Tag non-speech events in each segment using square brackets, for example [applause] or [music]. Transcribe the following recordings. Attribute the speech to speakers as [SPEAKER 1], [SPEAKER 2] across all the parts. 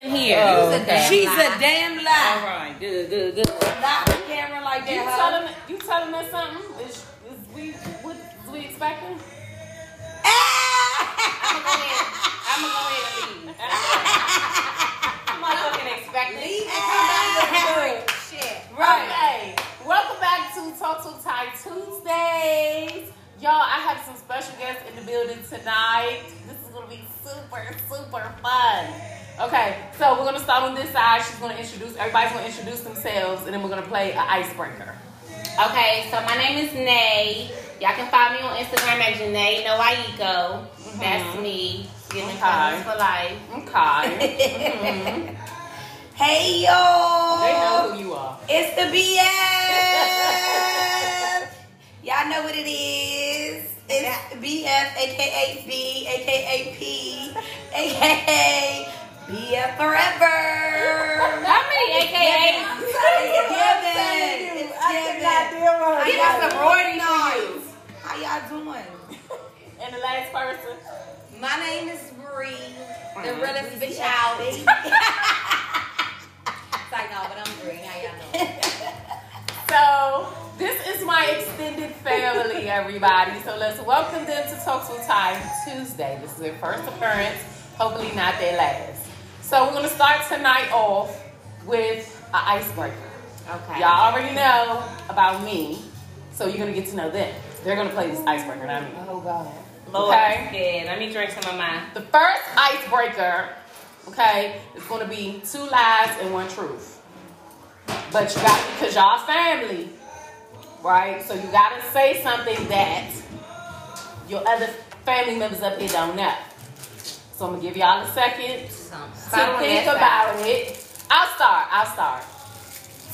[SPEAKER 1] here.
[SPEAKER 2] Oh,
[SPEAKER 1] You's a
[SPEAKER 2] okay.
[SPEAKER 1] damn
[SPEAKER 3] She's
[SPEAKER 1] lie.
[SPEAKER 3] a damn
[SPEAKER 1] All
[SPEAKER 3] lie.
[SPEAKER 1] right, good, good, good.
[SPEAKER 3] Not the camera like
[SPEAKER 4] You
[SPEAKER 3] that.
[SPEAKER 4] telling you telling us something? Is, is we what is we expecting?
[SPEAKER 3] huh?
[SPEAKER 1] I'm gonna go ahead and leave. I'm not fucking expecting.
[SPEAKER 3] Leave
[SPEAKER 1] to come
[SPEAKER 3] [laughs]
[SPEAKER 1] back
[SPEAKER 3] it.
[SPEAKER 1] and do it. Shit.
[SPEAKER 4] Right. Okay. Welcome back to Talk to Thai Tuesdays. Y'all, I have some special guests in the building tonight. This is gonna be super, super fun. Okay, so we're gonna start on this side. She's gonna introduce everybody's gonna introduce themselves and then we're gonna play an icebreaker.
[SPEAKER 1] Okay, so my name is Nay. Y'all can follow me on Instagram at Janae Noaiko.
[SPEAKER 4] Mm-hmm.
[SPEAKER 1] That's me. Give me comments for life.
[SPEAKER 4] Okay.
[SPEAKER 1] [laughs]
[SPEAKER 3] Hey
[SPEAKER 4] Mm-hmm. they know
[SPEAKER 3] yo,
[SPEAKER 4] who you are.
[SPEAKER 3] it's the
[SPEAKER 1] [laughs]
[SPEAKER 3] BF. Y'all know what it is. It's BF, aka B, aka P, aka BF
[SPEAKER 4] [laughs]
[SPEAKER 3] forever.
[SPEAKER 1] How many AKAs?
[SPEAKER 3] It's Kevin.
[SPEAKER 1] Give us some royalty for you.
[SPEAKER 3] How y'all doing?
[SPEAKER 4] And the last person.
[SPEAKER 3] My name is Bree,
[SPEAKER 1] the
[SPEAKER 3] realest bitch out.
[SPEAKER 5] [laughs] Like, no, but I'm green. How y'all doing?
[SPEAKER 4] So this is my extended family, everybody. So let's welcome them to Talks with Ty Tuesday. This is their first appearance. Hopefully not their last. So we're gonna start tonight off with an icebreaker.
[SPEAKER 1] Okay.
[SPEAKER 4] Y'all already know about me, so you're gonna get to know them. They're gonna play this icebreaker, not me.
[SPEAKER 1] Oh, God.
[SPEAKER 4] Lord, I'm
[SPEAKER 1] Yeah, let me drink some of mine.
[SPEAKER 4] The first icebreaker, okay, is gonna be two lies and one truth. But you got because y'all family, right? So you gotta say something that your other family members up here don't know. So I'm gonna give y'all a second
[SPEAKER 5] Something.
[SPEAKER 4] to think about it. I'll start. I'll start.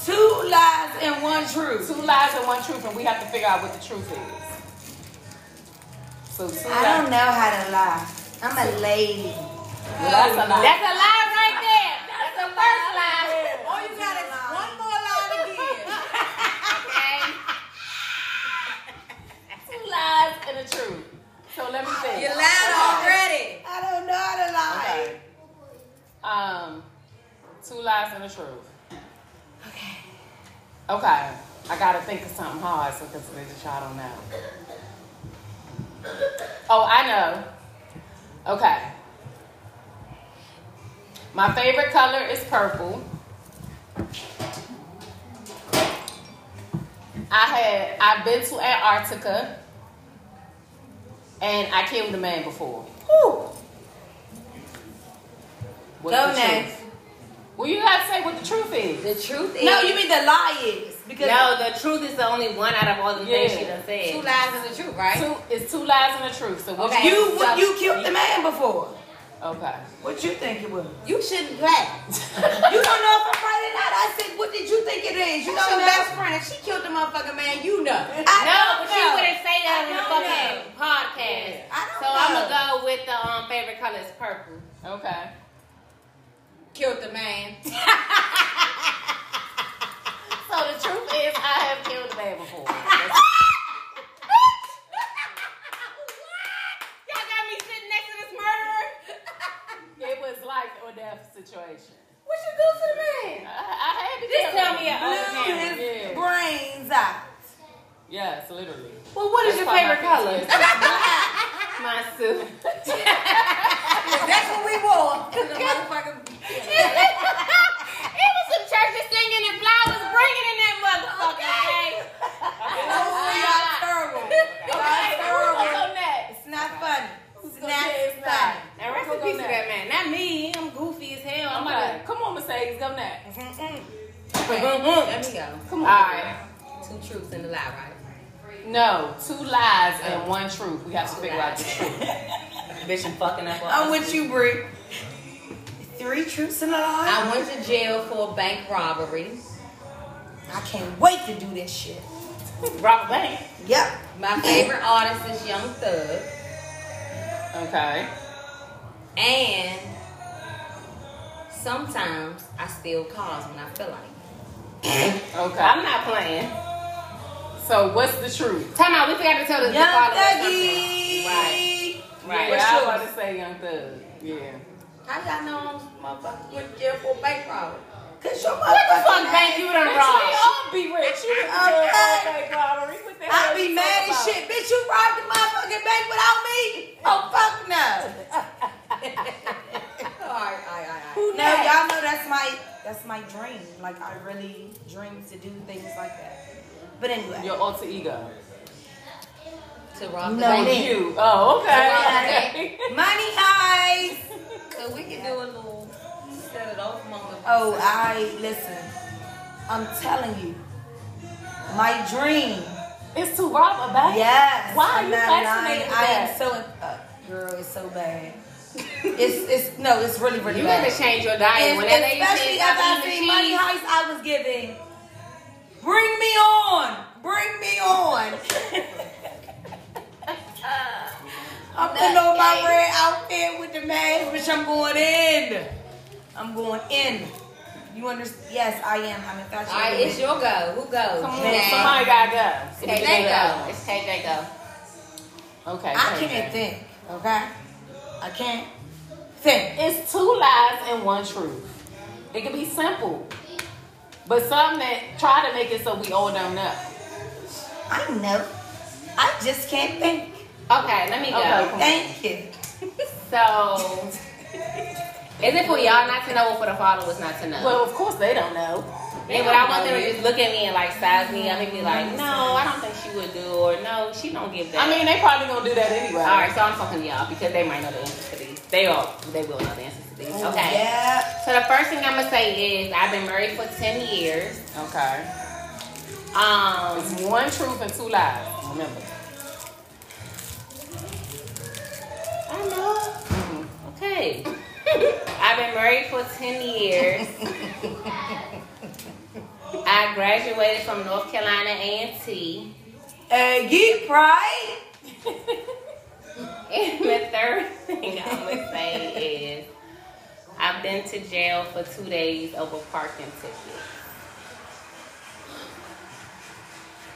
[SPEAKER 3] Two lies and one truth.
[SPEAKER 4] Two lies and one truth, and we have to figure out what the truth is. So two
[SPEAKER 3] I don't
[SPEAKER 4] lies.
[SPEAKER 3] know how to lie. I'm a lady.
[SPEAKER 4] Well, that's a lie.
[SPEAKER 1] That's a lie right there. That's the first lie.
[SPEAKER 3] All you got is one more lie to [laughs] give.
[SPEAKER 1] Okay.
[SPEAKER 4] two lies and a truth. So let me think.
[SPEAKER 5] You loud already.
[SPEAKER 3] I don't know how to lie.
[SPEAKER 4] Okay. Um, two lies and a truth. Okay. Okay. I gotta think of something hard so because they just y'all don't know. Oh, I know. Okay. My favorite color is purple. I had I've been to Antarctica and I killed a man before. What's
[SPEAKER 3] Go
[SPEAKER 4] the truth?
[SPEAKER 3] next.
[SPEAKER 4] Well, you gotta say what the truth is.
[SPEAKER 5] The truth is,
[SPEAKER 3] No, you mean the lie is. Because
[SPEAKER 1] No, the truth is the only one out of all the things
[SPEAKER 4] Yeah.
[SPEAKER 1] she done said.
[SPEAKER 5] two lies is the truth, right?
[SPEAKER 4] Two, it's two lies and a truth. So what?
[SPEAKER 5] Okay.
[SPEAKER 4] You,
[SPEAKER 3] you what you killed the man before.
[SPEAKER 4] okay.
[SPEAKER 3] What you think it was?
[SPEAKER 5] You shouldn't laugh.
[SPEAKER 3] [laughs] You don't know if I'm right or not. I said, what did you think it is? You
[SPEAKER 5] She's
[SPEAKER 3] don't
[SPEAKER 5] your
[SPEAKER 3] know.
[SPEAKER 5] best friend. If she killed the motherfucking man, you know.
[SPEAKER 3] I
[SPEAKER 1] No,
[SPEAKER 3] don't
[SPEAKER 1] but you
[SPEAKER 3] know.
[SPEAKER 1] wouldn't say that on the
[SPEAKER 3] don't
[SPEAKER 1] fucking podcast.
[SPEAKER 3] I don't
[SPEAKER 1] So
[SPEAKER 3] know.
[SPEAKER 1] I'm gonna go with the um, favorite color is purple.
[SPEAKER 4] Okay.
[SPEAKER 5] Killed the man.
[SPEAKER 4] So the truth is, I have killed a man [laughs] before.
[SPEAKER 1] Y'all got me sitting next to this murderer. [laughs]
[SPEAKER 4] it was life or death situation.
[SPEAKER 1] What you do to the
[SPEAKER 4] I,
[SPEAKER 1] man?
[SPEAKER 4] I had to
[SPEAKER 1] This
[SPEAKER 4] kill
[SPEAKER 1] tell me an old
[SPEAKER 3] Blew
[SPEAKER 1] camera.
[SPEAKER 3] his
[SPEAKER 4] Yeah.
[SPEAKER 3] brains out.
[SPEAKER 4] Yes, literally.
[SPEAKER 1] Well, what is
[SPEAKER 4] That's
[SPEAKER 1] your favorite
[SPEAKER 4] probably
[SPEAKER 1] color? [laughs] My suit.
[SPEAKER 4] [laughs]
[SPEAKER 5] That's what we
[SPEAKER 1] [laughs]
[SPEAKER 5] want. The [laughs] motherfucking.
[SPEAKER 1] It was some churches singing and flowers bringing in that motherfucker. Okay.
[SPEAKER 3] Oh, y'all terrible.
[SPEAKER 4] Okay, who's gonna go next?
[SPEAKER 3] It's not funny. It's not
[SPEAKER 4] Okay, it's not.
[SPEAKER 3] funny.
[SPEAKER 1] Now rest in
[SPEAKER 4] Who's
[SPEAKER 1] peace
[SPEAKER 4] gonna go
[SPEAKER 1] to that
[SPEAKER 4] next?
[SPEAKER 1] man. Not me. I'm goofy as hell. I'm
[SPEAKER 4] Okay.
[SPEAKER 1] like,
[SPEAKER 4] Come on, Mercedes, go next.
[SPEAKER 5] Let me go.
[SPEAKER 4] Come on.
[SPEAKER 1] all right.
[SPEAKER 5] Two truths and a lie, right?
[SPEAKER 4] No, two lies and one truth. We have to figure out the truth.
[SPEAKER 1] Bitch, I'm fucking up. all
[SPEAKER 3] I'm with you, Brie. Three truths and a lie.
[SPEAKER 5] I went to jail for a bank robbery.
[SPEAKER 3] I can't wait to do this shit.
[SPEAKER 4] Rock bank.
[SPEAKER 3] Yep.
[SPEAKER 5] My favorite artist is Young Thug.
[SPEAKER 4] Okay.
[SPEAKER 5] And sometimes I steal cars when I feel like it.
[SPEAKER 4] Okay.
[SPEAKER 1] I'm not playing.
[SPEAKER 4] So what's the truth?
[SPEAKER 1] Time out. We forgot to tell this.
[SPEAKER 3] Young
[SPEAKER 1] to follow us.
[SPEAKER 3] Thuggy.
[SPEAKER 1] Right. Right.
[SPEAKER 4] Yeah, I
[SPEAKER 3] What's
[SPEAKER 4] was about to say Young Thug. Yeah.
[SPEAKER 5] How did I know I was motherfucking went to jail for a bank robbery? [laughs]
[SPEAKER 3] Cause your
[SPEAKER 4] What the fuck
[SPEAKER 3] motherfucking
[SPEAKER 4] bank
[SPEAKER 3] ass-
[SPEAKER 4] you done
[SPEAKER 3] Bitch,
[SPEAKER 4] robbed?
[SPEAKER 3] we all-
[SPEAKER 4] all be rich. You done
[SPEAKER 3] Okay.
[SPEAKER 4] bank robbery. What the
[SPEAKER 3] I
[SPEAKER 4] hell
[SPEAKER 3] be
[SPEAKER 4] you
[SPEAKER 3] mad as
[SPEAKER 4] talking about?
[SPEAKER 3] shit. Bitch, you robbed the motherfucking bank without me? Oh, fuck no.
[SPEAKER 5] All right, all right, all right.
[SPEAKER 3] Who
[SPEAKER 5] Who
[SPEAKER 3] no, y'all know that's my that's my dream. Like I really dream to do things like that. But anyway,
[SPEAKER 4] Your alter ego.
[SPEAKER 5] to rob the
[SPEAKER 3] No,
[SPEAKER 5] bank?
[SPEAKER 3] then.
[SPEAKER 4] You. Oh,
[SPEAKER 5] Yeah.
[SPEAKER 4] okay.
[SPEAKER 3] money heist.
[SPEAKER 5] So we can do a little set it off moment.
[SPEAKER 3] Oh, I listen. I'm telling you, my dream.
[SPEAKER 4] [laughs] It's to rob a bank?
[SPEAKER 3] Yes.
[SPEAKER 4] Why are
[SPEAKER 3] I'm
[SPEAKER 4] you
[SPEAKER 3] not lying.
[SPEAKER 4] fascinated with
[SPEAKER 3] I
[SPEAKER 4] that?
[SPEAKER 3] am so. Uh, girl, it's so bad.
[SPEAKER 4] [laughs]
[SPEAKER 3] it's it's no, it's really really
[SPEAKER 1] You
[SPEAKER 3] bad.
[SPEAKER 1] gotta change your diet.
[SPEAKER 3] And
[SPEAKER 1] Whenever you
[SPEAKER 3] especially
[SPEAKER 1] see
[SPEAKER 3] after I
[SPEAKER 1] something
[SPEAKER 3] seen
[SPEAKER 1] cheap,
[SPEAKER 3] Money Heist, I was giving. Bring me on, bring me on.
[SPEAKER 5] Uh,
[SPEAKER 3] I'm putting on my red outfit with the mask, bitch. I'm going in. I'm going in. You understand? Yes, I am. I'm infatuated.
[SPEAKER 5] All right,
[SPEAKER 3] with
[SPEAKER 5] it's your go. Who goes?
[SPEAKER 4] Come on,
[SPEAKER 3] Nah.
[SPEAKER 4] somebody gotta go.
[SPEAKER 1] It's
[SPEAKER 5] There you
[SPEAKER 1] KJ
[SPEAKER 5] go.
[SPEAKER 1] go. It's KJ go.
[SPEAKER 4] Okay.
[SPEAKER 3] I
[SPEAKER 4] okay.
[SPEAKER 3] can't think. Okay, I can't think.
[SPEAKER 4] It's two lies and one truth. It can be simple. But some that try to make it so we all don't know.
[SPEAKER 3] I know. I just can't think.
[SPEAKER 1] Okay, let me go.
[SPEAKER 4] Okay.
[SPEAKER 3] Thank you.
[SPEAKER 1] So, is it for y'all not to know or for the followers not to know?
[SPEAKER 4] Well, of course they don't know.
[SPEAKER 1] and what I want them to just look at me and like size me up and be like, no, I don't think she would do, or no, she don't give that.
[SPEAKER 4] I mean, they probably gonna do that anyway.
[SPEAKER 1] all right, so I'm talking to y'all because they might know the answers to these. They all, they will know the answers to these.
[SPEAKER 4] Oh,
[SPEAKER 1] Okay.
[SPEAKER 3] Yeah.
[SPEAKER 1] So the first thing I'm gonna say is I've been married for ten years.
[SPEAKER 4] Okay.
[SPEAKER 1] Um,
[SPEAKER 4] It's one truth and two lies. Remember.
[SPEAKER 1] I know. Mm-hmm. Okay. I've been married for 10 years. I graduated from North Carolina A&T
[SPEAKER 3] Aggie Pride.
[SPEAKER 1] and the third thing I would say is I've been to jail for two days over parking tickets.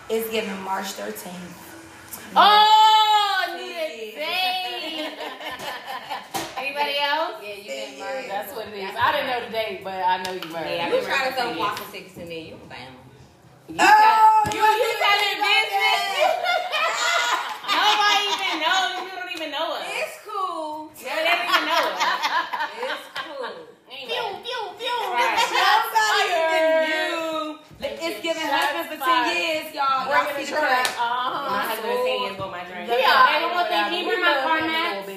[SPEAKER 3] It's given March 13th.
[SPEAKER 1] Oh,
[SPEAKER 3] New Year's.
[SPEAKER 1] day. Anybody else?
[SPEAKER 5] Yeah, you been married.
[SPEAKER 4] That's what it is. I didn't know the date, but I know you married.
[SPEAKER 1] Yeah.
[SPEAKER 5] You try to throw walking tickets to me. You a bam.
[SPEAKER 4] You
[SPEAKER 3] Oh, you,
[SPEAKER 1] you telling Nobody even knows. You don't even know us.
[SPEAKER 5] It's cool.
[SPEAKER 1] No, they don't even know us.
[SPEAKER 5] It's cool.
[SPEAKER 1] Anyway.
[SPEAKER 4] pew, pew.
[SPEAKER 3] [laughs]
[SPEAKER 1] Right.
[SPEAKER 3] It's given
[SPEAKER 4] Shots
[SPEAKER 3] husband for 10
[SPEAKER 4] fired.
[SPEAKER 3] years, y'all. Y'all
[SPEAKER 4] Bring it
[SPEAKER 3] see
[SPEAKER 4] to
[SPEAKER 3] the
[SPEAKER 4] drink.
[SPEAKER 3] crowd.
[SPEAKER 1] My
[SPEAKER 4] Uh-huh.
[SPEAKER 1] husband saying for my drink.
[SPEAKER 4] Yeah,
[SPEAKER 1] Yeah,
[SPEAKER 4] I
[SPEAKER 1] one more thing. Can you bring my car next?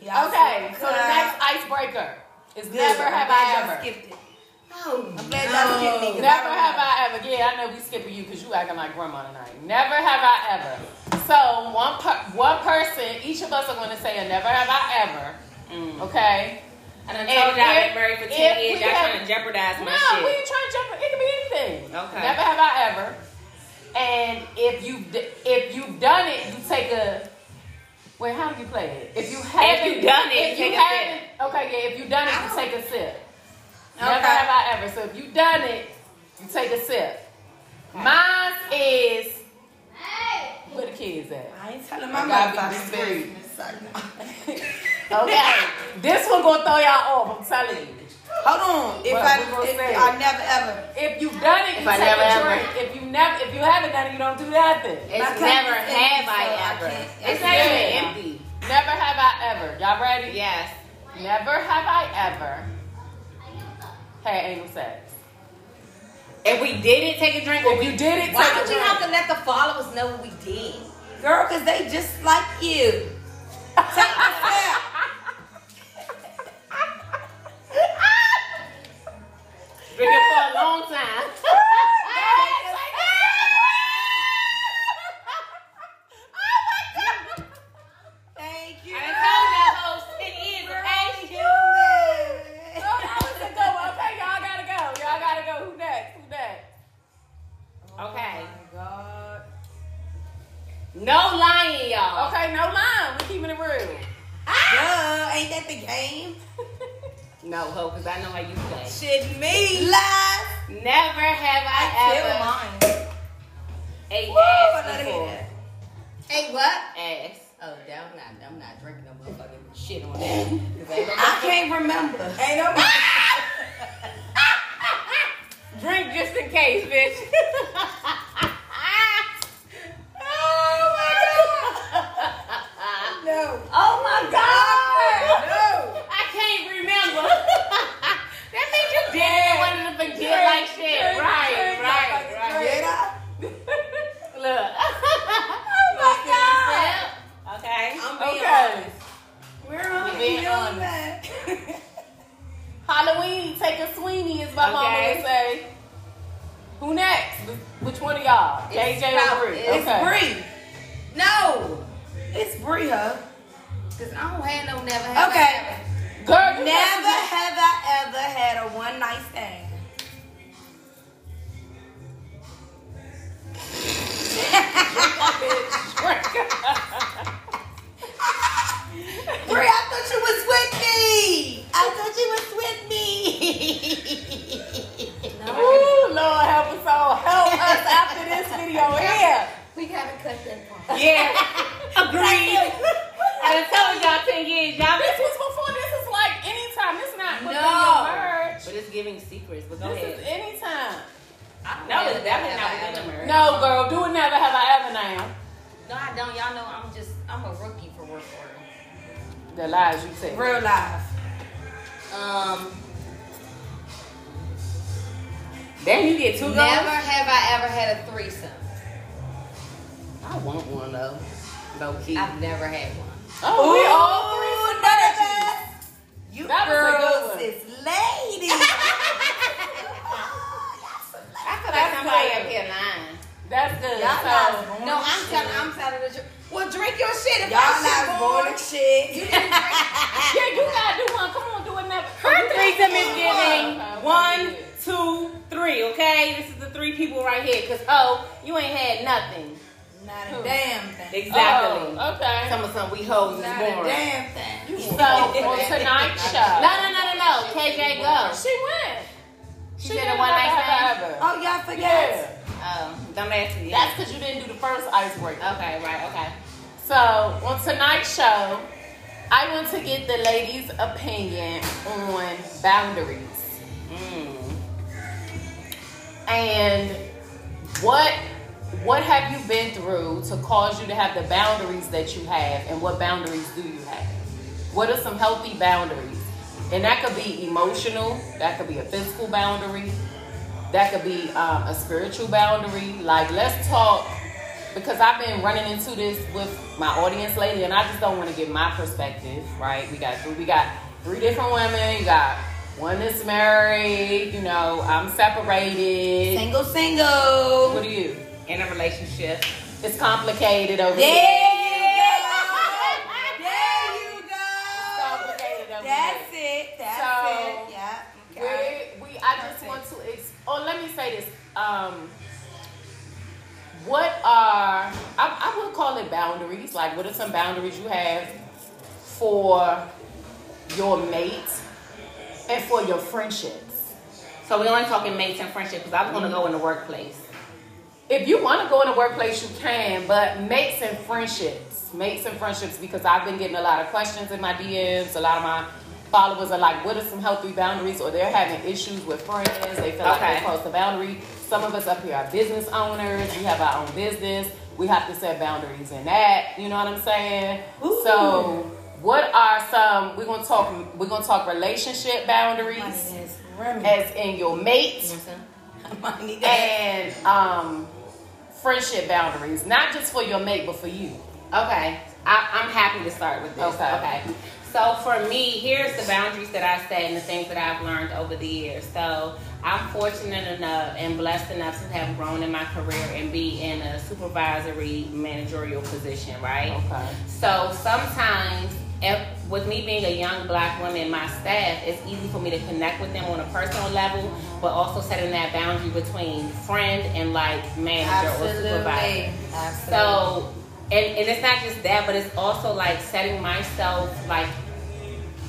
[SPEAKER 3] Y'all see
[SPEAKER 4] Okay,
[SPEAKER 3] the
[SPEAKER 4] so the
[SPEAKER 3] crowd.
[SPEAKER 4] next icebreaker is
[SPEAKER 3] Good.
[SPEAKER 4] never
[SPEAKER 3] I'm
[SPEAKER 4] have
[SPEAKER 3] glad
[SPEAKER 4] I
[SPEAKER 3] y'all
[SPEAKER 4] ever.
[SPEAKER 3] skipped it.
[SPEAKER 5] Oh,
[SPEAKER 3] I'm glad y'all skipped me. 'cause
[SPEAKER 4] Never
[SPEAKER 3] I
[SPEAKER 4] have I ever. Yeah, I know we skipping you because you acting like grandma tonight. Never have I ever. So one per- one person, each of us are going to say a never have I ever. Okay.
[SPEAKER 1] Mm. And I
[SPEAKER 4] And
[SPEAKER 1] told y'all I've
[SPEAKER 4] if-
[SPEAKER 1] been married for
[SPEAKER 4] if
[SPEAKER 1] 10 years.
[SPEAKER 4] we
[SPEAKER 1] Y'all
[SPEAKER 4] have-
[SPEAKER 1] trying to jeopardize
[SPEAKER 4] No, we
[SPEAKER 1] my shit.
[SPEAKER 4] ain't trying to jump. It can be anything.
[SPEAKER 1] Okay.
[SPEAKER 4] Never have I ever. And if you if you've done it, you take a. Wait, how do you play it? If you haven't
[SPEAKER 1] you done it,
[SPEAKER 4] if
[SPEAKER 1] you
[SPEAKER 4] you
[SPEAKER 1] take a
[SPEAKER 4] haven't, okay, yeah. If you've done it,
[SPEAKER 5] I
[SPEAKER 4] you
[SPEAKER 5] don't-
[SPEAKER 4] take a sip.
[SPEAKER 3] Okay.
[SPEAKER 4] Never have I ever. So if you've done it, you take a sip. Mine is where the kids at. [laughs]
[SPEAKER 3] I ain't telling my
[SPEAKER 4] I
[SPEAKER 3] mother
[SPEAKER 4] gotta
[SPEAKER 3] about
[SPEAKER 4] be
[SPEAKER 3] this.
[SPEAKER 4] discreet.
[SPEAKER 3] Okay.
[SPEAKER 4] Okay, this one gonna throw y'all off. I'm telling you.
[SPEAKER 3] Hold on. If
[SPEAKER 4] What
[SPEAKER 3] I,
[SPEAKER 4] we gonna
[SPEAKER 3] if
[SPEAKER 4] say?
[SPEAKER 3] I never ever.
[SPEAKER 4] If you've done it, you take
[SPEAKER 1] If I never
[SPEAKER 4] a
[SPEAKER 1] ever-
[SPEAKER 4] drink. If you never, if you haven't done it, you don't do nothing.
[SPEAKER 3] My
[SPEAKER 1] It's
[SPEAKER 3] cup
[SPEAKER 1] never
[SPEAKER 3] is empty,
[SPEAKER 1] have
[SPEAKER 3] so I
[SPEAKER 1] I ever.
[SPEAKER 3] can't- I
[SPEAKER 1] It's not even
[SPEAKER 4] can't.
[SPEAKER 1] empty.
[SPEAKER 4] Never have I ever. Y'all ready?
[SPEAKER 1] Yes.
[SPEAKER 4] Never have I ever had anal sex.
[SPEAKER 1] If we did it, take a drink.
[SPEAKER 4] If you did it,
[SPEAKER 5] Why
[SPEAKER 4] take
[SPEAKER 5] would
[SPEAKER 4] a
[SPEAKER 5] you
[SPEAKER 4] drink. [laughs]
[SPEAKER 5] have to let the followers know what we did?
[SPEAKER 3] Girl, because they just like you. Take the step.
[SPEAKER 1] Drink it for a long time.
[SPEAKER 4] [laughs] Oh
[SPEAKER 3] Thank you.
[SPEAKER 1] I done told y'all hoes 10 years, okay?
[SPEAKER 4] Oh, that was a good one. Okay, y'all gotta go. Y'all gotta go. Who next? Who next?
[SPEAKER 1] Okay.
[SPEAKER 3] God.
[SPEAKER 1] No lying, y'all.
[SPEAKER 4] Okay, no line. We're keeping it real.
[SPEAKER 3] Duh, ain't that the game?
[SPEAKER 1] No, ho, because I know how you play.
[SPEAKER 3] Shit, me. Lies.
[SPEAKER 1] Never have I,
[SPEAKER 3] mine.
[SPEAKER 1] ever ate
[SPEAKER 3] Woo, I
[SPEAKER 1] ass
[SPEAKER 3] love to hear
[SPEAKER 1] before.
[SPEAKER 3] that.
[SPEAKER 5] Hey, what?
[SPEAKER 1] Ass.
[SPEAKER 5] Oh, I'm not, I'm not drinking no motherfucking
[SPEAKER 1] shit on that. 'Cause ain't nobody-
[SPEAKER 3] I can't remember.
[SPEAKER 5] Ain't
[SPEAKER 4] [laughs] Drink
[SPEAKER 5] nobody.
[SPEAKER 4] just in case, bitch. Oh,
[SPEAKER 3] No.
[SPEAKER 5] Oh my God!
[SPEAKER 3] No.
[SPEAKER 4] I can't remember. that means you did wanted to forget like shit.
[SPEAKER 5] drink,
[SPEAKER 4] right,
[SPEAKER 5] drink,
[SPEAKER 4] right,
[SPEAKER 5] motherfucking
[SPEAKER 4] right.
[SPEAKER 3] Did I?
[SPEAKER 4] Look.
[SPEAKER 5] Oh
[SPEAKER 1] Okay.
[SPEAKER 5] my God!
[SPEAKER 4] Okay.
[SPEAKER 3] We're on it.
[SPEAKER 4] Being
[SPEAKER 3] You know
[SPEAKER 4] honest.
[SPEAKER 3] that.
[SPEAKER 4] Halloween, take a Sweeney is my mama
[SPEAKER 1] Okay.
[SPEAKER 4] would say. Who next? Which one of y'all?
[SPEAKER 5] It's
[SPEAKER 4] JJ or
[SPEAKER 5] prob-
[SPEAKER 4] Bree?
[SPEAKER 5] it's
[SPEAKER 4] okay.
[SPEAKER 3] Bree.
[SPEAKER 5] No,
[SPEAKER 3] It's Bree, huh?
[SPEAKER 5] cause I don't have no never. Have
[SPEAKER 3] Okay.
[SPEAKER 5] I ever.
[SPEAKER 4] Girl, you
[SPEAKER 3] Never have I ever had a one night stand. Bree, I thought you was with me. I thought you was with me.
[SPEAKER 4] Ooh, Lord help us all. Help us after this video here.
[SPEAKER 5] We gotta cut that part.
[SPEAKER 1] Yeah. Agreed. I done told y'all 10 years. Y'all
[SPEAKER 4] This
[SPEAKER 1] been
[SPEAKER 4] was before. This is like anytime. This is not putting
[SPEAKER 5] No.
[SPEAKER 4] on your merch.
[SPEAKER 1] But it's giving secrets, but go
[SPEAKER 4] This
[SPEAKER 1] ahead.
[SPEAKER 4] is anytime.
[SPEAKER 5] I don't
[SPEAKER 1] No,
[SPEAKER 5] have
[SPEAKER 1] it's definitely not within the
[SPEAKER 5] ever.
[SPEAKER 1] merch.
[SPEAKER 4] No, girl, do it never have I ever now.
[SPEAKER 5] No, I don't. Y'all know I'm just I'm a rookie for work order.
[SPEAKER 4] The lies you tell.
[SPEAKER 3] Real life.
[SPEAKER 5] Um,
[SPEAKER 1] Then you get two
[SPEAKER 5] never
[SPEAKER 1] girls.
[SPEAKER 5] have I ever had a threesome.
[SPEAKER 1] I want one though. Low key.
[SPEAKER 5] I've never had one.
[SPEAKER 4] Oh, we all three.
[SPEAKER 3] Ooh, none of us. You
[SPEAKER 4] That was a good
[SPEAKER 3] girls
[SPEAKER 4] one.
[SPEAKER 3] is [laughs] ladies.
[SPEAKER 1] I feel
[SPEAKER 4] That's
[SPEAKER 1] like somebody
[SPEAKER 4] good.
[SPEAKER 1] up here lying.
[SPEAKER 4] That's good.
[SPEAKER 3] Y'all
[SPEAKER 4] so,
[SPEAKER 3] not
[SPEAKER 5] [laughs] No, I'm telling. I'm telling the truth. Well, drink your shit if
[SPEAKER 3] Y'all
[SPEAKER 5] I
[SPEAKER 3] not born to shit.
[SPEAKER 5] You didn't drink.
[SPEAKER 4] yeah, you gotta do one. Come on, do it never.
[SPEAKER 1] Her threesome is
[SPEAKER 4] giving
[SPEAKER 1] giving one, two, three, okay? This is the three people right here, because, oh, you ain't had nothing.
[SPEAKER 3] Not a damn thing.
[SPEAKER 1] Exactly.
[SPEAKER 4] Oh, okay.
[SPEAKER 1] Some of some we hoes is
[SPEAKER 3] Not a
[SPEAKER 1] [laughs] boring. Oh,
[SPEAKER 3] damn thing.
[SPEAKER 4] So on
[SPEAKER 1] [laughs]
[SPEAKER 4] tonight's show.
[SPEAKER 1] No, no, no, no, no. KJ, go.
[SPEAKER 4] She went.
[SPEAKER 1] She
[SPEAKER 4] did
[SPEAKER 1] did a
[SPEAKER 4] it
[SPEAKER 1] one
[SPEAKER 4] never
[SPEAKER 1] night
[SPEAKER 4] have I
[SPEAKER 1] stand?
[SPEAKER 4] ever.
[SPEAKER 3] Oh, y'all
[SPEAKER 4] Yeah.
[SPEAKER 3] forget.
[SPEAKER 1] Oh, don't ask me. Oh.
[SPEAKER 4] That's because you didn't do the first icebreaker.
[SPEAKER 1] okay, right, okay.
[SPEAKER 4] So on tonight's show, I want to get the ladies' opinion on boundaries
[SPEAKER 1] Mm.
[SPEAKER 4] and what what have you been through to cause you to have the boundaries that you have, and what boundaries do you have? What are some healthy boundaries? And that could be emotional, that could be a physical boundary, that could be um, a spiritual boundary. Like, let's talk because I've been running into this with my audience lately, and I just don't want to give my perspective. Right? We got three, we got three different women. You got one that's married. You know, I'm separated.
[SPEAKER 3] Single, single.
[SPEAKER 4] What do you?
[SPEAKER 1] In a relationship.
[SPEAKER 4] It's complicated over
[SPEAKER 3] There
[SPEAKER 4] here.
[SPEAKER 3] you go. There you go.
[SPEAKER 4] Complicated over
[SPEAKER 3] That's
[SPEAKER 4] here.
[SPEAKER 3] it. That's
[SPEAKER 4] So,
[SPEAKER 3] it. Yeah. Okay.
[SPEAKER 4] Where we, I just want to. Ex- oh, let me say this. Um, what are I, I would call it boundaries? Like, what are some boundaries you have for your mate and for your friendships?
[SPEAKER 1] So we're only talking mates and friendship, because I was going to go in the workplace.
[SPEAKER 4] If you want to go in the workplace, you can, but mates and friendships, mates and friendships, because I've been getting a lot of questions in my DMs. A lot of my followers are like, "What are some healthy boundaries?" Or they're having issues with friends. They feel like
[SPEAKER 1] Okay.
[SPEAKER 4] they're close to boundary. Some of us up here are business owners. We have our own business. We have to set boundaries in that. You know what I'm saying? So, what are some? We're gonna talk. We're gonna talk
[SPEAKER 3] Mine
[SPEAKER 4] relationship boundaries,
[SPEAKER 3] is Remy.
[SPEAKER 4] as in your mate
[SPEAKER 3] [laughs] Mine is-
[SPEAKER 4] and um, friendship boundaries, not just for your mate, but for you.
[SPEAKER 1] Okay, I, I'm happy to start with this.
[SPEAKER 4] Okay.
[SPEAKER 1] Okay. So for me, here's the boundaries that I set and the things that I've learned over the years. So I'm fortunate enough and blessed enough to have grown in my career and be in a supervisory managerial position, right?
[SPEAKER 4] Okay.
[SPEAKER 1] So sometimes, if, with me being a young black woman, in my staff, it's easy for me to connect with them on a personal level, but also setting that boundary between friend and like manager or supervisor.
[SPEAKER 3] Absolutely. Absolutely.
[SPEAKER 1] So, and, and it's not just that, but it's also like setting myself like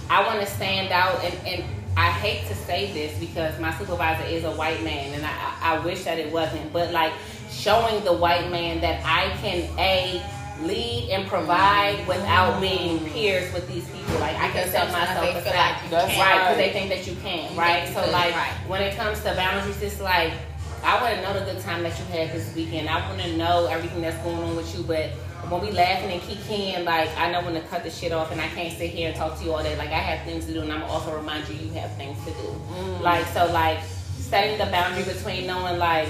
[SPEAKER 1] I want to stand out, and, and I hate to say this because my supervisor is a white man, and I, I wish that it wasn't, but like showing the white man that I can a lead and provide without being
[SPEAKER 5] Mm.
[SPEAKER 1] peers with these people. Like I can set myself
[SPEAKER 5] They feel
[SPEAKER 1] aside.
[SPEAKER 5] like you
[SPEAKER 1] That's
[SPEAKER 4] can't.
[SPEAKER 1] right, because they think that you can,
[SPEAKER 5] You
[SPEAKER 1] right?
[SPEAKER 5] think
[SPEAKER 1] So
[SPEAKER 5] you could,
[SPEAKER 1] like
[SPEAKER 5] right.
[SPEAKER 1] when it comes to boundaries, it's like I want to know the good time that you had this weekend. I want to know everything that's going on with you, but. When we laughing and kikiing, like I know when to cut the shit off, and I can't sit here and talk to you all day. Like I have things to do, and I'm also remind you you have things to do.
[SPEAKER 5] Mm.
[SPEAKER 1] Like so, like setting the boundary between knowing like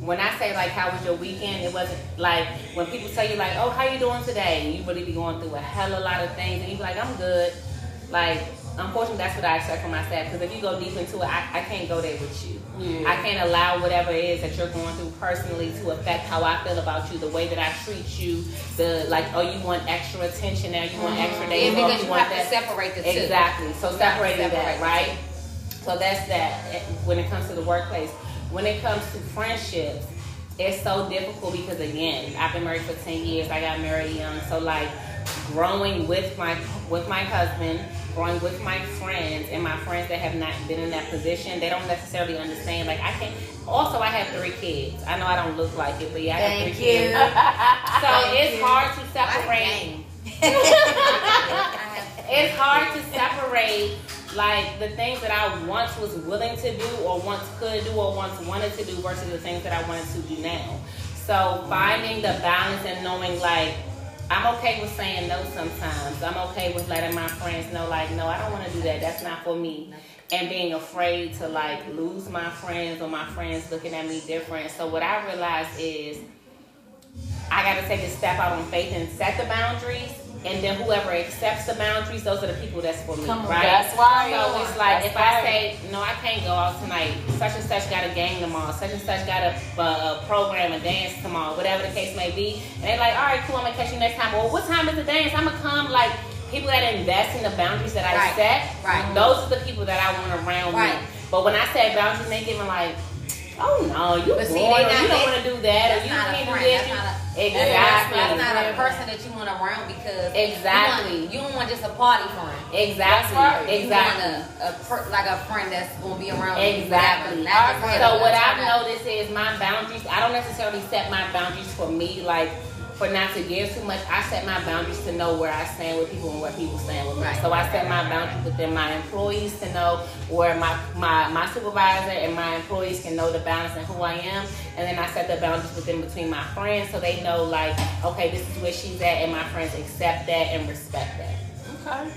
[SPEAKER 1] when I say like how was your weekend, it wasn't like when people tell you like, oh, how you doing today? And you really be going through a hell of a lot of things, and you be like, I'm good. Like, unfortunately, that's what I expect from myself. Because if you go deep into it, I, I can't go there with you.
[SPEAKER 4] Yeah.
[SPEAKER 1] I can't allow whatever it is that you're going through personally to affect how I feel about you, the way that I treat you, the like, oh, you want extra attention now, you want extra
[SPEAKER 5] Yeah,
[SPEAKER 1] days off,
[SPEAKER 5] because you
[SPEAKER 1] want
[SPEAKER 5] have to
[SPEAKER 1] that.
[SPEAKER 5] separate the two.
[SPEAKER 1] Exactly. So separating
[SPEAKER 5] separate
[SPEAKER 1] that,
[SPEAKER 5] the
[SPEAKER 1] right? So that's that eh, when it comes to the workplace. When it comes to friendships, it's so difficult because again, I've been married for ten years. I got married young, so like growing with my with my husband, growing with my friends and my friends that have not been in that position, they don't necessarily understand. Like I can. Also, I have three kids. I know I don't look like it, but yeah, I have
[SPEAKER 3] Thank
[SPEAKER 1] three kids. [laughs]
[SPEAKER 3] you.
[SPEAKER 1] So
[SPEAKER 5] Thank
[SPEAKER 1] it's
[SPEAKER 5] you.
[SPEAKER 1] hard to
[SPEAKER 5] I have
[SPEAKER 1] separate
[SPEAKER 5] game.
[SPEAKER 1] it's hard to separate like the things that I once was willing to do or once could do or once wanted to do versus the things that I wanted to do now. So finding the balance and knowing like I'm okay with saying no sometimes. I'm okay with letting my friends know like no, I don't want to do that. That's not for me. And being afraid to like lose my friends or my friends looking at me different. So what I realized is I got to take a step out on faith and set the boundaries. And then whoever accepts the boundaries, those are the people that's for me,
[SPEAKER 3] Come on.
[SPEAKER 1] right?
[SPEAKER 4] That's right.
[SPEAKER 1] So it's like
[SPEAKER 4] That's
[SPEAKER 1] if
[SPEAKER 4] right.
[SPEAKER 1] I say no, I can't go out tonight. Such and such got a game tomorrow. Such and such got a, uh, a program, a dance tomorrow, whatever the case may be. And they're like, all right, cool, I'm gonna catch you next time. Well, what time is the dance? I'm gonna come. Like people that invest in the boundaries that I
[SPEAKER 5] Right.
[SPEAKER 1] set,
[SPEAKER 5] Right.
[SPEAKER 1] Those are the people that I want around
[SPEAKER 5] Right.
[SPEAKER 1] me. But when I say boundaries, they giving like. Oh no, you
[SPEAKER 5] But see, they
[SPEAKER 1] bored,
[SPEAKER 5] not
[SPEAKER 1] or you don't
[SPEAKER 5] that-
[SPEAKER 1] want to do that, or
[SPEAKER 5] That's
[SPEAKER 1] you
[SPEAKER 5] not a
[SPEAKER 1] can't do
[SPEAKER 5] friend.
[SPEAKER 1] this.
[SPEAKER 5] That's
[SPEAKER 1] you-
[SPEAKER 5] not a. That's
[SPEAKER 1] Exactly.
[SPEAKER 5] not, that's not a person that you want around because
[SPEAKER 1] Exactly.
[SPEAKER 5] you, want, you don't want just a party friend.
[SPEAKER 1] Exactly.
[SPEAKER 4] That's right.
[SPEAKER 5] You
[SPEAKER 1] Exactly.
[SPEAKER 5] want a, a per, like a friend that's gonna be around. you
[SPEAKER 1] Exactly.
[SPEAKER 5] without- not just
[SPEAKER 1] So
[SPEAKER 5] having
[SPEAKER 1] what
[SPEAKER 5] a-
[SPEAKER 1] I've noticed is my boundaries. I don't necessarily set my boundaries for me, like for not to give too much. I set my boundaries to know where I stand with people and where people stand with me.
[SPEAKER 5] Right.
[SPEAKER 1] So I set my boundaries within my employees to know where my, my my supervisor and my employees can know the balance and who I am. And then I set the boundaries within between my friends so they know like, okay, this is where she's at, and my friends accept that and respect that.
[SPEAKER 4] Okay.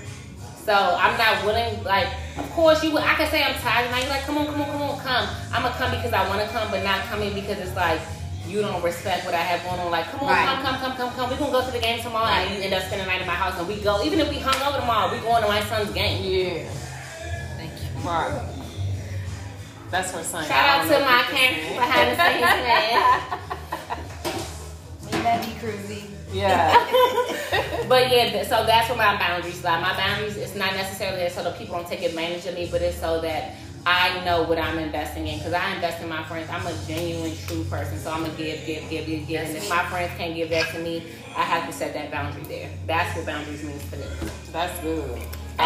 [SPEAKER 1] So I'm not willing. Like, of course you. would I can say I'm tired. Like, you're like, come on, come on, come on, come. I'm gonna come because I want to come, but not coming because it's like you don't respect what I have going on. Like, come on,
[SPEAKER 5] Right.
[SPEAKER 1] come, come, come, come, come. We gonna go to the game tomorrow, and you end up spending the night in my house, and we go. Even if we hung over tomorrow, we going to my son's game.
[SPEAKER 4] Yeah.
[SPEAKER 5] Thank you.
[SPEAKER 4] Right. That's her son.
[SPEAKER 1] Shout out to my Karen
[SPEAKER 4] parents.
[SPEAKER 1] behind the scenes man.
[SPEAKER 3] We love you, Cruzy.
[SPEAKER 4] Yeah.
[SPEAKER 1] But yeah, th- so that's where my boundaries lie. My boundaries it's not necessarily so that people don't take advantage of me, but it's so that I know what I'm investing in because I invest in my friends. I'm a genuine, true person, so I'm gonna give, give, give, give, give. And if my friends can't give back to me, I have to set that boundary there. That's what boundaries means for them.
[SPEAKER 4] That's good. I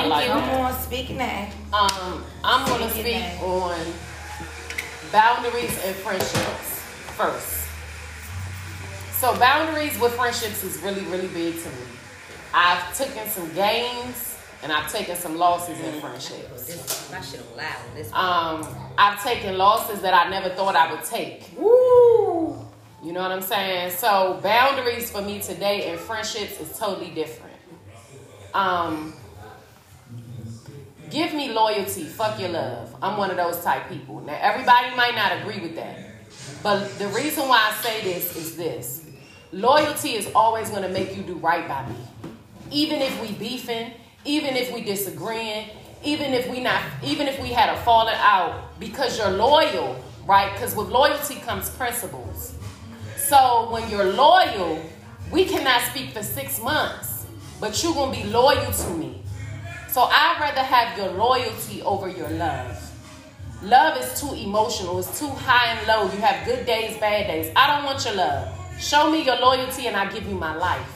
[SPEAKER 1] Thank
[SPEAKER 4] like
[SPEAKER 1] you.
[SPEAKER 4] that.
[SPEAKER 3] Come on, speak now.
[SPEAKER 4] Um, I'm going to
[SPEAKER 3] Speaking
[SPEAKER 4] speak
[SPEAKER 3] of-
[SPEAKER 4] on boundaries and friendships first. So boundaries with friendships is really, really big to me. I've taken some gains and I've taken some losses in friendships.
[SPEAKER 5] This my shit on loud. This
[SPEAKER 4] Um, I've taken losses that I never thought I would take.
[SPEAKER 1] Woo!
[SPEAKER 4] You know what I'm saying? So boundaries for me today and friendships is totally different. Um, give me loyalty, fuck your love. I'm one of those type people. Now everybody might not agree with that, but the reason why I say this is this: loyalty is always going to make you do right by me, even if we beefing, even if we disagreeing, even if we not, even if we had a falling out, because you're loyal, right? Because with loyalty comes principles. So when you're loyal, we cannot speak for six months, but you're gonna be loyal to me. So I'd rather have your loyalty over your love. Love is too emotional, it's too high and low. You have good days, bad days. I don't want your love. Show me your loyalty and I give you my life.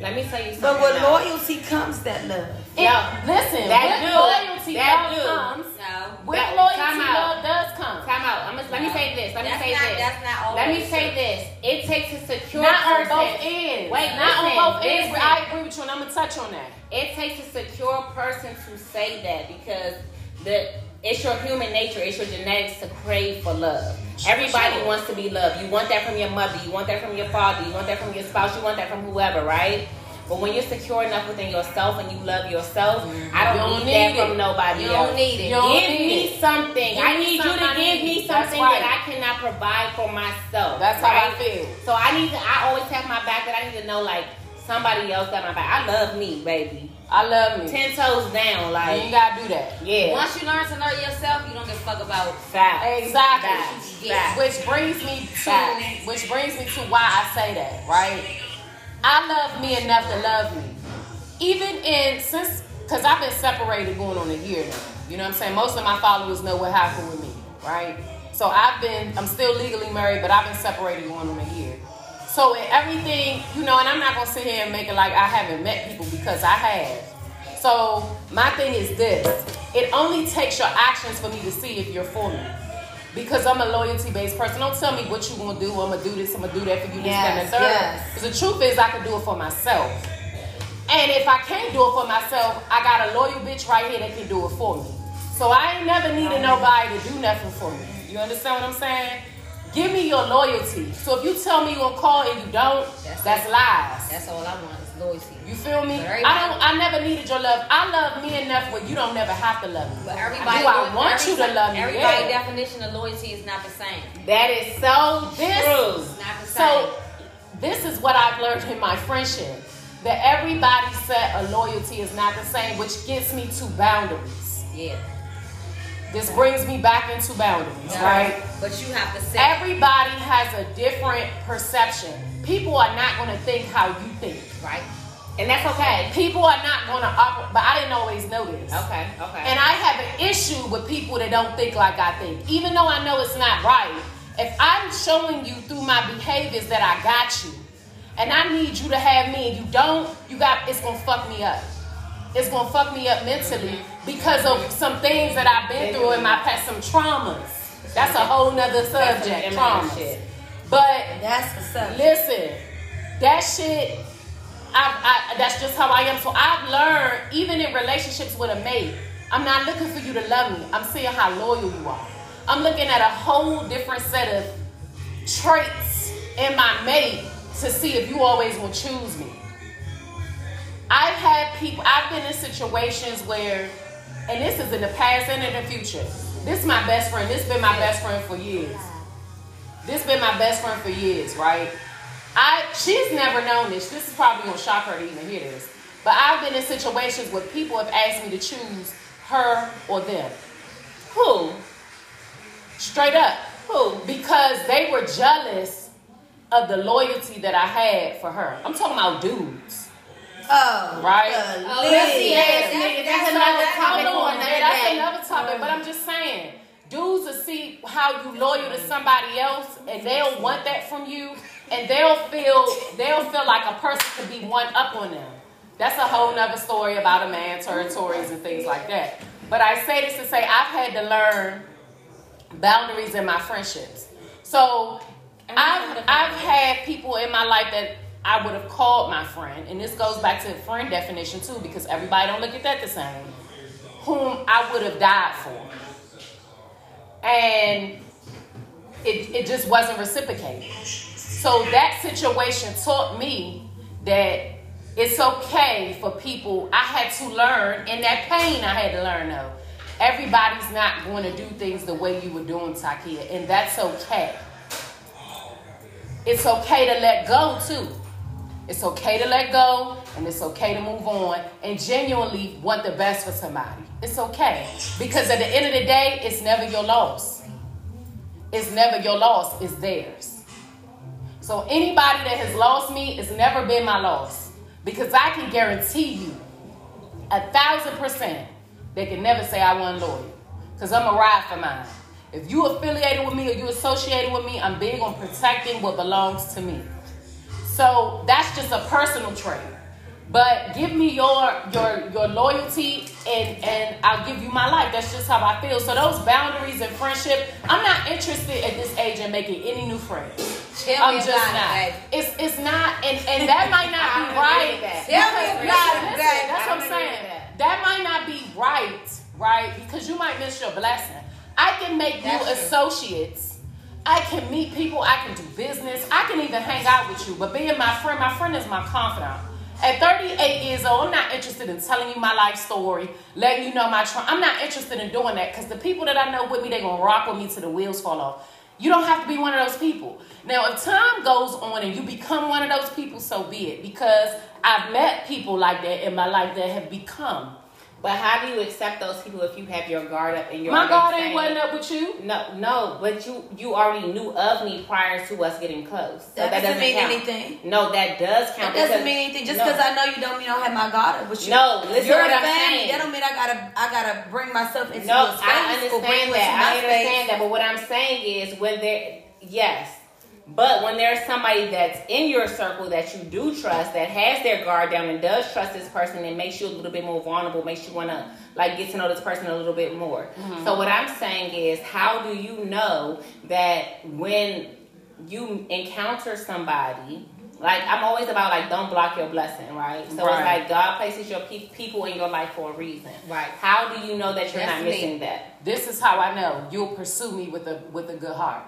[SPEAKER 1] Let me tell you something.
[SPEAKER 3] But with
[SPEAKER 1] else.
[SPEAKER 3] loyalty comes that love.
[SPEAKER 4] It-
[SPEAKER 1] Yeah.
[SPEAKER 4] listen,
[SPEAKER 1] That
[SPEAKER 4] with
[SPEAKER 1] do.
[SPEAKER 4] loyalty
[SPEAKER 1] That
[SPEAKER 4] love
[SPEAKER 1] do.
[SPEAKER 4] comes.
[SPEAKER 5] no.
[SPEAKER 4] With
[SPEAKER 1] That-
[SPEAKER 4] loyalty
[SPEAKER 1] time out.
[SPEAKER 4] love does come.
[SPEAKER 1] Time out. I'm I'm gonna, let me say this. Let me
[SPEAKER 5] That's
[SPEAKER 1] say
[SPEAKER 5] not-
[SPEAKER 1] this.
[SPEAKER 5] that's not always
[SPEAKER 1] Let me say
[SPEAKER 5] true.
[SPEAKER 1] this. It takes a secure
[SPEAKER 4] Not on
[SPEAKER 1] person.
[SPEAKER 4] both ends.
[SPEAKER 1] Wait,
[SPEAKER 4] not
[SPEAKER 1] listen,
[SPEAKER 4] on both ends.
[SPEAKER 1] listen.
[SPEAKER 4] I agree with you, and I'm gonna touch on that.
[SPEAKER 1] It takes a secure person to say that because the it's your human nature, it's your genetics to crave for love. Everybody
[SPEAKER 4] Sure.
[SPEAKER 1] wants to be loved. You want that from your mother, you want that from your father, you want that from your spouse, you want that from whoever, right? But when you're secure enough within yourself and you love yourself, I
[SPEAKER 4] Mm-hmm. You
[SPEAKER 1] don't
[SPEAKER 4] don't
[SPEAKER 1] need that
[SPEAKER 4] need it.
[SPEAKER 1] from nobody
[SPEAKER 5] You
[SPEAKER 1] else.
[SPEAKER 5] don't need it.
[SPEAKER 4] You don't
[SPEAKER 1] give
[SPEAKER 4] need
[SPEAKER 1] me
[SPEAKER 4] it.
[SPEAKER 1] something.
[SPEAKER 4] Give
[SPEAKER 1] I
[SPEAKER 4] me
[SPEAKER 1] need you
[SPEAKER 4] something
[SPEAKER 1] to
[SPEAKER 4] I
[SPEAKER 1] give
[SPEAKER 4] need.
[SPEAKER 1] me
[SPEAKER 4] That's
[SPEAKER 1] something
[SPEAKER 4] right.
[SPEAKER 1] that I cannot provide for myself.
[SPEAKER 4] That's how I
[SPEAKER 1] right?
[SPEAKER 4] feel.
[SPEAKER 1] So I need to. I always have my back, but I need to know like somebody else got my back. I love me, baby.
[SPEAKER 4] I love me.
[SPEAKER 1] Ten toes down,
[SPEAKER 4] You ain't
[SPEAKER 1] like
[SPEAKER 4] gotta do that.
[SPEAKER 1] yeah.
[SPEAKER 5] Once you learn to know yourself, you don't give a fuck about
[SPEAKER 1] Facts.
[SPEAKER 4] Exactly.
[SPEAKER 5] Facts.
[SPEAKER 4] Which brings me to
[SPEAKER 1] Facts.
[SPEAKER 4] which brings me to why I say that, right? I love me enough to love me. Even in since cause I've been separated going on a year now. You know what I'm saying? Most of my followers know what happened with me, right? So I've been I'm still legally married, but I've been separated going on a year. So in everything, you know, and I'm not gonna sit here and make it like I haven't met people because I have. So my thing is this: it only takes your actions for me to see if you're for me. Because I'm a loyalty based person. Don't tell me what you gonna do. I'm gonna do this. I'm gonna do that for you. This, that, and the
[SPEAKER 5] Yes,
[SPEAKER 4] third.
[SPEAKER 5] yes.
[SPEAKER 4] Because the truth is, I can do it for myself. And if I can't do it for myself, I got a loyal bitch right here that can do it for me. So I ain't never needed nobody to do nothing for me. You understand what I'm saying? Give me your loyalty. So if you tell me you're gonna call and you don't,
[SPEAKER 5] That's
[SPEAKER 4] that's, lies.
[SPEAKER 5] That's all I want is loyalty.
[SPEAKER 4] you feel me?
[SPEAKER 5] Very
[SPEAKER 4] I don't. I never needed your love. I love me enough where you don't never have to love me.
[SPEAKER 5] But everybody,
[SPEAKER 4] do I
[SPEAKER 5] loyal-
[SPEAKER 4] want
[SPEAKER 5] every-
[SPEAKER 4] you to love me?
[SPEAKER 5] Everybody
[SPEAKER 4] Yeah.
[SPEAKER 5] definition of loyalty is not the same.
[SPEAKER 1] That is so
[SPEAKER 4] This-
[SPEAKER 1] true.
[SPEAKER 5] It's not the same.
[SPEAKER 4] So this is what I've learned in my friendship that everybody's set of loyalty is not the same, which gets me to boundaries.
[SPEAKER 5] yeah,
[SPEAKER 4] This brings me back into boundaries,
[SPEAKER 5] Yeah.
[SPEAKER 4] right?
[SPEAKER 5] But you have to set.
[SPEAKER 4] Everybody has a different perception. People are not going to think how you think.
[SPEAKER 5] right.
[SPEAKER 1] And that's okay.
[SPEAKER 4] People are not going to operate, but I didn't always know this.
[SPEAKER 1] Okay. Okay.
[SPEAKER 4] And I have an issue with people that don't think like I think. Even though I know it's not right, if I'm showing you through my behaviors that I got you, and I need you to have me, and you don't, you got it's gonna fuck me up. It's gonna fuck me up mentally because of some things that I've been through in my past, some traumas. That's a whole nother
[SPEAKER 1] That's some
[SPEAKER 4] subject,
[SPEAKER 1] imminent
[SPEAKER 4] traumas.
[SPEAKER 1] shit.
[SPEAKER 4] But
[SPEAKER 3] That's what's up.
[SPEAKER 4] Listen, that shit. I, I, that's just how I am. So I've learned, even in relationships with a mate, I'm not looking for you to love me. I'm seeing how loyal you are. I'm looking at a whole different set of traits in my mate to see if you always will choose me. I've had people, I've been in situations where, and this is in the past and in the future. This is my best friend. This has been my best friend for years. This been my best friend for years, right? I she's never known this. This is probably gonna shock her to even hear this. But I've been in situations where people have asked me to choose her or them.
[SPEAKER 1] who?
[SPEAKER 4] Straight up. Who? Because they were jealous of the loyalty that I had for her. I'm talking about dudes.
[SPEAKER 3] Oh,
[SPEAKER 4] Right.
[SPEAKER 3] the
[SPEAKER 5] Oh,
[SPEAKER 3] lead.
[SPEAKER 5] that's the ass
[SPEAKER 1] Yeah.
[SPEAKER 5] nigga.
[SPEAKER 1] That's
[SPEAKER 5] That's
[SPEAKER 1] another
[SPEAKER 5] another
[SPEAKER 1] topic
[SPEAKER 5] topic.
[SPEAKER 1] on
[SPEAKER 4] Hold on,
[SPEAKER 1] another
[SPEAKER 4] man. That's
[SPEAKER 1] day.
[SPEAKER 4] another topic. But I'm just saying, dudes will see how you loyal to somebody else, and they'll want that from you, and they'll feel they'll feel like a person could be one up on them. That's a whole nother story about a man, territories, and things like that. But I say this to say I've had to learn boundaries in my friendships. So I've I've had people in my life that I would have called my friend, and this goes back to the friend definition too, because everybody don't look at that the same. Whom I would have died for, and it it just wasn't reciprocated. So that situation taught me that it's okay for people. I had to learn, and that pain I had to learn though. Everybody's not going to do things the way you were doing, Takia, and that's okay. It's okay to let go too. It's okay to let go, and it's okay to move on, and genuinely want the best for somebody. It's okay because at the end of the day, it's never your loss. It's never your loss. It's theirs. So anybody that has lost me, it's never been my loss. Because I can guarantee you a thousand percent they can never say I wasn't loyal. Because I'm a ride for mine. If you affiliated with me or you associated with me, I'm big on protecting what belongs to me. So that's just a personal trait. But give me your your your loyalty and and I'll give you my life. That's just how I feel. So those boundaries and friendship, I'm not interested at this age in making any new friends.
[SPEAKER 5] Tell
[SPEAKER 4] I'm
[SPEAKER 5] me
[SPEAKER 4] just
[SPEAKER 5] about
[SPEAKER 4] not.
[SPEAKER 5] it, babe.
[SPEAKER 4] It's it's not, and and that might not be
[SPEAKER 1] I agree with
[SPEAKER 4] right.
[SPEAKER 1] that.
[SPEAKER 5] Tell
[SPEAKER 4] Because-
[SPEAKER 5] me
[SPEAKER 4] nah,
[SPEAKER 5] about it,
[SPEAKER 4] listen,
[SPEAKER 5] babe.
[SPEAKER 4] That's
[SPEAKER 1] I
[SPEAKER 4] what I'm
[SPEAKER 1] agree with
[SPEAKER 4] saying.
[SPEAKER 1] that.
[SPEAKER 4] That might not be right, right? Because you might miss your blessing. I can make
[SPEAKER 5] That's
[SPEAKER 4] you
[SPEAKER 5] true.
[SPEAKER 4] associates. I can meet people. I can do business. I can even hang out with you. But being my friend, my friend is my confidant. At 38 years old, I'm not interested in telling you my life story, letting you know my trauma. I'm not interested in doing that because the people that I know with me, they're going to rock with me till the wheels fall off. You don't have to be one of those people. Now, if time goes on and you become one of those people, so be it. Because I've met people like that in my life that have become.
[SPEAKER 1] But how do you accept those people if you have your guard up and your
[SPEAKER 4] My God ain't wasn't up with you.
[SPEAKER 1] No, no, but you you already knew of me prior to us getting close. So
[SPEAKER 3] That
[SPEAKER 1] that,
[SPEAKER 3] doesn't mean
[SPEAKER 1] count.
[SPEAKER 3] anything.
[SPEAKER 1] No, that does
[SPEAKER 3] That
[SPEAKER 1] count.
[SPEAKER 3] doesn't
[SPEAKER 1] because-
[SPEAKER 3] mean anything. Just
[SPEAKER 1] no.
[SPEAKER 3] because I know you don't mean I don't have my God up with you.
[SPEAKER 1] No, listen
[SPEAKER 3] You're
[SPEAKER 1] what
[SPEAKER 3] a
[SPEAKER 1] I'm
[SPEAKER 3] family.
[SPEAKER 1] saying.
[SPEAKER 3] That don't mean I gotta I gotta bring myself into
[SPEAKER 1] No,
[SPEAKER 3] your space
[SPEAKER 1] I
[SPEAKER 3] or bring
[SPEAKER 1] understand
[SPEAKER 3] you
[SPEAKER 1] that. I
[SPEAKER 3] into my space.
[SPEAKER 1] understand that. But what I'm saying is when there yes. But when there's somebody that's in your circle that you do trust, that has their guard down and does trust this person, it makes you a little bit more vulnerable, makes you wanna like get to know this person a little bit more. So what I'm saying is how do you know that when you encounter somebody like I'm always about like don't block your blessing, right? So
[SPEAKER 4] Right.
[SPEAKER 1] it's like God places your pe- people in your life for a reason.
[SPEAKER 5] Right.
[SPEAKER 1] How do you know that you're
[SPEAKER 5] That's
[SPEAKER 1] not
[SPEAKER 5] me.
[SPEAKER 1] missing that?
[SPEAKER 4] This is how I know you'll pursue me with a with a good heart.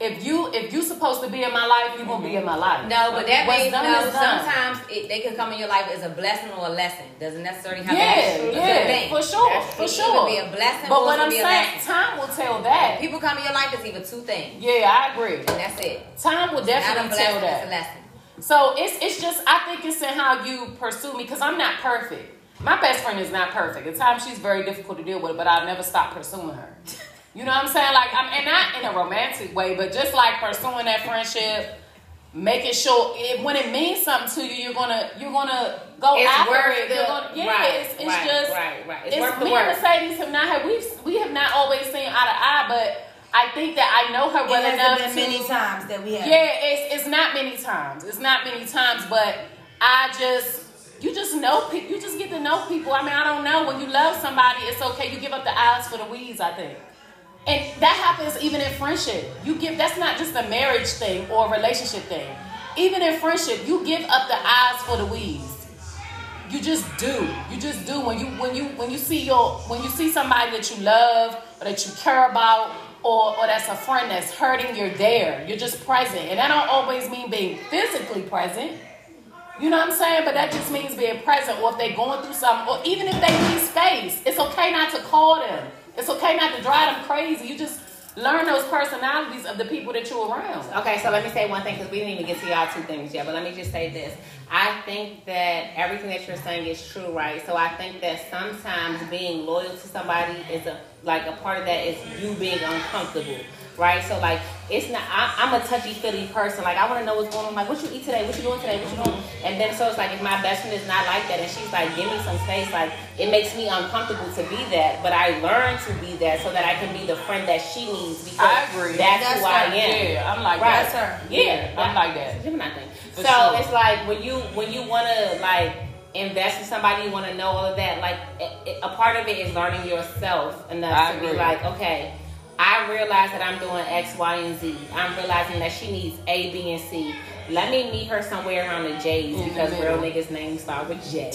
[SPEAKER 4] If you if you supposed to be in my life, you won't be in my life.
[SPEAKER 5] No, but that
[SPEAKER 4] What's
[SPEAKER 5] means
[SPEAKER 4] done
[SPEAKER 5] no.
[SPEAKER 4] is done.
[SPEAKER 5] Sometimes it, they can come in your life as a blessing or a lesson. Doesn't necessarily have to
[SPEAKER 4] Yeah,
[SPEAKER 5] be a good
[SPEAKER 4] yeah,
[SPEAKER 5] thing.
[SPEAKER 4] for sure,
[SPEAKER 1] That's-
[SPEAKER 4] for
[SPEAKER 5] it
[SPEAKER 4] sure.
[SPEAKER 5] could be a blessing
[SPEAKER 4] but
[SPEAKER 5] or it
[SPEAKER 4] what
[SPEAKER 5] could
[SPEAKER 4] I'm
[SPEAKER 5] be a
[SPEAKER 4] saying,
[SPEAKER 5] lesson.
[SPEAKER 4] time will tell that.
[SPEAKER 5] People come in your life as either two things,
[SPEAKER 4] Yeah, I agree.
[SPEAKER 5] and that's it.
[SPEAKER 4] Time will
[SPEAKER 5] Not a
[SPEAKER 4] definitely tell
[SPEAKER 5] blessing, it's a
[SPEAKER 4] that.
[SPEAKER 5] lesson.
[SPEAKER 4] So it's it's just I think it's in how you pursue me because I'm not perfect. My best friend is not perfect. At times she's very difficult to deal with, but I'll never stop pursuing
[SPEAKER 1] [laughs]
[SPEAKER 4] her. You know what I'm saying? Like I'm and not in a romantic way, but just like pursuing that friendship, making sure it, when it means something to you, you're gonna you're gonna go after it. You're gonna, yeah,
[SPEAKER 1] right,
[SPEAKER 4] it's, it's
[SPEAKER 1] right,
[SPEAKER 4] just
[SPEAKER 1] right, right. It's,
[SPEAKER 4] it's,
[SPEAKER 1] worth the
[SPEAKER 4] me and
[SPEAKER 1] work.
[SPEAKER 4] Mercedes have not had we we have not always seen eye to eye, but I think that I know her
[SPEAKER 3] It
[SPEAKER 4] well enough
[SPEAKER 3] hasn't been
[SPEAKER 4] to
[SPEAKER 3] many times that we have.
[SPEAKER 4] yeah, it's it's not many times. It's not many times, but I just you just know people. You just get to know people. I mean, I don't know when you love somebody, it's okay. You give up the eyes for the weeds. I think, and that happens even in friendship. You give that's not just a marriage thing or a relationship thing. Even in friendship, you give up the eyes for the weeds. You just do. You just do when you when you when you see your when you see somebody that you love or that you care about or or that's a friend that's hurting, you're there. You're just present. And that don't always mean being physically present. You know what I'm saying? But that just means being present or if they're going through something or even if they need space, it's okay not to call them. It's okay not to drive them crazy. You just learn those personalities of the people that you're around.
[SPEAKER 1] Okay, so let me say one thing because we didn't even get to y'all two things yet. But let me just say this: I think that everything that you're saying is true, right? So I think that sometimes being loyal to somebody is a like a part of that is you being uncomfortable, right? So like it's not. I, I'm a touchy feely person. Like I want to know what's going on. Like what you eat today? What you doing today? What you doing? And then so it's like if my best friend is not like that, and she's like, give me some space. Like it makes me uncomfortable to be that, but I learn to be that so that I can be the friend that she needs because
[SPEAKER 4] I agree.
[SPEAKER 1] that's,
[SPEAKER 3] That's
[SPEAKER 1] who I
[SPEAKER 3] right.
[SPEAKER 1] am.
[SPEAKER 4] Yeah, I'm like
[SPEAKER 1] Right.
[SPEAKER 4] that.
[SPEAKER 3] That's her.
[SPEAKER 1] Yeah,
[SPEAKER 4] I'm like that.
[SPEAKER 1] It's a Gemini thing.
[SPEAKER 4] For
[SPEAKER 1] So
[SPEAKER 4] sure.
[SPEAKER 1] it's like when you when you want to like invest in somebody, you want to know all of that. Like it, it- a part of it is learning yourself enough
[SPEAKER 4] I
[SPEAKER 1] to be
[SPEAKER 4] agree.
[SPEAKER 1] like, okay, I realize that I'm doing X, Y, and Z. I'm realizing that she needs A, B, and C. Let me meet her somewhere around the J's
[SPEAKER 4] In the
[SPEAKER 1] because real
[SPEAKER 4] middle.
[SPEAKER 1] niggas' names start with
[SPEAKER 4] [laughs]
[SPEAKER 1] J.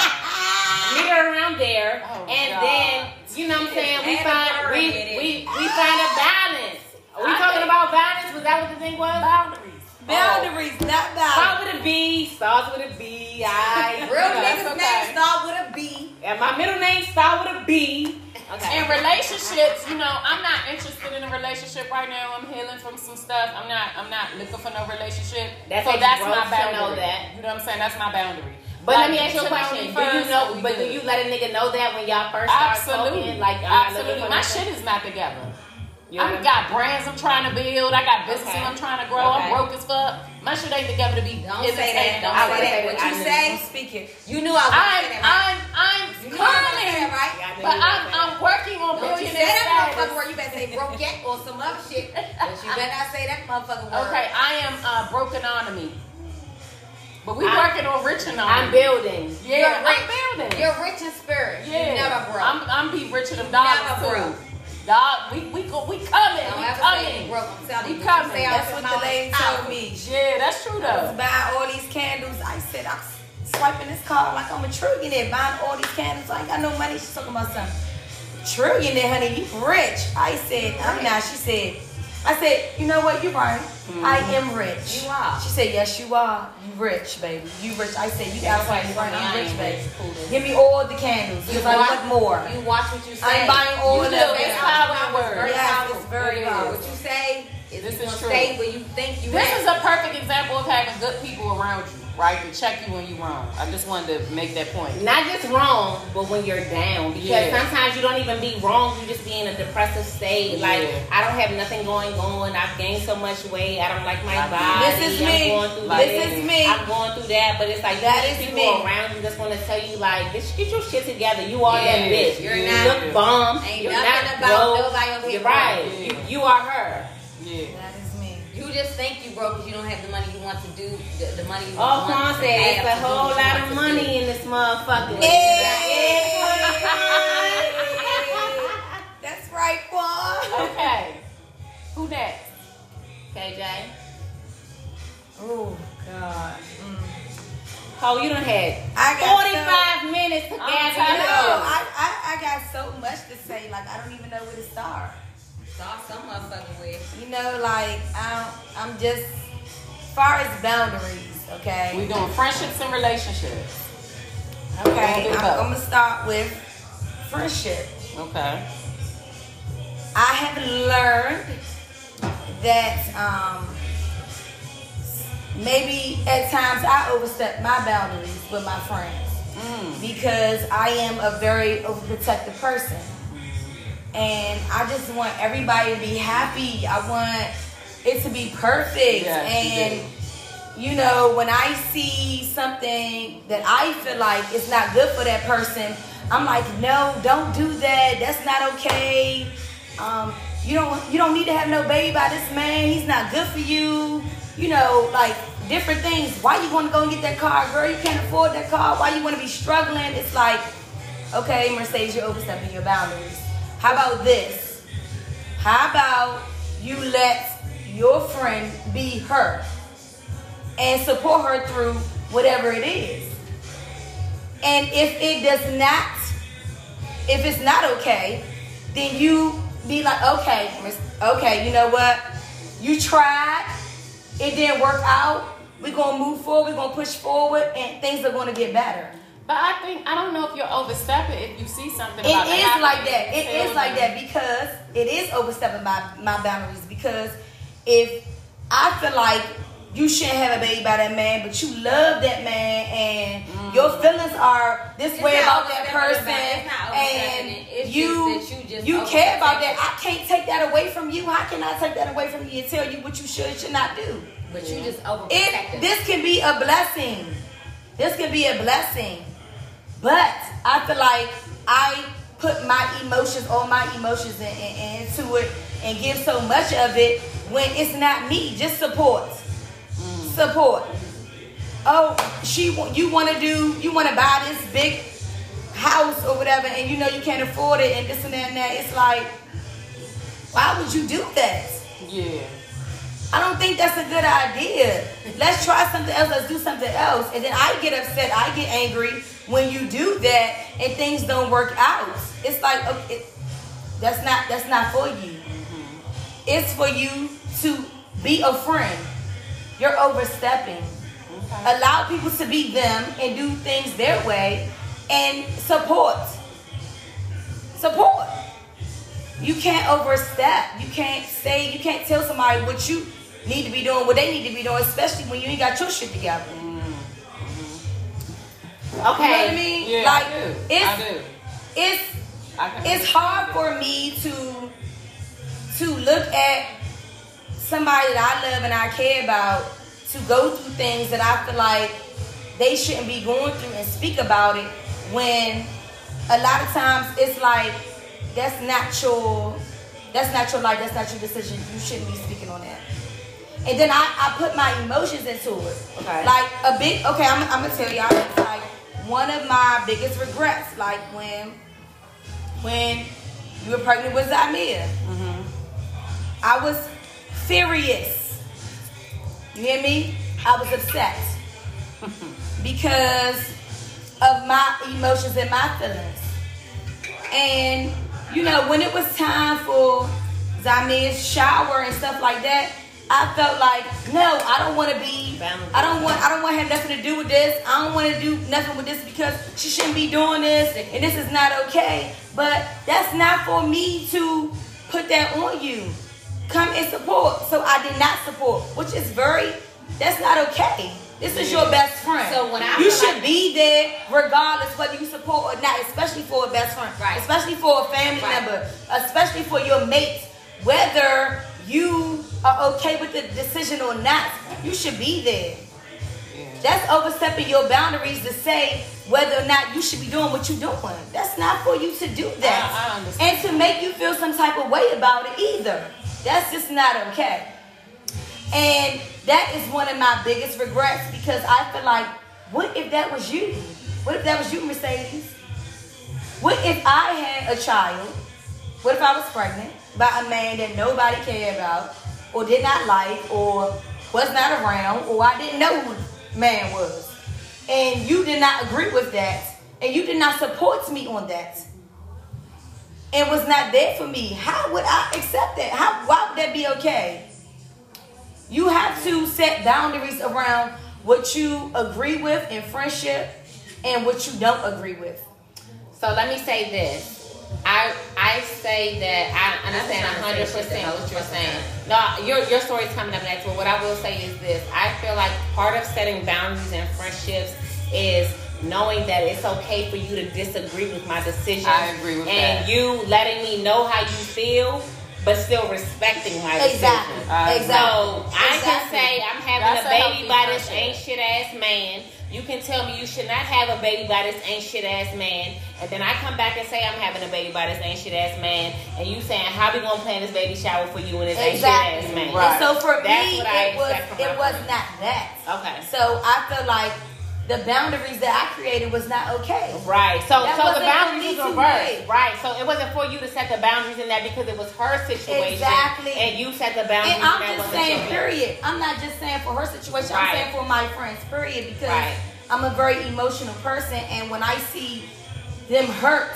[SPEAKER 1] meet her around there,
[SPEAKER 4] Oh,
[SPEAKER 1] and
[SPEAKER 4] God.
[SPEAKER 1] then you know what I'm saying. We
[SPEAKER 5] Add a
[SPEAKER 1] find
[SPEAKER 5] word
[SPEAKER 1] we
[SPEAKER 5] in it.
[SPEAKER 1] we we find a balance. Are we
[SPEAKER 4] I
[SPEAKER 1] talking
[SPEAKER 4] think-
[SPEAKER 1] about balance? Was that what the thing was?
[SPEAKER 4] Boundaries.
[SPEAKER 3] Boundaries, not boundaries.
[SPEAKER 1] Start with a B. Starts with a B. [laughs] I.
[SPEAKER 5] Real
[SPEAKER 4] That's
[SPEAKER 5] niggas'
[SPEAKER 4] okay.
[SPEAKER 5] names start with a B.
[SPEAKER 1] And my middle name start with a B. Okay.
[SPEAKER 4] In relationships, you know, I'm not interested in a relationship right now. I'm healing from some stuff. I'm not. I'm not looking for no relationship.
[SPEAKER 1] That
[SPEAKER 4] so
[SPEAKER 1] takes
[SPEAKER 4] that's
[SPEAKER 1] growth
[SPEAKER 4] my
[SPEAKER 1] to
[SPEAKER 4] boundary.
[SPEAKER 1] know that.
[SPEAKER 4] You know what I'm saying? That's my boundary.
[SPEAKER 1] But
[SPEAKER 4] Like,
[SPEAKER 1] let me ask you
[SPEAKER 4] to know
[SPEAKER 1] a
[SPEAKER 4] me
[SPEAKER 1] question. Do you
[SPEAKER 4] first,
[SPEAKER 1] know?
[SPEAKER 4] we
[SPEAKER 1] But do
[SPEAKER 4] good.
[SPEAKER 1] you let a nigga know that when y'all first start
[SPEAKER 4] Absolutely.
[SPEAKER 1] talking? Like, I'm not
[SPEAKER 4] Absolutely.
[SPEAKER 1] looking for
[SPEAKER 4] My
[SPEAKER 1] nothing?
[SPEAKER 4] shit is not together.
[SPEAKER 1] You know what I
[SPEAKER 4] I've
[SPEAKER 1] mean?
[SPEAKER 4] got brands I'm trying to build. I got businesses
[SPEAKER 1] Okay.
[SPEAKER 4] I'm trying to grow. I'm
[SPEAKER 5] Okay.
[SPEAKER 4] broke as fuck. My shit ain't together to be.
[SPEAKER 5] Don't
[SPEAKER 4] entertained.
[SPEAKER 5] say that. Don't
[SPEAKER 1] I would
[SPEAKER 5] say that.
[SPEAKER 1] say
[SPEAKER 5] What
[SPEAKER 1] that.
[SPEAKER 5] you
[SPEAKER 1] I
[SPEAKER 3] I'm
[SPEAKER 5] say?
[SPEAKER 3] speaking.
[SPEAKER 5] You knew I was
[SPEAKER 4] I'm.
[SPEAKER 5] saying that.
[SPEAKER 4] I'm. I'm
[SPEAKER 5] right? You knew I was gonna say
[SPEAKER 4] curling.
[SPEAKER 5] that, right?
[SPEAKER 1] Yeah, I knew
[SPEAKER 4] But
[SPEAKER 1] you was
[SPEAKER 4] I'm,
[SPEAKER 1] saying
[SPEAKER 4] I'm working on
[SPEAKER 5] Don't you
[SPEAKER 4] building
[SPEAKER 5] say that
[SPEAKER 4] status.
[SPEAKER 5] motherfucker word. You better say broke yet or some other shit. But you better not say that motherfucker word.
[SPEAKER 4] Okay, I am uh, brokeonomy. But we
[SPEAKER 1] I'm-
[SPEAKER 4] working on rich and
[SPEAKER 1] I'm building.
[SPEAKER 4] Yeah,
[SPEAKER 5] You're
[SPEAKER 4] I'm building.
[SPEAKER 5] You're rich in spirit.
[SPEAKER 4] yeah.
[SPEAKER 5] You never broke.
[SPEAKER 4] I'm, I'm be richer than dollars
[SPEAKER 5] Never
[SPEAKER 4] too.
[SPEAKER 5] broke.
[SPEAKER 4] Dog, we we go, we coming.
[SPEAKER 5] Don't
[SPEAKER 4] we
[SPEAKER 5] ever say
[SPEAKER 4] coming.
[SPEAKER 5] you broke. I'm telling
[SPEAKER 4] We
[SPEAKER 5] you.
[SPEAKER 4] coming.
[SPEAKER 5] Say I
[SPEAKER 3] That's
[SPEAKER 5] was
[SPEAKER 3] what the lady
[SPEAKER 5] out.
[SPEAKER 3] told me. She
[SPEAKER 4] Yeah, that's true
[SPEAKER 3] was
[SPEAKER 4] though.
[SPEAKER 3] buying all these candles. I said, I'm swiping this card like I'm a trillionaire, buying all these candles. I ain't got no money. She's talking about something. Trillionaire, honey, you rich. I said, I'm not. She said, I said, you know what? You're right. I am rich.
[SPEAKER 5] Mm-hmm. You are.
[SPEAKER 3] She said, yes, you are. You rich, baby. You rich. I said, you
[SPEAKER 5] That's why
[SPEAKER 3] absolutely
[SPEAKER 5] you
[SPEAKER 3] right.
[SPEAKER 5] tell me
[SPEAKER 3] I'm
[SPEAKER 5] I
[SPEAKER 3] rich,
[SPEAKER 5] ain't
[SPEAKER 3] baby.
[SPEAKER 5] rich. Cool then.
[SPEAKER 3] Give me all the candles because I
[SPEAKER 5] watch-
[SPEAKER 3] want more.
[SPEAKER 5] You watch what you say.
[SPEAKER 3] I ain't buying all
[SPEAKER 4] You
[SPEAKER 3] of
[SPEAKER 4] know
[SPEAKER 3] them.
[SPEAKER 4] it's
[SPEAKER 3] baby.
[SPEAKER 4] power word.
[SPEAKER 3] Yes, it's very
[SPEAKER 5] Very
[SPEAKER 3] powerful.
[SPEAKER 5] well. What you say
[SPEAKER 4] This
[SPEAKER 5] is this
[SPEAKER 4] is
[SPEAKER 5] gonna
[SPEAKER 4] true.
[SPEAKER 5] stay where you think you
[SPEAKER 4] This
[SPEAKER 5] at.
[SPEAKER 4] is a perfect example of having good people around you, right? To check you when you wrong. I just wanted to make that point.
[SPEAKER 1] Not just wrong, but when you're down. Because
[SPEAKER 4] Yeah.
[SPEAKER 1] sometimes you don't even be wrong, you just be in a depressive state. Like,
[SPEAKER 4] Yeah.
[SPEAKER 1] I don't have nothing going on. I've gained so much weight. I don't like my
[SPEAKER 4] I-
[SPEAKER 1] body.
[SPEAKER 3] This is
[SPEAKER 1] I'm
[SPEAKER 3] me.
[SPEAKER 1] Going through
[SPEAKER 4] Like-
[SPEAKER 1] this.
[SPEAKER 3] This is me.
[SPEAKER 1] I'm going through that, but it's like
[SPEAKER 3] That
[SPEAKER 1] you
[SPEAKER 3] is
[SPEAKER 1] need people
[SPEAKER 3] me.
[SPEAKER 1] around you that's gonna tell you like, bitch, get your shit together. You are that
[SPEAKER 4] Yeah,
[SPEAKER 1] bitch.
[SPEAKER 5] you're
[SPEAKER 1] you
[SPEAKER 5] not-
[SPEAKER 1] look bum.
[SPEAKER 5] ain't
[SPEAKER 1] you're
[SPEAKER 5] nothing
[SPEAKER 1] not
[SPEAKER 5] about
[SPEAKER 1] broke.
[SPEAKER 5] nobody over here
[SPEAKER 1] You're
[SPEAKER 5] broke.
[SPEAKER 1] right.
[SPEAKER 4] Yeah.
[SPEAKER 1] You, you are her.
[SPEAKER 4] Yeah.
[SPEAKER 3] That is me.
[SPEAKER 5] You just think you broke because you don't have the money you want to do the, the money you
[SPEAKER 1] All Quan
[SPEAKER 5] want to
[SPEAKER 1] said it's
[SPEAKER 5] have
[SPEAKER 1] a
[SPEAKER 5] to do
[SPEAKER 1] whole
[SPEAKER 5] what you
[SPEAKER 1] lot
[SPEAKER 5] want to
[SPEAKER 1] of
[SPEAKER 5] do.
[SPEAKER 1] money in this motherfucker.
[SPEAKER 3] That's right, Quan.
[SPEAKER 4] Okay. Who next?
[SPEAKER 1] KJ.
[SPEAKER 3] Oh God.
[SPEAKER 1] Oh, you done had
[SPEAKER 3] I got
[SPEAKER 1] 45 minutes to
[SPEAKER 4] I'm
[SPEAKER 1] gas
[SPEAKER 3] So,
[SPEAKER 4] tired.
[SPEAKER 3] no,
[SPEAKER 1] it up.
[SPEAKER 3] I, I I got so much to say. Like I don't even know where to start.
[SPEAKER 5] Saw some motherfucking way.
[SPEAKER 3] You know, like I'm I'm just far as boundaries. Okay.
[SPEAKER 4] We doing friendships and relationships.
[SPEAKER 3] okay.
[SPEAKER 4] Don't give
[SPEAKER 3] I'm,
[SPEAKER 4] up.
[SPEAKER 3] I'm gonna start with friendship.
[SPEAKER 4] Okay.
[SPEAKER 3] I have learned that um, maybe at times I overstep my boundaries with my friends
[SPEAKER 4] Mm.
[SPEAKER 3] because I am a very overprotective person. And I just want everybody to be happy. I want it to be perfect.
[SPEAKER 4] Yes, you
[SPEAKER 3] and you know, when I see something that I feel like it's not good for that person, I'm like, no, don't do that. That's not okay. Um, you don't you don't need to have no baby by this man. He's not good for you. You know, like different things. Why you want to go and get that car, girl? You can't afford that car. Why you want to be struggling? It's like, okay, Mercedes, you're overstepping your boundaries. How about this? How about you let your friend be her and support her through whatever it is? And if it does not, if it's not okay, then you be like, okay, Miss- okay, you know what? You tried, it didn't work out. We're gonna move forward, we're gonna push forward, and things are gonna get better.
[SPEAKER 4] But I think I don't know if you're overstepping if you see something.
[SPEAKER 3] It
[SPEAKER 4] about
[SPEAKER 3] is like
[SPEAKER 4] happening,
[SPEAKER 3] that. It
[SPEAKER 4] tell
[SPEAKER 3] is like
[SPEAKER 4] them.
[SPEAKER 3] that because it is overstepping my, my boundaries. Because if I feel like you shouldn't have a baby by that man, but you love that man and your feelings are this
[SPEAKER 5] Mm-hmm. It's
[SPEAKER 3] way about
[SPEAKER 5] not
[SPEAKER 3] that
[SPEAKER 5] overstepping
[SPEAKER 3] person
[SPEAKER 5] the bound- it's not overstepping
[SPEAKER 3] and
[SPEAKER 5] it. It's
[SPEAKER 3] you
[SPEAKER 5] just that you just
[SPEAKER 3] you care about
[SPEAKER 5] overstepping.
[SPEAKER 3] that. I can't take that away from you. How can I take that away from you and tell you what you should and should not do?
[SPEAKER 5] But you just
[SPEAKER 3] It,
[SPEAKER 5] overprotective.
[SPEAKER 3] this can be a blessing. This can be a blessing. But I feel like I put my emotions, all my emotions in, in- into it and give so much of it when it's not me. Just support. Support. Oh, she wa- you want to do, you want to buy this big house or whatever and you know you can't afford it and this and that and that. It's like, why would you do that?
[SPEAKER 4] Yeah.
[SPEAKER 3] I don't think that's a good idea. Let's try something else. Let's do something else. And then I get upset. I get angry when you do that and things don't work out. It's like okay, it- that's not that's not for you. It's for you to be a friend. You're overstepping. Allow people to be them and do things their way and support. Support. You can't overstep. You can't say, you can't tell somebody what you need to be doing, what they need to be doing, especially when you ain't got your shit together. You know what I
[SPEAKER 1] Okay.
[SPEAKER 3] mean?
[SPEAKER 4] Yeah.
[SPEAKER 3] like,
[SPEAKER 4] I do.
[SPEAKER 3] it's,
[SPEAKER 4] I do.
[SPEAKER 3] it's,
[SPEAKER 4] I can
[SPEAKER 3] it's hard for me to, to look at somebody that I love and I care about to go through things that I feel like they shouldn't be going through and speak about it when a lot of times it's like that's not your that's not your life, that's not your decision. You shouldn't be speaking on that. and then I, I put my emotions into it.
[SPEAKER 4] Okay.
[SPEAKER 3] Like a big okay, I'm, I'm gonna tell y'all it's like one of my biggest regrets, like when when you were pregnant with Zamia. I was furious. You hear me? I was upset because of my emotions and my feelings. And you know, when it was time for Zamia's shower and stuff like that, I felt like, no, I don't want to be. I don't want. I don't want to have nothing to do with this. I don't want to do nothing with this because she shouldn't be doing this, and this is not okay. But that's not for me to put that on you. Come and support. So I did not support, which is very. That's not okay. This is your best friend.
[SPEAKER 1] So when I
[SPEAKER 3] you
[SPEAKER 1] feel
[SPEAKER 3] should
[SPEAKER 1] like-
[SPEAKER 3] be there regardless whether you support or not, especially for a best friend,
[SPEAKER 5] Right.
[SPEAKER 3] especially for a family
[SPEAKER 5] Right.
[SPEAKER 3] member, especially for your mates, whether you are okay with the decision or not, you should be there. That's overstepping your boundaries to say whether or not you should be doing what you're doing. That's not for you to do that.
[SPEAKER 4] I- I understand.
[SPEAKER 3] And to make you feel some type of way about it either. That's just not okay. And that is one of my biggest regrets because I feel like, what if that was you? What if that was you, Mercedes? What if I had a child? What if I was pregnant by a man that nobody cared about or did not like or was not around or I didn't know who the man was? And you did not agree with that and you did not support me on that and was not there for me. How would I accept that? How why would that be okay? You have to set boundaries around what you agree with in friendship and what you don't agree with.
[SPEAKER 1] So let me say this. I I say that I understand hundred percent what you're saying. No, your your story's coming up next, but what I will say is this. I feel like part of setting boundaries in friendships is knowing that it's okay for you to disagree with my decision.
[SPEAKER 4] I agree with
[SPEAKER 1] and
[SPEAKER 4] that.
[SPEAKER 1] you letting me know how you feel, but still respecting my
[SPEAKER 3] Exactly.
[SPEAKER 1] decision.
[SPEAKER 4] I-
[SPEAKER 3] Exactly.
[SPEAKER 1] So I can
[SPEAKER 3] Exactly.
[SPEAKER 1] say I'm having
[SPEAKER 4] That's
[SPEAKER 1] a
[SPEAKER 4] a
[SPEAKER 1] baby
[SPEAKER 4] healthy
[SPEAKER 1] by this
[SPEAKER 4] friendship.
[SPEAKER 1] ain't shit ass man. You can tell me you should not have a baby by this ain't shit ass man, and then I come back and say I'm having a baby by this ain't shit ass man, and you saying how we gonna plan this baby shower for you and this ain't shit ass man?
[SPEAKER 4] Right.
[SPEAKER 3] And so for
[SPEAKER 1] That's
[SPEAKER 3] me,
[SPEAKER 1] what I
[SPEAKER 3] it was
[SPEAKER 1] expect from my
[SPEAKER 3] it was
[SPEAKER 1] friends.
[SPEAKER 3] not that.
[SPEAKER 1] Okay.
[SPEAKER 3] So I feel like the boundaries that I created was not okay.
[SPEAKER 1] Right. So
[SPEAKER 3] That
[SPEAKER 1] so
[SPEAKER 3] wasn't
[SPEAKER 1] the
[SPEAKER 3] for
[SPEAKER 1] boundaries
[SPEAKER 3] me
[SPEAKER 1] is
[SPEAKER 3] to
[SPEAKER 1] reversed.
[SPEAKER 3] make.
[SPEAKER 1] Right. So it wasn't for you to set the boundaries in that because it was her situation,
[SPEAKER 3] Exactly.
[SPEAKER 1] and you set the boundaries.
[SPEAKER 3] And I'm
[SPEAKER 1] that
[SPEAKER 3] just
[SPEAKER 1] wasn't your
[SPEAKER 3] saying,
[SPEAKER 1] place.
[SPEAKER 3] period. I'm not just saying for her situation.
[SPEAKER 1] Right.
[SPEAKER 3] I'm saying for my friends, period. Because
[SPEAKER 1] Right.
[SPEAKER 3] I'm a very emotional person, and when I see them hurt,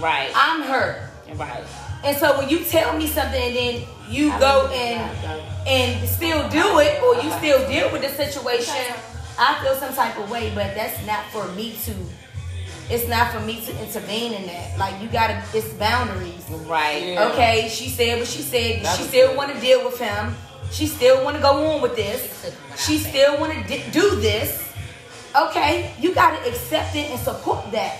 [SPEAKER 1] Right.
[SPEAKER 3] I'm hurt.
[SPEAKER 1] right.
[SPEAKER 3] And so when you tell me something, and then you
[SPEAKER 1] I
[SPEAKER 3] go
[SPEAKER 1] believe
[SPEAKER 3] and
[SPEAKER 1] that, though.
[SPEAKER 3] and still do it, or you still deal with the situation, I feel some type of way. But that's not for me to. It's not for me to intervene in that. Like you gotta, it's boundaries.
[SPEAKER 1] Right.
[SPEAKER 4] Yeah.
[SPEAKER 3] Okay, she said what she said.
[SPEAKER 4] That
[SPEAKER 3] she
[SPEAKER 4] was
[SPEAKER 3] still
[SPEAKER 4] good.
[SPEAKER 3] want to deal with him. She still want to go on with this. She still want to di- do this. Okay, you got to accept it and support that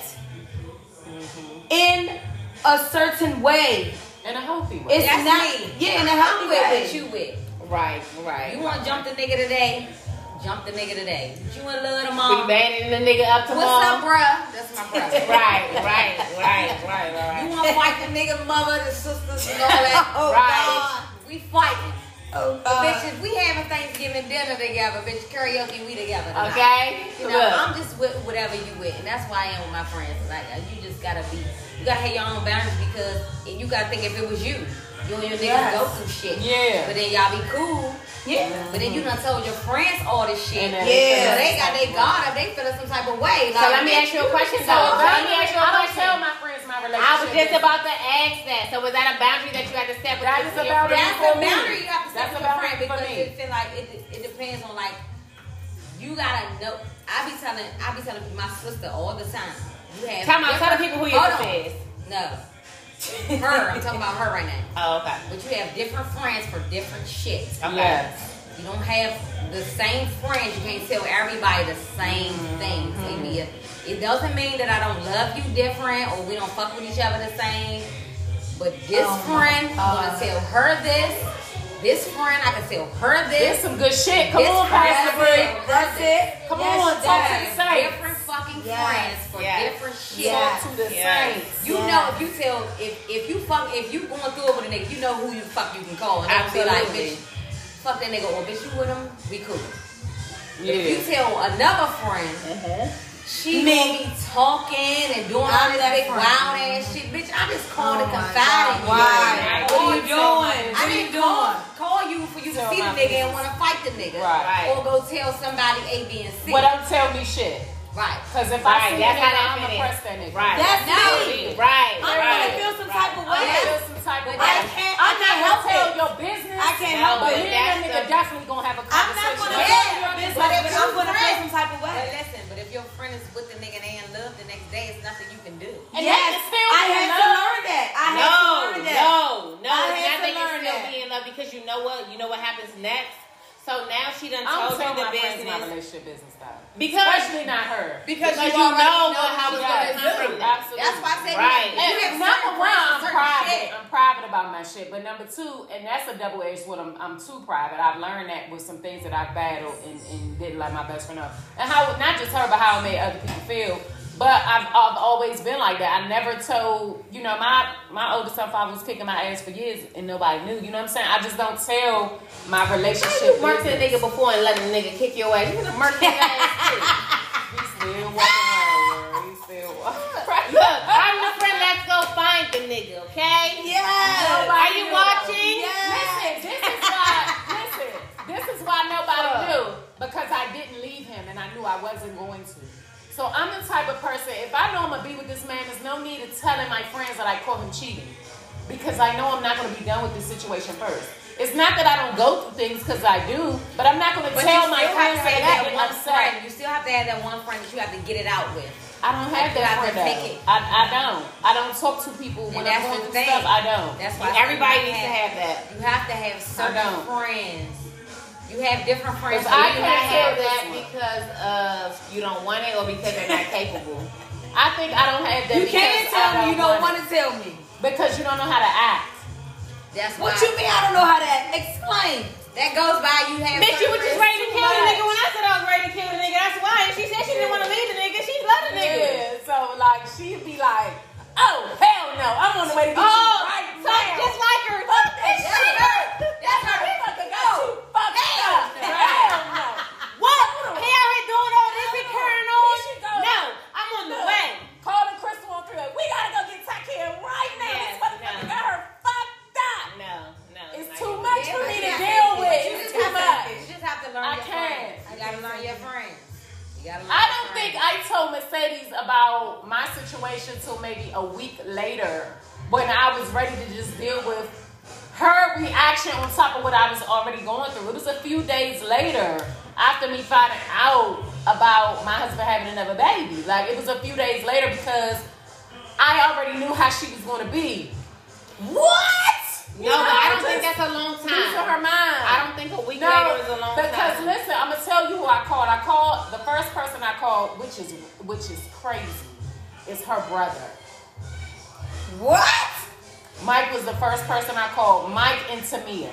[SPEAKER 3] in a certain way.
[SPEAKER 4] In a healthy way.
[SPEAKER 3] It's
[SPEAKER 5] That's
[SPEAKER 3] not
[SPEAKER 5] me.
[SPEAKER 3] yeah, in a
[SPEAKER 5] You
[SPEAKER 3] healthy
[SPEAKER 5] with
[SPEAKER 3] way.
[SPEAKER 5] what you with.
[SPEAKER 1] Right. Right.
[SPEAKER 5] You want to jump the nigga today? Jump the nigga today. You want to love
[SPEAKER 1] We
[SPEAKER 5] tomorrow?
[SPEAKER 1] banding the nigga up tomorrow.
[SPEAKER 5] What's up, bruh? That's my
[SPEAKER 1] [laughs]
[SPEAKER 5] brother.
[SPEAKER 1] Right, right, right, right,
[SPEAKER 5] You
[SPEAKER 1] right.
[SPEAKER 5] want to fight the nigga mother, the sisters, and all that?
[SPEAKER 3] Oh,
[SPEAKER 1] Right.
[SPEAKER 5] We fighting.
[SPEAKER 3] Oh,
[SPEAKER 5] bitch, if we having Thanksgiving dinner together, bitch, karaoke, we together. tonight.
[SPEAKER 1] Okay?
[SPEAKER 5] You know,
[SPEAKER 1] Look,
[SPEAKER 5] I'm just with whatever you with, and that's why I am with my friends. Like, uh, you just gotta be, you gotta have your own boundaries because if you gotta think if it was you, you and your niggas
[SPEAKER 3] Yes.
[SPEAKER 5] go through shit.
[SPEAKER 4] Yeah.
[SPEAKER 5] But then y'all be cool.
[SPEAKER 3] yeah.
[SPEAKER 5] But then you done told your friends all this
[SPEAKER 4] And
[SPEAKER 5] shit.
[SPEAKER 4] then
[SPEAKER 3] Yeah.
[SPEAKER 5] So they got their guard up. They feeling some type of way.
[SPEAKER 1] so let me ask you a question, though. So let me ask you a
[SPEAKER 4] I don't tell
[SPEAKER 1] question.
[SPEAKER 4] my friends my relationship.
[SPEAKER 1] I was just about to ask that. So was that a boundary that you had to set? with
[SPEAKER 4] That
[SPEAKER 1] your-
[SPEAKER 4] is a boundary.
[SPEAKER 5] That's
[SPEAKER 4] for
[SPEAKER 5] the
[SPEAKER 4] me.
[SPEAKER 5] boundary you have to set
[SPEAKER 4] That's a
[SPEAKER 5] with your
[SPEAKER 4] boundary
[SPEAKER 5] friend because
[SPEAKER 4] for me.
[SPEAKER 5] it feel like it, it depends on like you gotta know. I be telling I be telling my sister all the time. You have
[SPEAKER 1] Time out. Tell
[SPEAKER 5] different-
[SPEAKER 1] the people who your
[SPEAKER 5] Hold on.
[SPEAKER 1] sister is.
[SPEAKER 5] No, her. I'm talking about her right now.
[SPEAKER 1] Oh, okay.
[SPEAKER 5] But you have different friends for different shit.
[SPEAKER 1] Okay.
[SPEAKER 4] Yes.
[SPEAKER 5] You don't have the same friends. You can't tell everybody the same
[SPEAKER 4] Mm-hmm.
[SPEAKER 5] thing. Maybe it doesn't mean that I don't love you different or we don't fuck with each other the same. But this
[SPEAKER 3] Oh,
[SPEAKER 5] friend, I'm
[SPEAKER 3] God.
[SPEAKER 5] gonna tell her this. This friend, I can tell her
[SPEAKER 4] There's
[SPEAKER 5] this.
[SPEAKER 4] some good shit. Come
[SPEAKER 5] This
[SPEAKER 4] on,
[SPEAKER 5] friend-
[SPEAKER 4] Pastor Bree.
[SPEAKER 3] That's it.
[SPEAKER 4] Come
[SPEAKER 3] Yes,
[SPEAKER 4] on, talk to
[SPEAKER 3] yes.
[SPEAKER 4] the saints.
[SPEAKER 5] Different fucking
[SPEAKER 3] Yes.
[SPEAKER 5] friends for
[SPEAKER 1] Yes.
[SPEAKER 5] different shit.
[SPEAKER 3] Yes.
[SPEAKER 4] Talk to the
[SPEAKER 1] Yes.
[SPEAKER 4] saints.
[SPEAKER 5] You
[SPEAKER 3] Yes.
[SPEAKER 5] know if you tell if if you fuck if you going through it with a nigga, you know who you fuck you can call and I'll be like,
[SPEAKER 1] Absolutely.
[SPEAKER 5] bitch, fuck that nigga, or bitch, you with him, we cool. If
[SPEAKER 4] Yeah.
[SPEAKER 5] you tell another friend,
[SPEAKER 1] Uh-huh.
[SPEAKER 5] she
[SPEAKER 3] Me.
[SPEAKER 5] gonna be talking and doing all
[SPEAKER 3] I'm
[SPEAKER 5] this
[SPEAKER 3] that
[SPEAKER 5] big
[SPEAKER 3] friend.
[SPEAKER 5] wild ass shit, bitch. I just called
[SPEAKER 3] Oh
[SPEAKER 5] to
[SPEAKER 3] my
[SPEAKER 5] confide in
[SPEAKER 3] God,
[SPEAKER 5] you.
[SPEAKER 3] why?
[SPEAKER 5] Or
[SPEAKER 3] What are you
[SPEAKER 5] tell-
[SPEAKER 3] doing? What
[SPEAKER 5] I
[SPEAKER 3] are you
[SPEAKER 5] didn't
[SPEAKER 3] doing?
[SPEAKER 5] call, call you for you to
[SPEAKER 4] Tell
[SPEAKER 5] see the
[SPEAKER 4] my
[SPEAKER 5] nigga
[SPEAKER 4] business.
[SPEAKER 5] and want to fight the nigga,
[SPEAKER 4] Right.
[SPEAKER 5] or go tell somebody A, B, and C.
[SPEAKER 4] Well, don't tell me shit.
[SPEAKER 5] Right.
[SPEAKER 4] Cause if I
[SPEAKER 1] Right,
[SPEAKER 4] see that,
[SPEAKER 1] that's how that
[SPEAKER 4] I'm gonna
[SPEAKER 1] fit
[SPEAKER 4] press
[SPEAKER 1] is.
[SPEAKER 4] that nigga.
[SPEAKER 1] Right.
[SPEAKER 3] That's
[SPEAKER 5] Now-
[SPEAKER 3] me.
[SPEAKER 1] Right.
[SPEAKER 3] I'm
[SPEAKER 1] Right.
[SPEAKER 3] gonna feel some type of
[SPEAKER 4] I
[SPEAKER 3] way.
[SPEAKER 4] feel some type of
[SPEAKER 5] But
[SPEAKER 4] way.
[SPEAKER 5] I
[SPEAKER 3] can't-
[SPEAKER 4] I
[SPEAKER 3] I can't
[SPEAKER 4] gonna
[SPEAKER 3] help
[SPEAKER 4] tell
[SPEAKER 3] it.
[SPEAKER 4] your business.
[SPEAKER 3] I can't
[SPEAKER 1] No,
[SPEAKER 3] help
[SPEAKER 4] But
[SPEAKER 1] but
[SPEAKER 3] it.
[SPEAKER 4] me and that
[SPEAKER 1] that's
[SPEAKER 4] nigga
[SPEAKER 1] the-
[SPEAKER 4] definitely gonna have a
[SPEAKER 3] I'm not gonna
[SPEAKER 4] conversation.
[SPEAKER 5] Yeah.
[SPEAKER 3] tell your business, but
[SPEAKER 5] But if
[SPEAKER 3] I'm gonna feel
[SPEAKER 5] friends-
[SPEAKER 3] some type of
[SPEAKER 5] But
[SPEAKER 3] way.
[SPEAKER 5] listen, but if your friend is with the nigga and they in love, the next day it's nothing you can do.
[SPEAKER 4] And
[SPEAKER 3] yes,
[SPEAKER 4] that's still
[SPEAKER 3] I
[SPEAKER 4] being
[SPEAKER 3] had to
[SPEAKER 4] loved.
[SPEAKER 3] learn that. I had to
[SPEAKER 1] No,
[SPEAKER 3] learn that.
[SPEAKER 1] no,
[SPEAKER 3] I had to
[SPEAKER 1] no. It's not that you
[SPEAKER 3] learn
[SPEAKER 1] still
[SPEAKER 3] that.
[SPEAKER 1] be in love because you know what you know what happens next. So now she done
[SPEAKER 4] I don't
[SPEAKER 1] told
[SPEAKER 4] tell
[SPEAKER 1] you the
[SPEAKER 4] my friends my
[SPEAKER 1] business
[SPEAKER 4] relationship business though.
[SPEAKER 1] because
[SPEAKER 4] Especially not her.
[SPEAKER 1] because you,
[SPEAKER 5] you
[SPEAKER 1] know,
[SPEAKER 5] already know
[SPEAKER 1] what how
[SPEAKER 5] what you
[SPEAKER 1] it's gonna
[SPEAKER 5] gotta
[SPEAKER 1] come
[SPEAKER 5] do.
[SPEAKER 1] from that.
[SPEAKER 4] Absolutely.
[SPEAKER 5] That's why I said
[SPEAKER 1] Right.
[SPEAKER 5] you, you
[SPEAKER 4] And
[SPEAKER 5] have
[SPEAKER 4] number
[SPEAKER 5] certain
[SPEAKER 4] one,
[SPEAKER 5] friends,
[SPEAKER 4] I'm
[SPEAKER 5] certain
[SPEAKER 4] private.
[SPEAKER 5] shit.
[SPEAKER 4] I'm private about my shit. But number two, and that's a double edged sword. I'm, I'm too private. I've learned that with some things that I battled and, and didn't let my best friend know. And how not just her, but how it made other people feel. But I've, I've always been like that. I never told, you know, my my older self I was kicking my ass for years and nobody knew. You know what I'm saying? I just don't tell my relationship.
[SPEAKER 1] How you worked a
[SPEAKER 4] business.
[SPEAKER 1] nigga before and let a nigga kick your ass? You could have murked his ass too.
[SPEAKER 4] He's still walking around. girl. He's still [laughs] walking around.
[SPEAKER 1] [laughs] Look, I'm the friend that's go find the nigga, okay?
[SPEAKER 3] Yes.
[SPEAKER 1] Are you
[SPEAKER 4] knew.
[SPEAKER 1] watching?
[SPEAKER 3] Yes.
[SPEAKER 4] Listen, this is why. listen, this is why nobody knew because I didn't leave him, and I knew I wasn't going to. So I'm the type of person. If I know I'm gonna be with this man, there's no need of telling my friends that I caught him cheating because I know I'm not gonna be done with this situation first. It's not that I don't go through things because I do, but I'm not gonna
[SPEAKER 5] But
[SPEAKER 4] tell
[SPEAKER 5] you
[SPEAKER 4] my
[SPEAKER 5] still have
[SPEAKER 4] friends
[SPEAKER 5] to
[SPEAKER 4] that,
[SPEAKER 5] have that
[SPEAKER 4] I'm
[SPEAKER 5] one
[SPEAKER 4] upset.
[SPEAKER 5] friend. You still have to have that one friend that you have to get it out with.
[SPEAKER 4] I don't have
[SPEAKER 5] You
[SPEAKER 4] that
[SPEAKER 5] have to
[SPEAKER 4] friend. though.
[SPEAKER 5] pick it.
[SPEAKER 4] I, I don't. I don't talk to people when I'm
[SPEAKER 5] And that's
[SPEAKER 4] going
[SPEAKER 5] the
[SPEAKER 4] through
[SPEAKER 5] thing.
[SPEAKER 4] stuff. I don't.
[SPEAKER 5] That's why I said
[SPEAKER 1] Everybody
[SPEAKER 5] you
[SPEAKER 1] needs to have that.
[SPEAKER 5] You have to have certain
[SPEAKER 4] don't.
[SPEAKER 5] friends. You have different friends.
[SPEAKER 4] If
[SPEAKER 5] so
[SPEAKER 4] I
[SPEAKER 5] you
[SPEAKER 4] can't
[SPEAKER 1] You not
[SPEAKER 5] gotta have
[SPEAKER 1] have
[SPEAKER 4] this
[SPEAKER 1] that
[SPEAKER 4] one.
[SPEAKER 1] because of you don't want it or because they're not [laughs] capable.
[SPEAKER 4] I think I don't have that.
[SPEAKER 3] You
[SPEAKER 4] because
[SPEAKER 3] can't
[SPEAKER 4] I
[SPEAKER 3] tell me you don't
[SPEAKER 4] want
[SPEAKER 3] want to tell me.
[SPEAKER 4] it. because you don't know how to act.
[SPEAKER 5] That's
[SPEAKER 3] What
[SPEAKER 5] why-
[SPEAKER 3] you mean? I don't know how to explain.
[SPEAKER 5] That goes by you have.
[SPEAKER 1] Bitch, you was just
[SPEAKER 5] certain
[SPEAKER 1] ready to
[SPEAKER 5] friends
[SPEAKER 1] kill the
[SPEAKER 5] too
[SPEAKER 1] nigga when I said I was ready to kill the nigga. That's why. And she said she didn't want to leave the nigga. She loved the nigga.
[SPEAKER 4] Yeah. So like she'd be like, "Oh hell no, I'm on the way to get you
[SPEAKER 1] Oh,
[SPEAKER 4] right
[SPEAKER 1] so
[SPEAKER 4] now."
[SPEAKER 1] just like her.
[SPEAKER 4] Fuck this
[SPEAKER 5] much.
[SPEAKER 4] shit.
[SPEAKER 5] That's her. That's her.
[SPEAKER 4] Fucker got you fucked
[SPEAKER 5] Hell
[SPEAKER 4] up.
[SPEAKER 5] no.
[SPEAKER 4] Hell no.
[SPEAKER 1] What? He out here doing all this and carrying on?
[SPEAKER 4] Here she go.
[SPEAKER 1] No, I'm on the
[SPEAKER 4] Look,
[SPEAKER 1] way.
[SPEAKER 4] Call the crystal on three. We gotta go get Takia right now.
[SPEAKER 1] Yeah,
[SPEAKER 4] this motherfucker
[SPEAKER 1] no.
[SPEAKER 4] got her fucked up.
[SPEAKER 1] No, no.
[SPEAKER 4] It's
[SPEAKER 1] not
[SPEAKER 4] too
[SPEAKER 1] you.
[SPEAKER 4] much for me to deal with.
[SPEAKER 5] You
[SPEAKER 4] It's
[SPEAKER 5] just
[SPEAKER 4] too
[SPEAKER 5] have to-
[SPEAKER 4] much.
[SPEAKER 5] You just have to learn
[SPEAKER 4] I
[SPEAKER 5] your
[SPEAKER 4] can't.
[SPEAKER 5] friends. You gotta learn your friends. You gotta learn
[SPEAKER 4] I
[SPEAKER 5] your
[SPEAKER 4] don't
[SPEAKER 5] friends.
[SPEAKER 4] think I told Mercedes about my situation till maybe a week later when I was ready to just deal with her reaction on top of what I was already going through. It was a few days later after me finding out about my husband having another baby. Like it was a few days later because I already knew how she was going to be. What?
[SPEAKER 1] No, but I don't think that's a long
[SPEAKER 4] Losing her
[SPEAKER 1] time.
[SPEAKER 4] mind.
[SPEAKER 1] I don't think a week
[SPEAKER 4] No,
[SPEAKER 1] later is a long
[SPEAKER 4] because
[SPEAKER 1] time.
[SPEAKER 4] listen, I'm gonna tell you who I called. I called the first person I called, which is which is crazy, is her brother.
[SPEAKER 3] What?
[SPEAKER 4] Mike was the first person I called. Mike and Tamia.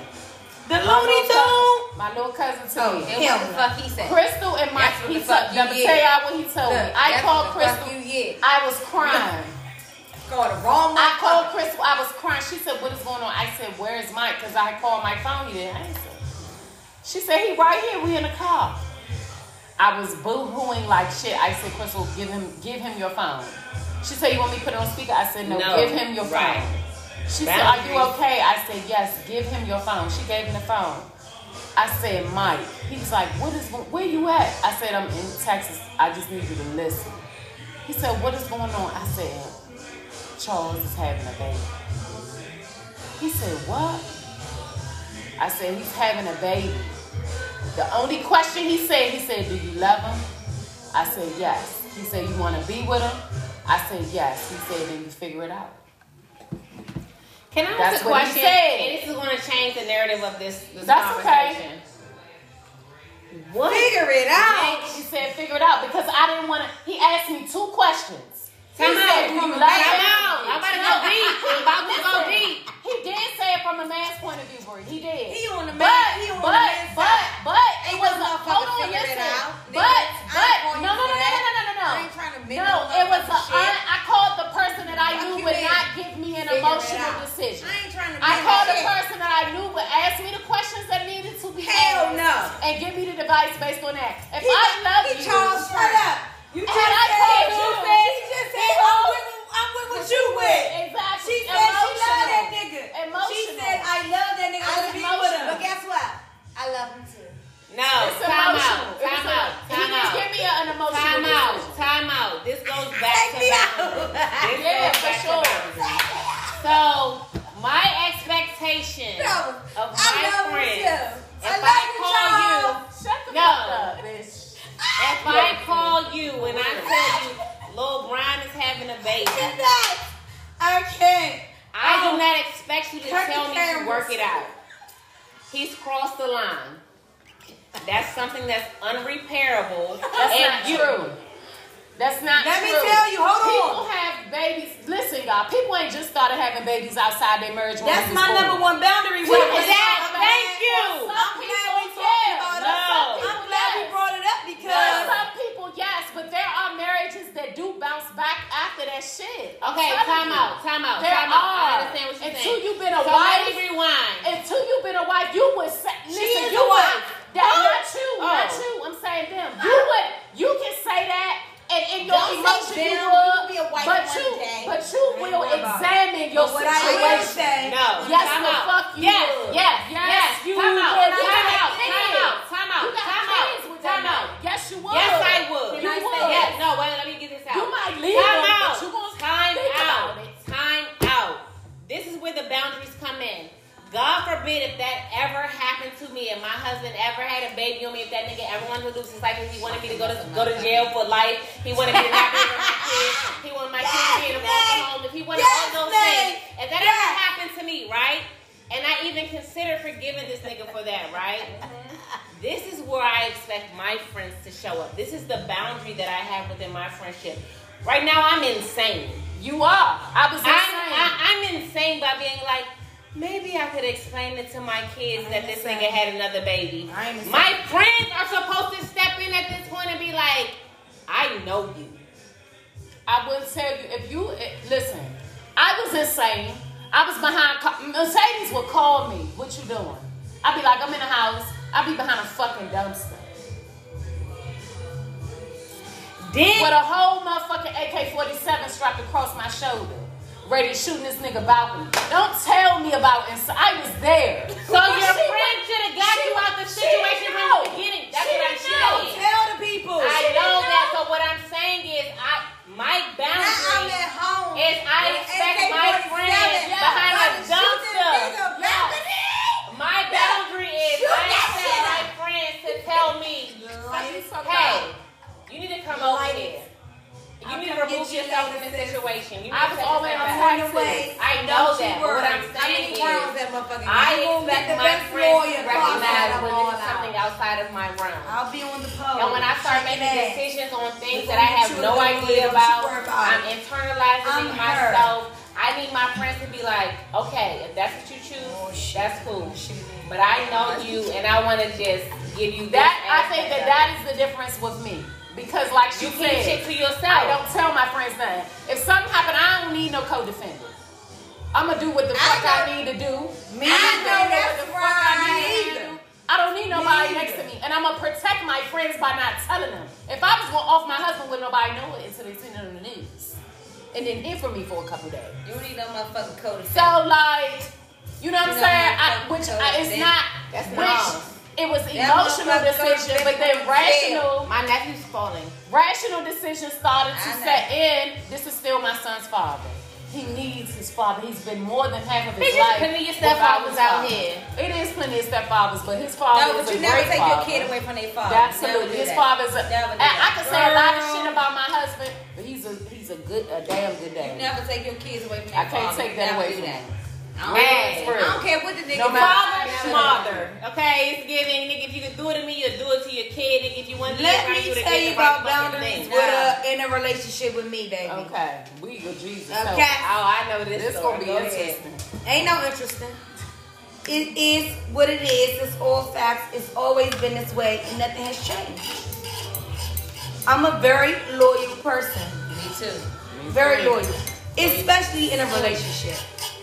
[SPEAKER 3] The
[SPEAKER 4] My
[SPEAKER 3] Looney
[SPEAKER 4] little
[SPEAKER 3] Tune.
[SPEAKER 4] cou- My little cousin
[SPEAKER 5] Oh,
[SPEAKER 4] Tamia.
[SPEAKER 5] and what the fuck he said?
[SPEAKER 4] Crystal and Mike.
[SPEAKER 5] That's what
[SPEAKER 4] He
[SPEAKER 5] the fuck
[SPEAKER 4] told.
[SPEAKER 5] you
[SPEAKER 4] Let me
[SPEAKER 5] get.
[SPEAKER 4] tell y'all what he told me.
[SPEAKER 5] Look,
[SPEAKER 4] I
[SPEAKER 5] that's
[SPEAKER 4] called
[SPEAKER 5] what the fuck
[SPEAKER 4] Crystal.
[SPEAKER 5] You get
[SPEAKER 4] I was
[SPEAKER 5] [laughs]
[SPEAKER 4] crying.
[SPEAKER 5] called the wrong.
[SPEAKER 4] I called
[SPEAKER 5] motherfucker.
[SPEAKER 4] Crystal. I was crying. She said, "What is going on?" I said, "Where is Mike?" Because I called my phone. He didn't answer. She said, "He right here. We in the car." I was boo-hooing like shit. I said, "Crystal, give him, give him your phone." She said, "You want me to put it on speaker?" I said, "No,
[SPEAKER 1] No.
[SPEAKER 4] give him your
[SPEAKER 1] Right.
[SPEAKER 4] phone." She said, "Are you
[SPEAKER 1] Boundaries.
[SPEAKER 4] okay?" I said, "Yes." Give him your phone. She gave him the phone. I said, "Mike." He was like, "What is? Where you at?" I said, "I'm in Texas. I just need you to listen." He said, "What is going on?" I said, Charles is having a baby. He said, What? I said, He's having a baby. The only question he said, he said, Do you love him? I said, Yes. He said, You want to be with him? I said, Yes. He said, Then you figure it out.
[SPEAKER 1] Can I
[SPEAKER 4] That's
[SPEAKER 1] ask a
[SPEAKER 4] what he
[SPEAKER 1] question?
[SPEAKER 4] said.
[SPEAKER 1] And this is going to change the narrative of this, this
[SPEAKER 4] That's okay.
[SPEAKER 1] conversation. What?
[SPEAKER 5] Figure it out.
[SPEAKER 4] He said, Figure it out because I didn't want to. He asked me two questions. He
[SPEAKER 1] Time
[SPEAKER 4] said,
[SPEAKER 1] out.
[SPEAKER 4] Do you
[SPEAKER 1] Come
[SPEAKER 4] love
[SPEAKER 1] out.
[SPEAKER 4] him?
[SPEAKER 1] I'm about to go
[SPEAKER 4] [laughs]
[SPEAKER 1] deep. I'm about to go deep.
[SPEAKER 4] He did say it from a man's point of view, Bree. He did.
[SPEAKER 5] He on the
[SPEAKER 4] but,
[SPEAKER 5] man- he on the
[SPEAKER 4] but,
[SPEAKER 5] man's
[SPEAKER 4] but,
[SPEAKER 5] side.
[SPEAKER 4] but, it
[SPEAKER 5] Ain't
[SPEAKER 4] was
[SPEAKER 5] no
[SPEAKER 4] a,
[SPEAKER 5] motherfucker
[SPEAKER 4] hold on,
[SPEAKER 5] figuring it
[SPEAKER 4] listen.
[SPEAKER 5] out. Nigga,
[SPEAKER 4] But, but,
[SPEAKER 5] I ain't
[SPEAKER 4] no,
[SPEAKER 5] calling you
[SPEAKER 4] no, no,
[SPEAKER 5] for
[SPEAKER 4] no, no,
[SPEAKER 5] that.
[SPEAKER 4] no, no, no.
[SPEAKER 5] I ain't trying to mend
[SPEAKER 4] No,
[SPEAKER 5] no
[SPEAKER 4] it was a,
[SPEAKER 5] motherfucking
[SPEAKER 4] un- I called the person that I
[SPEAKER 5] Fuck
[SPEAKER 4] knew
[SPEAKER 5] you
[SPEAKER 4] would
[SPEAKER 5] mean.
[SPEAKER 4] not give me an
[SPEAKER 5] Figure it
[SPEAKER 4] emotional
[SPEAKER 5] out.
[SPEAKER 4] decision.
[SPEAKER 5] I ain't trying to.
[SPEAKER 4] I
[SPEAKER 5] be
[SPEAKER 4] called the
[SPEAKER 5] shit.
[SPEAKER 4] person that I knew would ask me the questions that needed to be
[SPEAKER 5] Hell no.
[SPEAKER 4] and give me the device based on that. If
[SPEAKER 5] He-
[SPEAKER 4] I love
[SPEAKER 5] he
[SPEAKER 4] you,
[SPEAKER 5] chose
[SPEAKER 3] Shut up. You
[SPEAKER 4] And
[SPEAKER 3] just
[SPEAKER 4] I
[SPEAKER 3] said,
[SPEAKER 4] told
[SPEAKER 3] you
[SPEAKER 4] you.
[SPEAKER 3] said, she just said, I'm with, I'm with what you with.
[SPEAKER 4] Exactly.
[SPEAKER 3] She said she love that
[SPEAKER 4] Emotional.
[SPEAKER 3] nigga. She
[SPEAKER 4] Emotional.
[SPEAKER 3] said, I love that nigga. I
[SPEAKER 5] I'm
[SPEAKER 3] want to be with him.
[SPEAKER 5] But guess what? I love him too.
[SPEAKER 1] No,
[SPEAKER 4] It's
[SPEAKER 1] time
[SPEAKER 4] emotional.
[SPEAKER 1] out.
[SPEAKER 4] It was
[SPEAKER 1] Time
[SPEAKER 4] a-
[SPEAKER 1] out.
[SPEAKER 4] He
[SPEAKER 1] Time
[SPEAKER 4] just
[SPEAKER 1] out.
[SPEAKER 4] give me an emotional.
[SPEAKER 1] Time out.
[SPEAKER 4] decision.
[SPEAKER 1] Time out. This goes back
[SPEAKER 5] Take
[SPEAKER 1] to
[SPEAKER 5] me
[SPEAKER 1] boundaries.
[SPEAKER 5] out.
[SPEAKER 1] This
[SPEAKER 4] Yeah, for
[SPEAKER 1] goes back to
[SPEAKER 4] sure.
[SPEAKER 1] boundaries. So my expectation
[SPEAKER 5] No, I
[SPEAKER 1] of my
[SPEAKER 5] love
[SPEAKER 1] friends,
[SPEAKER 5] him too. I
[SPEAKER 1] if I,
[SPEAKER 5] love you,
[SPEAKER 1] call you,
[SPEAKER 5] Charles.
[SPEAKER 4] Shut the
[SPEAKER 1] No.
[SPEAKER 4] fuck up, bitch.
[SPEAKER 1] if I call you and I tell you, Lil Brian is having a baby,
[SPEAKER 3] I can't.
[SPEAKER 1] I do not expect you to
[SPEAKER 3] Cut the
[SPEAKER 1] tell me to
[SPEAKER 3] cameras.
[SPEAKER 1] work it out. He's crossed the line. That's something that's unrepairable.
[SPEAKER 4] That's
[SPEAKER 1] and
[SPEAKER 4] not
[SPEAKER 1] you-
[SPEAKER 4] true. That's not
[SPEAKER 3] Let me
[SPEAKER 4] true.
[SPEAKER 3] tell you, hold on.
[SPEAKER 4] People have babies. Listen, y'all. People ain't just started having babies outside their marriage. when
[SPEAKER 3] That's
[SPEAKER 4] they was
[SPEAKER 3] my
[SPEAKER 4] born.
[SPEAKER 3] number one boundary.
[SPEAKER 4] What
[SPEAKER 3] What
[SPEAKER 4] is
[SPEAKER 3] is
[SPEAKER 4] that?
[SPEAKER 1] Thank you.
[SPEAKER 3] I'm
[SPEAKER 4] Some
[SPEAKER 3] glad
[SPEAKER 4] people
[SPEAKER 3] we
[SPEAKER 4] care.
[SPEAKER 3] talked about
[SPEAKER 1] it.
[SPEAKER 4] Some
[SPEAKER 1] No.
[SPEAKER 4] people
[SPEAKER 3] I'm glad we
[SPEAKER 4] yes.
[SPEAKER 3] brought it up
[SPEAKER 4] Well,
[SPEAKER 3] because
[SPEAKER 4] some people, yes, but there are marriages that do bounce back after that shit. I'm
[SPEAKER 1] Okay,
[SPEAKER 4] telling
[SPEAKER 1] time
[SPEAKER 4] you.
[SPEAKER 1] out, time out,
[SPEAKER 4] There
[SPEAKER 1] time out.
[SPEAKER 4] are.
[SPEAKER 1] I understand what you're
[SPEAKER 4] Until
[SPEAKER 1] saying.
[SPEAKER 4] you've been a
[SPEAKER 1] so
[SPEAKER 4] wife,
[SPEAKER 1] let me rewind.
[SPEAKER 4] until you've been a wife, you would say, listen,
[SPEAKER 3] is
[SPEAKER 4] you
[SPEAKER 3] a
[SPEAKER 4] would,
[SPEAKER 3] wife.
[SPEAKER 4] that, not you, not
[SPEAKER 1] Oh.
[SPEAKER 4] you, I'm saying them. You would, you can say that, and in your
[SPEAKER 5] Don't say
[SPEAKER 4] emotion you
[SPEAKER 5] them.
[SPEAKER 4] would,
[SPEAKER 5] You can be a wife
[SPEAKER 4] but
[SPEAKER 5] one
[SPEAKER 4] you,
[SPEAKER 5] day.
[SPEAKER 4] but you will
[SPEAKER 3] worry about it.
[SPEAKER 4] examine your
[SPEAKER 3] what I will
[SPEAKER 4] situation.
[SPEAKER 3] say.
[SPEAKER 1] No.
[SPEAKER 4] Yes,
[SPEAKER 1] time
[SPEAKER 4] the
[SPEAKER 1] out.
[SPEAKER 4] fuck you
[SPEAKER 1] Yes,
[SPEAKER 4] would.
[SPEAKER 1] yes,
[SPEAKER 4] Yes,
[SPEAKER 1] yes,
[SPEAKER 4] you
[SPEAKER 1] You time out,
[SPEAKER 4] would.
[SPEAKER 1] time
[SPEAKER 4] You got
[SPEAKER 1] out,
[SPEAKER 4] kids.
[SPEAKER 1] time out, time out,
[SPEAKER 4] You got
[SPEAKER 1] time
[SPEAKER 4] kids
[SPEAKER 1] out,
[SPEAKER 4] with that
[SPEAKER 1] time out.
[SPEAKER 4] man. Yes, you would.
[SPEAKER 1] Yes, I
[SPEAKER 4] You
[SPEAKER 1] would. Yes,
[SPEAKER 4] would.
[SPEAKER 1] Yes, no, wait, let me get this out.
[SPEAKER 4] You might leave
[SPEAKER 1] time
[SPEAKER 4] them,
[SPEAKER 1] out.
[SPEAKER 4] but you gonna
[SPEAKER 1] time
[SPEAKER 4] think
[SPEAKER 1] out.
[SPEAKER 4] about it.
[SPEAKER 1] Time out. This is where the boundaries come in. God forbid if that ever happened to me and my husband ever had a baby on me, if that nigga ever wanted to do this, like if he wanted me to go to go to jail for life, he wanted me to not be with my kids, he wanted my kids to be in a broken
[SPEAKER 3] Nate.
[SPEAKER 1] home, if he wanted
[SPEAKER 3] Yes,
[SPEAKER 1] all those
[SPEAKER 3] Nate.
[SPEAKER 1] things, if that ever
[SPEAKER 3] Yes.
[SPEAKER 1] happened to me, right? And I even consider forgiving this nigga for that, right?
[SPEAKER 3] Mm-hmm.
[SPEAKER 1] This is where I expect my friends to show up. This is the boundary that I have within my friendship. Right now, I'm insane.
[SPEAKER 4] You are. I was
[SPEAKER 1] I'm,
[SPEAKER 4] insane.
[SPEAKER 1] I, I'm insane by being like, maybe I could explain it to my kids that this nigga had another baby.
[SPEAKER 3] I understand.
[SPEAKER 1] My friends are supposed to step in at this point and be like, I know you.
[SPEAKER 4] I will tell you if you eh, listen. I was insane. I was behind. ca- Mercedes would call me. What you doing? I'd be like, I'm in the house. I'd be behind a fucking dumpster
[SPEAKER 1] Did
[SPEAKER 4] with a whole motherfucking AK-47 strapped across my shoulder, ready to shoot this nigga balcony. Don't tell me about inside. I was there.
[SPEAKER 1] [laughs] so your
[SPEAKER 4] She
[SPEAKER 1] friend should have got
[SPEAKER 4] she
[SPEAKER 1] you out the
[SPEAKER 4] was- she
[SPEAKER 1] situation
[SPEAKER 4] didn't
[SPEAKER 1] from
[SPEAKER 4] know.
[SPEAKER 1] the beginning. That's
[SPEAKER 4] She
[SPEAKER 1] what I
[SPEAKER 4] didn't know.
[SPEAKER 1] should
[SPEAKER 3] Tell the people.
[SPEAKER 1] I
[SPEAKER 4] didn't
[SPEAKER 1] know that.
[SPEAKER 4] know.
[SPEAKER 1] So what I'm saying is, I my
[SPEAKER 5] Now I'm
[SPEAKER 1] boundary
[SPEAKER 5] at home.
[SPEAKER 1] is I expect my friends
[SPEAKER 5] AK-47
[SPEAKER 1] behind a
[SPEAKER 5] about to shoot this
[SPEAKER 1] dumpster.
[SPEAKER 5] nigga balcony.
[SPEAKER 1] My boundary is
[SPEAKER 5] Shoot
[SPEAKER 1] I
[SPEAKER 5] that
[SPEAKER 1] expect
[SPEAKER 5] shit.
[SPEAKER 1] my friends to tell me, hey, you need to come over here. You need to
[SPEAKER 3] come
[SPEAKER 1] remove
[SPEAKER 3] get you
[SPEAKER 1] yourself
[SPEAKER 3] later,
[SPEAKER 1] from this
[SPEAKER 3] sis.
[SPEAKER 1] situation. You need
[SPEAKER 4] I
[SPEAKER 1] to
[SPEAKER 4] was
[SPEAKER 1] set
[SPEAKER 4] always
[SPEAKER 1] yourself
[SPEAKER 4] on
[SPEAKER 1] back.
[SPEAKER 4] point.
[SPEAKER 1] I
[SPEAKER 5] Oh,
[SPEAKER 1] know that. But what I'm
[SPEAKER 5] How many
[SPEAKER 1] saying
[SPEAKER 5] rounds
[SPEAKER 1] is,
[SPEAKER 5] that motherfucker
[SPEAKER 1] I
[SPEAKER 5] got?
[SPEAKER 1] expect
[SPEAKER 3] the
[SPEAKER 1] my
[SPEAKER 3] best
[SPEAKER 1] friends to
[SPEAKER 3] lawyer
[SPEAKER 1] recognize
[SPEAKER 5] possible.
[SPEAKER 1] when this is something outside of my realm.
[SPEAKER 3] I'll be on the pole.
[SPEAKER 1] And when I start
[SPEAKER 3] Shaking
[SPEAKER 1] making
[SPEAKER 3] ass.
[SPEAKER 1] decisions on things
[SPEAKER 3] We
[SPEAKER 1] that
[SPEAKER 3] gonna
[SPEAKER 1] I
[SPEAKER 3] get
[SPEAKER 1] have
[SPEAKER 3] you a
[SPEAKER 1] no
[SPEAKER 3] little
[SPEAKER 1] idea
[SPEAKER 3] deal,
[SPEAKER 1] about,
[SPEAKER 3] don't you worry about
[SPEAKER 1] I'm
[SPEAKER 3] it.
[SPEAKER 1] internalizing
[SPEAKER 3] I'm her.
[SPEAKER 1] myself. I need my friends to be like, okay, if that's what you choose, that's cool. But I know you, and I want to just give you
[SPEAKER 4] That
[SPEAKER 1] this
[SPEAKER 4] I think that
[SPEAKER 1] aspect
[SPEAKER 4] that is the difference with me because, like
[SPEAKER 1] of it.
[SPEAKER 4] she
[SPEAKER 1] you
[SPEAKER 4] said,
[SPEAKER 1] keep shit to yourself.
[SPEAKER 4] I don't tell my friends nothing. If something happened, I don't need no co-defendant. I'm gonna do what the fuck I, need to do.
[SPEAKER 3] Me
[SPEAKER 4] I
[SPEAKER 3] either.
[SPEAKER 4] know what the fuck I need to
[SPEAKER 3] right.
[SPEAKER 4] do. I don't need nobody
[SPEAKER 3] Me
[SPEAKER 4] next to
[SPEAKER 3] either.
[SPEAKER 4] me, and I'm gonna protect my friends by not telling them. If I was going off my husband, would nobody know it until they seen it on the news, and then hear from me for a couple days.
[SPEAKER 5] You need no motherfucking code of
[SPEAKER 4] So like, you know what I'm
[SPEAKER 5] You
[SPEAKER 4] saying?
[SPEAKER 5] know,
[SPEAKER 4] I,
[SPEAKER 5] motherfucking
[SPEAKER 4] which I, it's
[SPEAKER 5] co-defendant.
[SPEAKER 4] not.
[SPEAKER 1] That's
[SPEAKER 4] which
[SPEAKER 1] wrong.
[SPEAKER 4] it was
[SPEAKER 5] That
[SPEAKER 4] emotional
[SPEAKER 5] motherfucking
[SPEAKER 4] decision, but then
[SPEAKER 5] co-defendant was
[SPEAKER 4] rational
[SPEAKER 1] My nephew's falling.
[SPEAKER 4] rational decision started to
[SPEAKER 5] I know.
[SPEAKER 4] set in. This is still my son's father. He needs his father. He's been more than half of his
[SPEAKER 1] There's just
[SPEAKER 4] life.
[SPEAKER 1] plenty of
[SPEAKER 4] without
[SPEAKER 1] stepfathers
[SPEAKER 4] his
[SPEAKER 1] out
[SPEAKER 4] father.
[SPEAKER 1] here.
[SPEAKER 4] It is plenty of stepfathers, but his father
[SPEAKER 5] No,
[SPEAKER 4] is
[SPEAKER 5] but
[SPEAKER 4] a
[SPEAKER 5] you never
[SPEAKER 4] great
[SPEAKER 5] take
[SPEAKER 4] father.
[SPEAKER 5] your kid away from their father. Never do
[SPEAKER 4] Absolutely, his
[SPEAKER 5] that.
[SPEAKER 4] father's. A,
[SPEAKER 5] Never do
[SPEAKER 4] and I
[SPEAKER 5] that.
[SPEAKER 4] can say a lot of
[SPEAKER 1] Girl.
[SPEAKER 4] shit about my husband, but he's a he's a good a damn good
[SPEAKER 5] You
[SPEAKER 4] dad.
[SPEAKER 5] never take your kids away from their
[SPEAKER 4] I can't
[SPEAKER 5] father.
[SPEAKER 4] take that
[SPEAKER 5] Never
[SPEAKER 4] away
[SPEAKER 5] do
[SPEAKER 4] from
[SPEAKER 5] that.
[SPEAKER 4] them.
[SPEAKER 5] I don't,
[SPEAKER 1] Man,
[SPEAKER 5] care. I don't care what the nigga
[SPEAKER 4] No
[SPEAKER 5] do.
[SPEAKER 4] matter-
[SPEAKER 1] Father, smother. Okay, it's giving. Nigga, if you can do it to me, you'll do it to your kid. Nigga, if you want to
[SPEAKER 3] Let
[SPEAKER 1] do it
[SPEAKER 3] me
[SPEAKER 1] right, do it
[SPEAKER 3] tell
[SPEAKER 1] to
[SPEAKER 3] you
[SPEAKER 1] the
[SPEAKER 3] about
[SPEAKER 1] right fucking
[SPEAKER 3] boundaries
[SPEAKER 1] thing.
[SPEAKER 3] with a, in a relationship with me, baby.
[SPEAKER 4] Okay, we go Jesus.
[SPEAKER 3] Okay.
[SPEAKER 4] help.
[SPEAKER 1] Oh, I know this.
[SPEAKER 4] This
[SPEAKER 1] story.
[SPEAKER 4] gonna be
[SPEAKER 1] Go ahead.
[SPEAKER 4] interesting.
[SPEAKER 3] Ain't no interesting. It is what it is. It's all facts. It's always been this way, and nothing has changed. I'm a very loyal person.
[SPEAKER 5] Me too.
[SPEAKER 3] Very loyal. Especially in a relationship.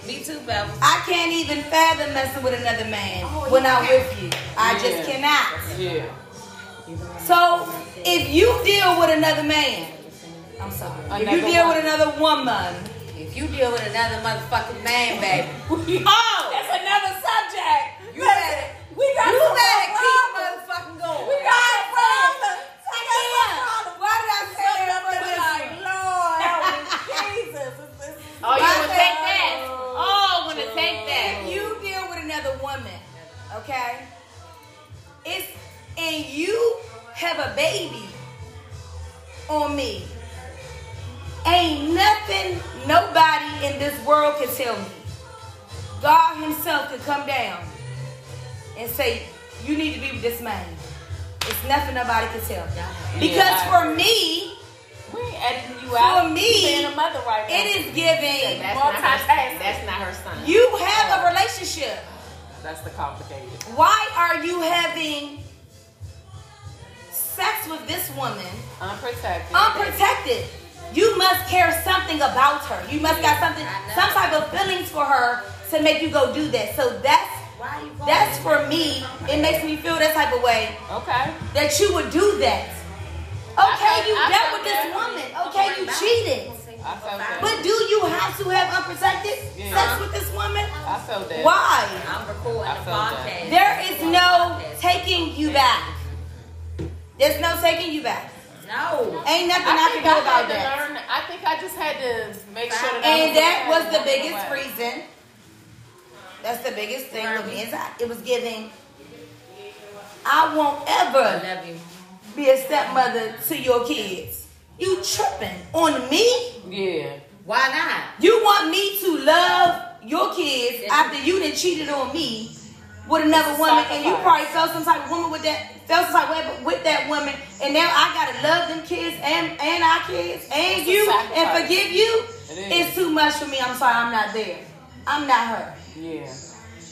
[SPEAKER 5] Me too, Bevel.
[SPEAKER 3] I can't even fathom messing with another man when I'm with Oh, you. I just
[SPEAKER 4] Yeah.
[SPEAKER 3] cannot.
[SPEAKER 4] Yeah.
[SPEAKER 3] So if you deal with another man,
[SPEAKER 5] I'm sorry.
[SPEAKER 3] if you
[SPEAKER 4] Another
[SPEAKER 3] deal
[SPEAKER 4] one.
[SPEAKER 3] with another woman,
[SPEAKER 5] If you deal with another motherfucking man, baby,
[SPEAKER 3] [laughs] oh,
[SPEAKER 4] That's another subject.
[SPEAKER 5] you better,
[SPEAKER 4] We got
[SPEAKER 5] you
[SPEAKER 4] some
[SPEAKER 5] better keep
[SPEAKER 4] problems.
[SPEAKER 5] motherfucking going.
[SPEAKER 4] We got some problems.
[SPEAKER 3] why did I say that for this?
[SPEAKER 1] Oh, you
[SPEAKER 3] My
[SPEAKER 1] gonna take that? Oh, I'm gonna take that.
[SPEAKER 3] If you deal with another woman, okay, it's and you have a baby on me. Ain't nothing nobody in this world can tell me. God Himself could come down and say, You need to be with this man. It's nothing nobody can tell. me. Because
[SPEAKER 4] Yeah, I
[SPEAKER 3] for me,
[SPEAKER 4] We ain't editing you out.
[SPEAKER 3] For me,
[SPEAKER 4] You being a mother right now.
[SPEAKER 3] it is giving
[SPEAKER 1] That's not, her,
[SPEAKER 4] Multitasking.
[SPEAKER 1] that's not her son.
[SPEAKER 3] you have a relationship.
[SPEAKER 4] That's the complicated.
[SPEAKER 3] why are you having sex with this woman
[SPEAKER 4] Unprotected.
[SPEAKER 3] unprotected? You must care something about her. You must got something,
[SPEAKER 5] I know.
[SPEAKER 3] some type of feelings for her to make you go do that. So that's
[SPEAKER 5] Why you going?
[SPEAKER 3] that's for me. It makes me feel that type of way
[SPEAKER 4] Okay.
[SPEAKER 3] that you would do that. Okay,
[SPEAKER 4] felt-
[SPEAKER 3] you
[SPEAKER 4] I
[SPEAKER 3] dealt
[SPEAKER 4] felt
[SPEAKER 3] with this
[SPEAKER 4] that.
[SPEAKER 3] woman. Okay, you cheated.
[SPEAKER 4] I felt that.
[SPEAKER 3] But do you have to have unprotected
[SPEAKER 4] Yeah.
[SPEAKER 3] sex with this woman?
[SPEAKER 4] I felt that.
[SPEAKER 3] Why?
[SPEAKER 5] I'm recording
[SPEAKER 4] I
[SPEAKER 5] the
[SPEAKER 4] felt that.
[SPEAKER 5] podcast.
[SPEAKER 3] There is no taking you back. There's no taking you back.
[SPEAKER 5] No.
[SPEAKER 3] Ain't nothing
[SPEAKER 4] I,
[SPEAKER 3] I,
[SPEAKER 4] think
[SPEAKER 3] can do
[SPEAKER 4] I
[SPEAKER 3] about
[SPEAKER 4] had to
[SPEAKER 3] that.
[SPEAKER 4] learn. I think I just had to make sure that. I
[SPEAKER 3] And that was
[SPEAKER 4] prepared
[SPEAKER 3] the
[SPEAKER 4] in
[SPEAKER 3] biggest
[SPEAKER 4] way.
[SPEAKER 3] reason. That's the biggest thing with me inside. It was giving. I won't
[SPEAKER 5] I
[SPEAKER 3] ever
[SPEAKER 5] love you.
[SPEAKER 3] be a stepmother to your kids. You tripping on me?
[SPEAKER 4] Yeah.
[SPEAKER 5] Why not?
[SPEAKER 3] You want me to love your kids after you done cheated on me with another woman, and you probably felt some type of woman with that felt some type of way with that woman, and now I gotta love them kids and and our kids and
[SPEAKER 4] It's a
[SPEAKER 3] you
[SPEAKER 4] sacrifice.
[SPEAKER 3] and forgive you.
[SPEAKER 4] It is.
[SPEAKER 3] It's too much for me. I'm sorry, I'm not there. I'm not her.
[SPEAKER 4] Yeah.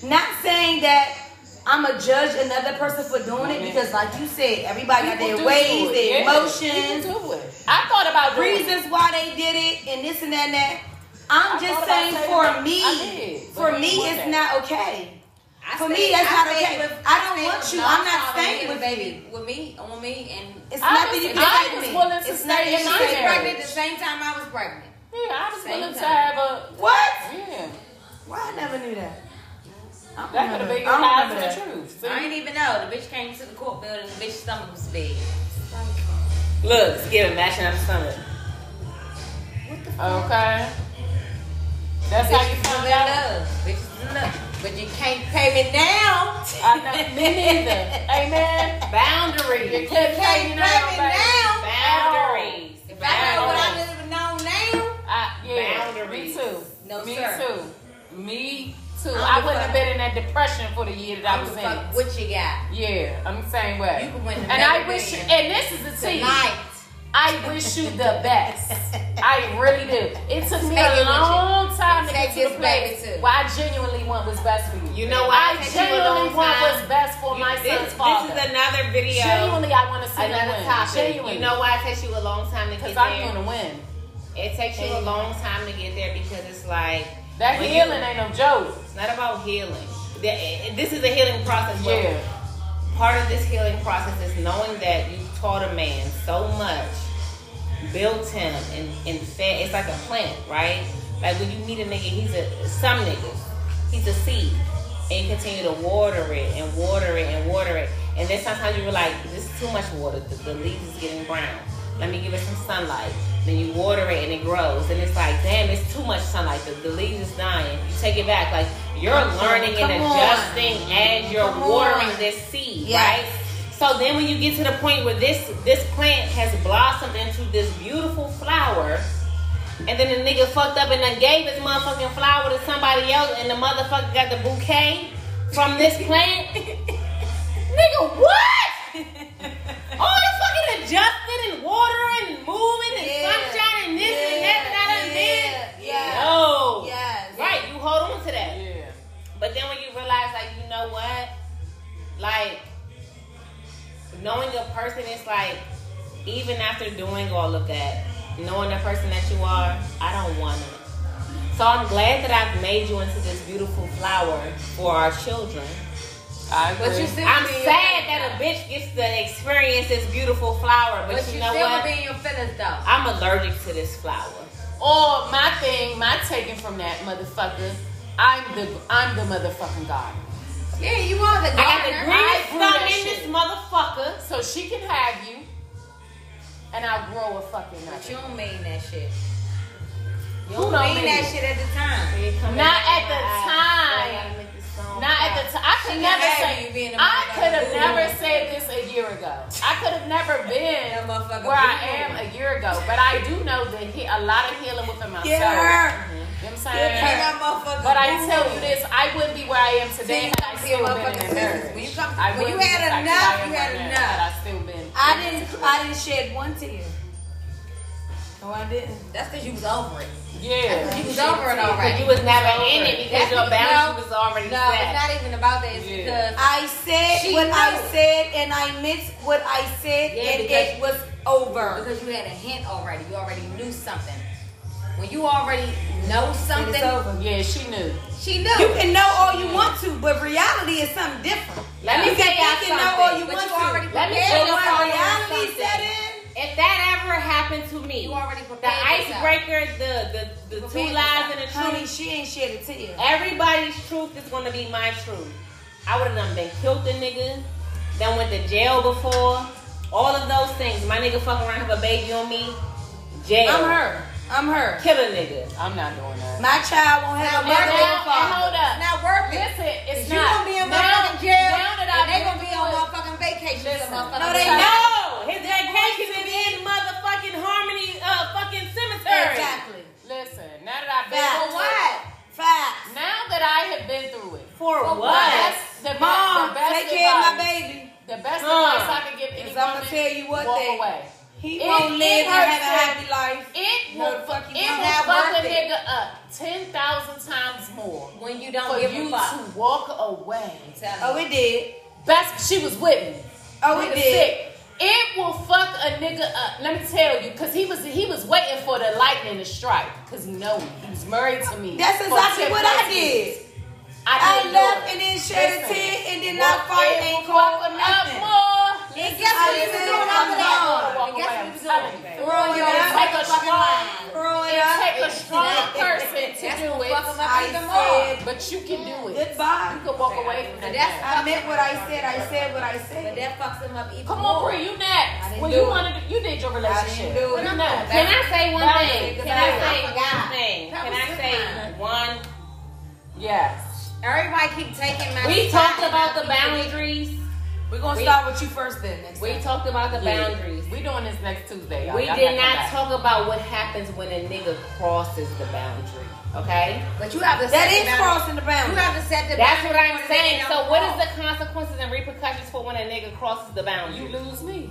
[SPEAKER 3] Not saying that. I'm a judge another person for doing it because, like you said, everybody got their
[SPEAKER 4] People do
[SPEAKER 3] ways,
[SPEAKER 4] it.
[SPEAKER 3] their
[SPEAKER 4] Yeah.
[SPEAKER 3] emotions,
[SPEAKER 4] People do it. I thought about doing it.
[SPEAKER 3] reasons why they did it and this and that and that. I'm
[SPEAKER 4] I
[SPEAKER 3] just
[SPEAKER 4] thought about
[SPEAKER 3] saying
[SPEAKER 4] saying
[SPEAKER 3] for
[SPEAKER 4] that. I
[SPEAKER 3] me,
[SPEAKER 4] did,
[SPEAKER 3] for
[SPEAKER 4] but
[SPEAKER 3] me
[SPEAKER 4] it
[SPEAKER 3] it's
[SPEAKER 4] wasn't.
[SPEAKER 3] not okay.
[SPEAKER 5] I
[SPEAKER 3] For
[SPEAKER 5] stayed-
[SPEAKER 3] me, that's not
[SPEAKER 5] stayed
[SPEAKER 3] okay.
[SPEAKER 5] with-
[SPEAKER 3] I don't
[SPEAKER 5] stayed
[SPEAKER 3] want
[SPEAKER 5] with
[SPEAKER 3] you.
[SPEAKER 5] Nas
[SPEAKER 3] I'm not
[SPEAKER 5] Carter,
[SPEAKER 3] staying
[SPEAKER 5] he was
[SPEAKER 3] with
[SPEAKER 5] baby with me on me and
[SPEAKER 3] It's
[SPEAKER 4] I
[SPEAKER 3] nothing
[SPEAKER 4] was-
[SPEAKER 3] you can
[SPEAKER 4] I
[SPEAKER 3] take
[SPEAKER 4] was
[SPEAKER 3] me.
[SPEAKER 4] willing to
[SPEAKER 3] it's
[SPEAKER 4] stay
[SPEAKER 3] nothing you
[SPEAKER 4] in my
[SPEAKER 3] can
[SPEAKER 5] I
[SPEAKER 3] take
[SPEAKER 5] was
[SPEAKER 4] marriage.
[SPEAKER 5] pregnant
[SPEAKER 3] me.
[SPEAKER 5] at the same time I was pregnant.
[SPEAKER 4] Yeah, I was
[SPEAKER 5] Same
[SPEAKER 4] willing to
[SPEAKER 5] time.
[SPEAKER 4] have a.
[SPEAKER 3] What?
[SPEAKER 4] Yeah.
[SPEAKER 3] Why I never knew that? I don't
[SPEAKER 4] That could have
[SPEAKER 3] remember-
[SPEAKER 4] been
[SPEAKER 3] I
[SPEAKER 4] your
[SPEAKER 3] don't
[SPEAKER 4] eyes
[SPEAKER 3] remember
[SPEAKER 4] of the truth. See?
[SPEAKER 5] I didn't even know. The bitch came to the court building. The bitch stomach was big.
[SPEAKER 1] Look, skip matching up the stomach.
[SPEAKER 4] Okay. That's how you
[SPEAKER 5] Bitches
[SPEAKER 4] found
[SPEAKER 5] in
[SPEAKER 4] out.
[SPEAKER 5] love. Bitches in love. But you can't pay me now.
[SPEAKER 4] I know. Me neither.
[SPEAKER 3] [laughs]
[SPEAKER 4] Amen.
[SPEAKER 1] Boundaries.
[SPEAKER 4] You can't pay me now,
[SPEAKER 5] me
[SPEAKER 4] baby.
[SPEAKER 1] Boundaries.
[SPEAKER 5] If I know what I would have known now,
[SPEAKER 4] I, yeah,
[SPEAKER 1] Boundaries.
[SPEAKER 4] Me too.
[SPEAKER 5] No,
[SPEAKER 4] me
[SPEAKER 5] sir.
[SPEAKER 4] too. Me too.
[SPEAKER 5] I'm
[SPEAKER 4] I
[SPEAKER 5] the
[SPEAKER 4] wouldn't
[SPEAKER 5] fuck-
[SPEAKER 4] have been in that depression for the year that
[SPEAKER 5] I
[SPEAKER 4] I
[SPEAKER 5] would
[SPEAKER 4] was
[SPEAKER 5] fuck
[SPEAKER 4] in.
[SPEAKER 5] what you got
[SPEAKER 4] Yeah, I'm the same way.
[SPEAKER 5] You could win the
[SPEAKER 4] and I
[SPEAKER 5] Better
[SPEAKER 4] wish,
[SPEAKER 5] Man.
[SPEAKER 4] and this is the tea.
[SPEAKER 5] tonight.
[SPEAKER 4] I wish you the
[SPEAKER 1] [laughs]
[SPEAKER 4] best. I really do. It took me
[SPEAKER 5] Take
[SPEAKER 4] a
[SPEAKER 5] it with
[SPEAKER 4] long time to get
[SPEAKER 5] Take
[SPEAKER 4] to
[SPEAKER 5] this
[SPEAKER 4] the
[SPEAKER 5] baby
[SPEAKER 4] place
[SPEAKER 5] too.
[SPEAKER 4] where I genuinely want what's best for you.
[SPEAKER 1] You know
[SPEAKER 4] I
[SPEAKER 1] why it took you a
[SPEAKER 4] genuinely
[SPEAKER 1] long
[SPEAKER 4] want
[SPEAKER 1] time?
[SPEAKER 4] what's best for my son's
[SPEAKER 1] this, this
[SPEAKER 4] father.
[SPEAKER 1] is another video.
[SPEAKER 4] genuinely, I want to see them
[SPEAKER 1] another
[SPEAKER 4] win.
[SPEAKER 1] topic.
[SPEAKER 4] Genuinely,
[SPEAKER 1] You know why it takes you a long time to get
[SPEAKER 4] because
[SPEAKER 1] there?
[SPEAKER 4] I'm going to win.
[SPEAKER 1] It takes you a long time to get there because it's like
[SPEAKER 4] That
[SPEAKER 1] When you-
[SPEAKER 4] healing ain't no joke.
[SPEAKER 1] it's not about healing. The- eh, This is a healing process. where
[SPEAKER 4] Yeah.
[SPEAKER 1] Part of this healing process is knowing that you taught a man so much, built him, and, and fed. It's like a plant, right? Like when you meet a nigga, he's a some niggas. He's a seed, and you continue to water it and water it and water it, and then sometimes you were like, this is too much water. The, the leaves is getting brown. Let me give it some sunlight. Then you water it and it grows, and it's like, damn, it's too much sunlight. The, the leaves is dying. You take it back, like you're learning
[SPEAKER 5] come
[SPEAKER 1] and
[SPEAKER 5] on.
[SPEAKER 1] adjusting as you're
[SPEAKER 5] Come
[SPEAKER 1] watering
[SPEAKER 5] on.
[SPEAKER 1] this seed,
[SPEAKER 3] Yes.
[SPEAKER 1] right? So then when you get to the point where this this plant has blossomed into this beautiful flower, and then the nigga fucked up and then gave his motherfucking flower to somebody else, and the motherfucker got the bouquet from
[SPEAKER 3] [laughs]
[SPEAKER 1] this plant. nigga, what? All the fucking adjusting and watering and moving and
[SPEAKER 3] Yeah.
[SPEAKER 1] sunshine and this and that that I done
[SPEAKER 3] Yeah.
[SPEAKER 1] did.
[SPEAKER 3] Yeah.
[SPEAKER 1] No.
[SPEAKER 3] Yes.
[SPEAKER 1] Right, you hold on to that.
[SPEAKER 4] Yeah.
[SPEAKER 1] But then when you realize, like, you know what? Like, knowing a person is like, even after doing all of that, knowing the person that you are, I don't want it. So I'm glad that I've made you into this beautiful flower for our children.
[SPEAKER 4] I agree.
[SPEAKER 5] But you still
[SPEAKER 1] I'm
[SPEAKER 5] be in
[SPEAKER 1] sad
[SPEAKER 5] your
[SPEAKER 1] that a
[SPEAKER 5] feelings,
[SPEAKER 1] bitch gets to experience this beautiful flower,
[SPEAKER 5] though.
[SPEAKER 1] but,
[SPEAKER 5] But
[SPEAKER 1] you,
[SPEAKER 5] you
[SPEAKER 1] know
[SPEAKER 5] still would
[SPEAKER 1] what?
[SPEAKER 5] be in your feelings though.
[SPEAKER 1] I'm allergic to this flower.
[SPEAKER 4] Or my thing, my taking from that motherfucker, I'm the I'm the motherfucking god.
[SPEAKER 5] Yeah, you are the
[SPEAKER 1] I got the
[SPEAKER 5] gardener.
[SPEAKER 1] greenest
[SPEAKER 4] grew that
[SPEAKER 1] thumb in
[SPEAKER 4] shit.
[SPEAKER 1] this motherfucker.
[SPEAKER 4] So she can have you, and I'll grow a fucking
[SPEAKER 5] But
[SPEAKER 4] nothing.
[SPEAKER 5] you don't mean that shit. You
[SPEAKER 4] Who
[SPEAKER 5] don't
[SPEAKER 4] don't
[SPEAKER 5] mean,
[SPEAKER 4] mean
[SPEAKER 5] that
[SPEAKER 4] it?
[SPEAKER 5] shit at the time.
[SPEAKER 4] Not at the time. Not at the time. I could
[SPEAKER 5] She
[SPEAKER 4] never
[SPEAKER 5] had
[SPEAKER 4] say
[SPEAKER 5] you being a
[SPEAKER 4] I
[SPEAKER 5] motherfucker.
[SPEAKER 4] could have never said this a year ago. I could have never
[SPEAKER 5] [laughs] A
[SPEAKER 4] been
[SPEAKER 5] motherfucker
[SPEAKER 4] where I
[SPEAKER 5] being
[SPEAKER 4] am a year ago. But I do know that he, a lot of healing within myself.
[SPEAKER 3] Get her.
[SPEAKER 4] You know what I'm
[SPEAKER 5] Get
[SPEAKER 4] saying?
[SPEAKER 5] that motherfucker
[SPEAKER 4] But I
[SPEAKER 5] boo-boo.
[SPEAKER 4] tell you this, I wouldn't be where I am today
[SPEAKER 5] See,
[SPEAKER 4] had I
[SPEAKER 5] see
[SPEAKER 4] still
[SPEAKER 5] a
[SPEAKER 4] been
[SPEAKER 5] motherfucker's
[SPEAKER 4] in marriage.
[SPEAKER 5] business. When you come-
[SPEAKER 4] I
[SPEAKER 5] when
[SPEAKER 4] wouldn't
[SPEAKER 5] you
[SPEAKER 4] be
[SPEAKER 5] had
[SPEAKER 4] the type
[SPEAKER 5] enough,
[SPEAKER 4] that I am
[SPEAKER 5] you had
[SPEAKER 4] right now
[SPEAKER 5] enough.
[SPEAKER 4] Had I still been.
[SPEAKER 3] I didn't. I didn't shed one tear. No, I didn't.
[SPEAKER 5] That's because you was over it.
[SPEAKER 4] Yeah.
[SPEAKER 5] You was over it
[SPEAKER 1] But
[SPEAKER 5] already.
[SPEAKER 1] you was never in it because
[SPEAKER 5] That's-
[SPEAKER 1] your
[SPEAKER 5] no.
[SPEAKER 1] boundary was already
[SPEAKER 5] No, it's
[SPEAKER 1] set.
[SPEAKER 5] not even about that. It's
[SPEAKER 4] Yeah.
[SPEAKER 5] because
[SPEAKER 3] I said
[SPEAKER 5] She
[SPEAKER 3] what I
[SPEAKER 5] knows.
[SPEAKER 3] said, and I meant what I said,
[SPEAKER 5] Yeah,
[SPEAKER 3] and
[SPEAKER 5] because-
[SPEAKER 3] it was over.
[SPEAKER 5] because you had a hint already. You already knew something. When you already know
[SPEAKER 3] It is
[SPEAKER 5] something,
[SPEAKER 3] over.
[SPEAKER 4] Yeah, she knew.
[SPEAKER 5] she
[SPEAKER 3] You
[SPEAKER 5] knew.
[SPEAKER 3] can know all you want to, but reality is something different.
[SPEAKER 1] Let me
[SPEAKER 3] you
[SPEAKER 1] tell
[SPEAKER 3] can
[SPEAKER 1] y'all
[SPEAKER 3] think and know all
[SPEAKER 1] something.
[SPEAKER 3] you
[SPEAKER 5] But
[SPEAKER 3] want
[SPEAKER 5] you already
[SPEAKER 3] to.
[SPEAKER 1] Let me
[SPEAKER 3] But
[SPEAKER 1] tell you
[SPEAKER 3] when
[SPEAKER 1] something.
[SPEAKER 3] reality set in,
[SPEAKER 1] If that ever happened to me,
[SPEAKER 5] You already
[SPEAKER 1] the
[SPEAKER 5] prepared yourself.
[SPEAKER 1] icebreaker, the the, the two
[SPEAKER 5] Prepared
[SPEAKER 1] lies and the
[SPEAKER 3] honey,
[SPEAKER 1] truth.
[SPEAKER 3] she ain't shed a tear.
[SPEAKER 1] Everybody's truth is gonna be my truth. I would have done been killed the nigga, done went to jail before, all of those things. My nigga fuck around have a baby on me, jail.
[SPEAKER 3] I'm her. I'm her.
[SPEAKER 1] Kill a nigga.
[SPEAKER 4] I'm not doing that.
[SPEAKER 3] My child won't have a
[SPEAKER 4] And
[SPEAKER 3] mother
[SPEAKER 4] now-
[SPEAKER 3] and a
[SPEAKER 4] and
[SPEAKER 3] father.
[SPEAKER 4] hold up.
[SPEAKER 5] It's not worth it.
[SPEAKER 4] Listen, it's
[SPEAKER 5] You
[SPEAKER 4] not.
[SPEAKER 5] gonna be in
[SPEAKER 4] Now-
[SPEAKER 5] motherfucking jail,
[SPEAKER 4] Now that
[SPEAKER 5] and
[SPEAKER 4] I've
[SPEAKER 5] they
[SPEAKER 4] been
[SPEAKER 5] gonna be on
[SPEAKER 4] through it-
[SPEAKER 5] motherfucking vacation. to
[SPEAKER 4] Listen.
[SPEAKER 5] motherfucking
[SPEAKER 3] No, they
[SPEAKER 5] jail.
[SPEAKER 3] not.
[SPEAKER 1] No, his vacation is in motherfucking Harmony uh, fucking cemetery.
[SPEAKER 3] Exactly.
[SPEAKER 4] Listen, now that I've been
[SPEAKER 3] Facts.
[SPEAKER 4] through
[SPEAKER 5] For what?
[SPEAKER 3] Facts.
[SPEAKER 4] it, now that I have been through it,
[SPEAKER 1] For
[SPEAKER 5] For
[SPEAKER 1] what?
[SPEAKER 5] what?
[SPEAKER 4] that's the,
[SPEAKER 3] Mom,
[SPEAKER 4] the best
[SPEAKER 3] take care of my
[SPEAKER 4] advice-
[SPEAKER 3] baby.
[SPEAKER 4] The best
[SPEAKER 1] Huh.
[SPEAKER 4] advice I can give any
[SPEAKER 3] Because
[SPEAKER 4] woman.
[SPEAKER 3] I'm going to tell you what
[SPEAKER 4] walk
[SPEAKER 3] they.
[SPEAKER 4] away.
[SPEAKER 3] He
[SPEAKER 4] It-
[SPEAKER 3] won't
[SPEAKER 4] it
[SPEAKER 3] live and
[SPEAKER 4] hurts
[SPEAKER 3] have a
[SPEAKER 4] him.
[SPEAKER 3] happy life.
[SPEAKER 4] It
[SPEAKER 3] No,
[SPEAKER 4] will,
[SPEAKER 3] fuck
[SPEAKER 4] fuck,
[SPEAKER 3] you,
[SPEAKER 4] it
[SPEAKER 3] it's
[SPEAKER 4] will
[SPEAKER 3] not
[SPEAKER 4] fuck a
[SPEAKER 3] worth it.
[SPEAKER 4] nigga up ten thousand times more
[SPEAKER 5] When you don't
[SPEAKER 4] for
[SPEAKER 5] give
[SPEAKER 4] you
[SPEAKER 5] a fuck.
[SPEAKER 4] to walk away.
[SPEAKER 5] Tell
[SPEAKER 3] Oh,
[SPEAKER 5] me.
[SPEAKER 3] it did.
[SPEAKER 4] That's she was with me.
[SPEAKER 3] Oh, it
[SPEAKER 4] Nigga
[SPEAKER 3] did.
[SPEAKER 4] sick. It will fuck a nigga up. Let me tell you, cause he was he was waiting for the lightning to strike. Cause he know me. He was married to me.
[SPEAKER 3] That's
[SPEAKER 4] for
[SPEAKER 3] exactly
[SPEAKER 4] 10
[SPEAKER 3] what I
[SPEAKER 4] plus years.
[SPEAKER 3] did. I
[SPEAKER 4] I, didn't
[SPEAKER 3] left
[SPEAKER 4] know
[SPEAKER 3] and
[SPEAKER 4] it.
[SPEAKER 3] then shed a
[SPEAKER 4] Listen,
[SPEAKER 3] tear and then
[SPEAKER 4] what
[SPEAKER 3] I fight
[SPEAKER 4] it
[SPEAKER 3] and
[SPEAKER 4] will
[SPEAKER 3] call for
[SPEAKER 4] fuck up
[SPEAKER 3] nothing.
[SPEAKER 4] more.
[SPEAKER 5] And guess what
[SPEAKER 3] I
[SPEAKER 5] he was doing
[SPEAKER 3] said,
[SPEAKER 5] after
[SPEAKER 3] I'm
[SPEAKER 5] that?
[SPEAKER 4] gone.
[SPEAKER 5] And guess what he was doing?
[SPEAKER 4] Okay.
[SPEAKER 5] Throwing you
[SPEAKER 3] Yeah.
[SPEAKER 5] out
[SPEAKER 4] Take a
[SPEAKER 5] the fucking
[SPEAKER 4] strong-
[SPEAKER 5] line.
[SPEAKER 3] Roy,
[SPEAKER 4] It
[SPEAKER 3] I-
[SPEAKER 4] take a strong person to
[SPEAKER 5] That's
[SPEAKER 4] do
[SPEAKER 5] gonna fuck him
[SPEAKER 4] it,
[SPEAKER 5] up
[SPEAKER 3] I
[SPEAKER 5] even more.
[SPEAKER 3] said
[SPEAKER 4] but you can do it. You
[SPEAKER 3] goodbye.
[SPEAKER 4] can walk away from
[SPEAKER 5] But
[SPEAKER 4] that.
[SPEAKER 5] that's-
[SPEAKER 3] I meant what I said. I said what I
[SPEAKER 5] But
[SPEAKER 3] said.
[SPEAKER 5] that fucks him up even
[SPEAKER 4] Come on,
[SPEAKER 5] more.
[SPEAKER 4] Bree, you
[SPEAKER 5] I
[SPEAKER 4] next.
[SPEAKER 5] didn't
[SPEAKER 4] Well,
[SPEAKER 5] do
[SPEAKER 4] you
[SPEAKER 5] it.
[SPEAKER 4] wanted, you did your relationship.
[SPEAKER 3] do it.
[SPEAKER 4] You
[SPEAKER 5] I'm
[SPEAKER 4] next.
[SPEAKER 5] going
[SPEAKER 1] Can
[SPEAKER 5] back.
[SPEAKER 1] I say one
[SPEAKER 4] Bye.
[SPEAKER 1] thing? Can I
[SPEAKER 5] Goodbye.
[SPEAKER 1] say
[SPEAKER 5] I forgot.
[SPEAKER 1] one thing?
[SPEAKER 5] That
[SPEAKER 1] Can
[SPEAKER 5] was
[SPEAKER 1] I
[SPEAKER 5] good
[SPEAKER 1] say
[SPEAKER 5] time.
[SPEAKER 1] one?
[SPEAKER 4] Yes.
[SPEAKER 5] Everybody keep taking my
[SPEAKER 1] We talked about the
[SPEAKER 5] boundary.
[SPEAKER 1] boundaries.
[SPEAKER 3] We're gonna
[SPEAKER 1] We-
[SPEAKER 3] start with you first, then. Next
[SPEAKER 1] We
[SPEAKER 3] time.
[SPEAKER 1] talked about the
[SPEAKER 4] Yeah.
[SPEAKER 1] boundaries.
[SPEAKER 4] We doing this next Tuesday. Y'all.
[SPEAKER 1] We
[SPEAKER 4] Y'all gotta
[SPEAKER 1] did
[SPEAKER 4] come
[SPEAKER 1] not
[SPEAKER 4] back.
[SPEAKER 1] talk about what happens when a nigga crosses the boundary. Okay,
[SPEAKER 5] But you have to
[SPEAKER 3] That
[SPEAKER 5] set the
[SPEAKER 3] is
[SPEAKER 5] boundary.
[SPEAKER 3] crossing the
[SPEAKER 5] You
[SPEAKER 3] boundary.
[SPEAKER 5] have to set the
[SPEAKER 1] that's what
[SPEAKER 5] boundary
[SPEAKER 1] I'm
[SPEAKER 5] for the
[SPEAKER 1] saying.
[SPEAKER 5] nigga
[SPEAKER 1] So,
[SPEAKER 5] don't
[SPEAKER 1] what
[SPEAKER 5] cross.
[SPEAKER 1] is the consequences and repercussions for when a nigga crosses the
[SPEAKER 4] You
[SPEAKER 1] boundary?
[SPEAKER 4] lose me.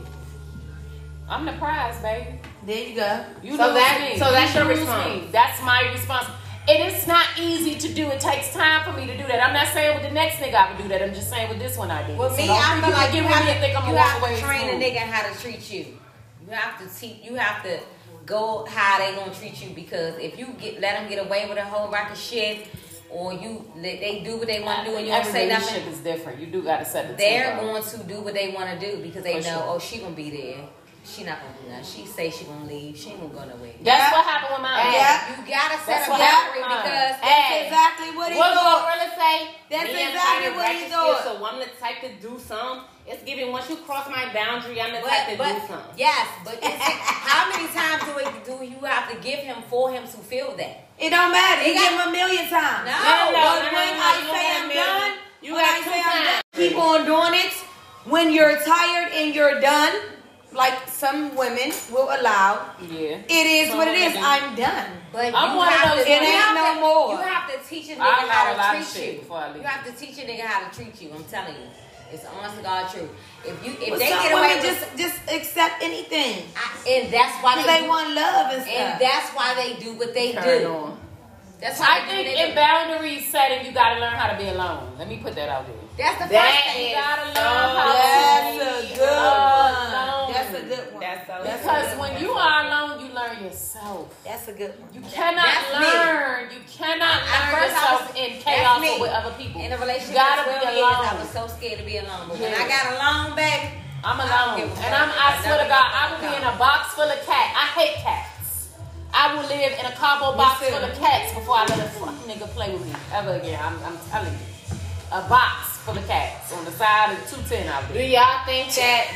[SPEAKER 4] I'm the prize, baby.
[SPEAKER 3] There you go.
[SPEAKER 4] You
[SPEAKER 1] So
[SPEAKER 4] lose
[SPEAKER 1] that-
[SPEAKER 4] me.
[SPEAKER 1] so that's
[SPEAKER 4] You
[SPEAKER 1] your
[SPEAKER 4] lose
[SPEAKER 1] response.
[SPEAKER 4] me. That's my response. And it's not easy to do. It takes time for me to do that. I'm not saying with the next nigga I would do that. I'm just saying with this one I did.
[SPEAKER 5] With
[SPEAKER 4] So
[SPEAKER 5] me,
[SPEAKER 4] don't
[SPEAKER 5] I
[SPEAKER 4] think
[SPEAKER 5] feel
[SPEAKER 4] you
[SPEAKER 5] like
[SPEAKER 4] can get
[SPEAKER 5] you
[SPEAKER 4] with
[SPEAKER 5] have
[SPEAKER 4] me and think
[SPEAKER 5] to,
[SPEAKER 4] I'm
[SPEAKER 5] you
[SPEAKER 4] gonna walk
[SPEAKER 5] have
[SPEAKER 4] away
[SPEAKER 5] to train
[SPEAKER 4] smooth.
[SPEAKER 5] a nigga how to treat you. You have to teach. You have to go how they gonna treat you because if you get let them get away with a whole rack of shit, or you let they do what they want to do and you don't
[SPEAKER 4] Every
[SPEAKER 5] say
[SPEAKER 4] relationship
[SPEAKER 5] nothing,
[SPEAKER 4] is different. You do got to set the
[SPEAKER 5] they're
[SPEAKER 4] tempo.
[SPEAKER 5] going to do what they want to do because they
[SPEAKER 4] For
[SPEAKER 5] know
[SPEAKER 4] sure.
[SPEAKER 5] oh she gonna be there. She not gonna do nothing. She say she gonna leave. She ain't gonna go nowhere.
[SPEAKER 3] Yeah.
[SPEAKER 4] That's what happened with my
[SPEAKER 3] Yeah.
[SPEAKER 5] You gotta set
[SPEAKER 4] That's
[SPEAKER 5] a
[SPEAKER 4] what
[SPEAKER 5] boundary
[SPEAKER 4] happened.
[SPEAKER 5] because
[SPEAKER 3] That's exactly what he
[SPEAKER 1] What does
[SPEAKER 3] thought.
[SPEAKER 1] Gorilla say?
[SPEAKER 3] That's
[SPEAKER 1] Me, I'm
[SPEAKER 3] exactly
[SPEAKER 1] trying to
[SPEAKER 3] what he
[SPEAKER 1] ratchet
[SPEAKER 3] thought.
[SPEAKER 1] skills, So I'm the type to do some. It's giving once you cross my boundary, I'm the type
[SPEAKER 5] But,
[SPEAKER 1] to do
[SPEAKER 5] but
[SPEAKER 1] some.
[SPEAKER 5] yes, but it's- how many times do it, do you have to give him for him to feel that?
[SPEAKER 3] It don't matter. You
[SPEAKER 5] It got-
[SPEAKER 3] give him a million times.
[SPEAKER 5] No.
[SPEAKER 1] No, no,
[SPEAKER 3] But
[SPEAKER 1] no, no,
[SPEAKER 3] when
[SPEAKER 1] no,
[SPEAKER 3] I
[SPEAKER 1] you
[SPEAKER 3] say
[SPEAKER 1] got
[SPEAKER 3] I'm
[SPEAKER 1] me.
[SPEAKER 3] done,
[SPEAKER 1] You
[SPEAKER 3] when
[SPEAKER 1] got
[SPEAKER 3] I
[SPEAKER 1] two
[SPEAKER 3] say I'm
[SPEAKER 1] times.
[SPEAKER 3] done, keep on doing it. When you're tired and you're done, like some women will allow,
[SPEAKER 4] Yeah.
[SPEAKER 3] it is
[SPEAKER 4] Some
[SPEAKER 3] what it is.
[SPEAKER 4] women do.
[SPEAKER 3] I'm done.
[SPEAKER 5] But
[SPEAKER 4] I'm
[SPEAKER 5] you
[SPEAKER 4] one of
[SPEAKER 5] have
[SPEAKER 4] those
[SPEAKER 5] to-
[SPEAKER 4] It
[SPEAKER 5] you
[SPEAKER 4] ain't
[SPEAKER 5] have
[SPEAKER 3] no
[SPEAKER 5] to-
[SPEAKER 3] more.
[SPEAKER 5] You have to teach a nigga
[SPEAKER 4] I learned a
[SPEAKER 5] how
[SPEAKER 4] lot
[SPEAKER 5] to
[SPEAKER 4] of
[SPEAKER 5] treat
[SPEAKER 4] shit
[SPEAKER 5] you.
[SPEAKER 4] before I leave.
[SPEAKER 5] You have to teach a nigga how to treat you. I'm telling you, it's honest to God truth. If you if
[SPEAKER 3] But
[SPEAKER 5] they
[SPEAKER 3] some
[SPEAKER 5] get away
[SPEAKER 3] women just
[SPEAKER 5] with,
[SPEAKER 3] just accept anything
[SPEAKER 5] I, and that's why
[SPEAKER 3] 'Cause
[SPEAKER 5] they,
[SPEAKER 3] they
[SPEAKER 5] do,
[SPEAKER 3] want love and
[SPEAKER 5] and
[SPEAKER 3] stuff.
[SPEAKER 5] that's why they do what they
[SPEAKER 4] Turn
[SPEAKER 5] do.
[SPEAKER 4] on.
[SPEAKER 5] That's why
[SPEAKER 4] I
[SPEAKER 5] they
[SPEAKER 4] think
[SPEAKER 5] do what
[SPEAKER 4] in
[SPEAKER 5] they do.
[SPEAKER 4] boundary setting, you got to learn how to be alone. Let me put that out there.
[SPEAKER 5] That's the
[SPEAKER 1] That
[SPEAKER 5] first thing.
[SPEAKER 1] is-
[SPEAKER 4] You gotta learn
[SPEAKER 1] Oh,
[SPEAKER 4] how
[SPEAKER 3] that's
[SPEAKER 4] to
[SPEAKER 3] a
[SPEAKER 4] be
[SPEAKER 3] good
[SPEAKER 4] alone.
[SPEAKER 3] one. Uh, That's a a good one.
[SPEAKER 1] That's so
[SPEAKER 3] That's
[SPEAKER 1] good.
[SPEAKER 4] Because when you are alone, you learn yourself.
[SPEAKER 3] That's a good one.
[SPEAKER 4] You cannot
[SPEAKER 5] That's me.
[SPEAKER 4] learn. You cannot
[SPEAKER 5] I- I
[SPEAKER 4] learn
[SPEAKER 5] learned this, I was-
[SPEAKER 4] yourself in chaos
[SPEAKER 5] me.
[SPEAKER 4] or with other people.
[SPEAKER 5] In a relationship,
[SPEAKER 4] you gotta
[SPEAKER 5] for
[SPEAKER 4] be
[SPEAKER 5] 12
[SPEAKER 4] alone.
[SPEAKER 5] years, I was so scared to be alone. But when
[SPEAKER 4] Yeah.
[SPEAKER 5] I got alone, baby,
[SPEAKER 4] I'm
[SPEAKER 5] I don't
[SPEAKER 4] alone.
[SPEAKER 5] give a
[SPEAKER 4] And
[SPEAKER 5] fuck.
[SPEAKER 4] I'm, I
[SPEAKER 5] I
[SPEAKER 4] swear to
[SPEAKER 5] don't
[SPEAKER 4] God,
[SPEAKER 5] give a
[SPEAKER 4] I will be
[SPEAKER 5] fuck.
[SPEAKER 4] in a box full of cats. I hate cats. I will live in a cardboard box
[SPEAKER 5] too.
[SPEAKER 4] full of cats before I let a fuck nigga play with me ever again. I'm, I'm telling you. A box full of cats on the side of 210 out
[SPEAKER 1] Do
[SPEAKER 4] there.
[SPEAKER 1] y'all think that?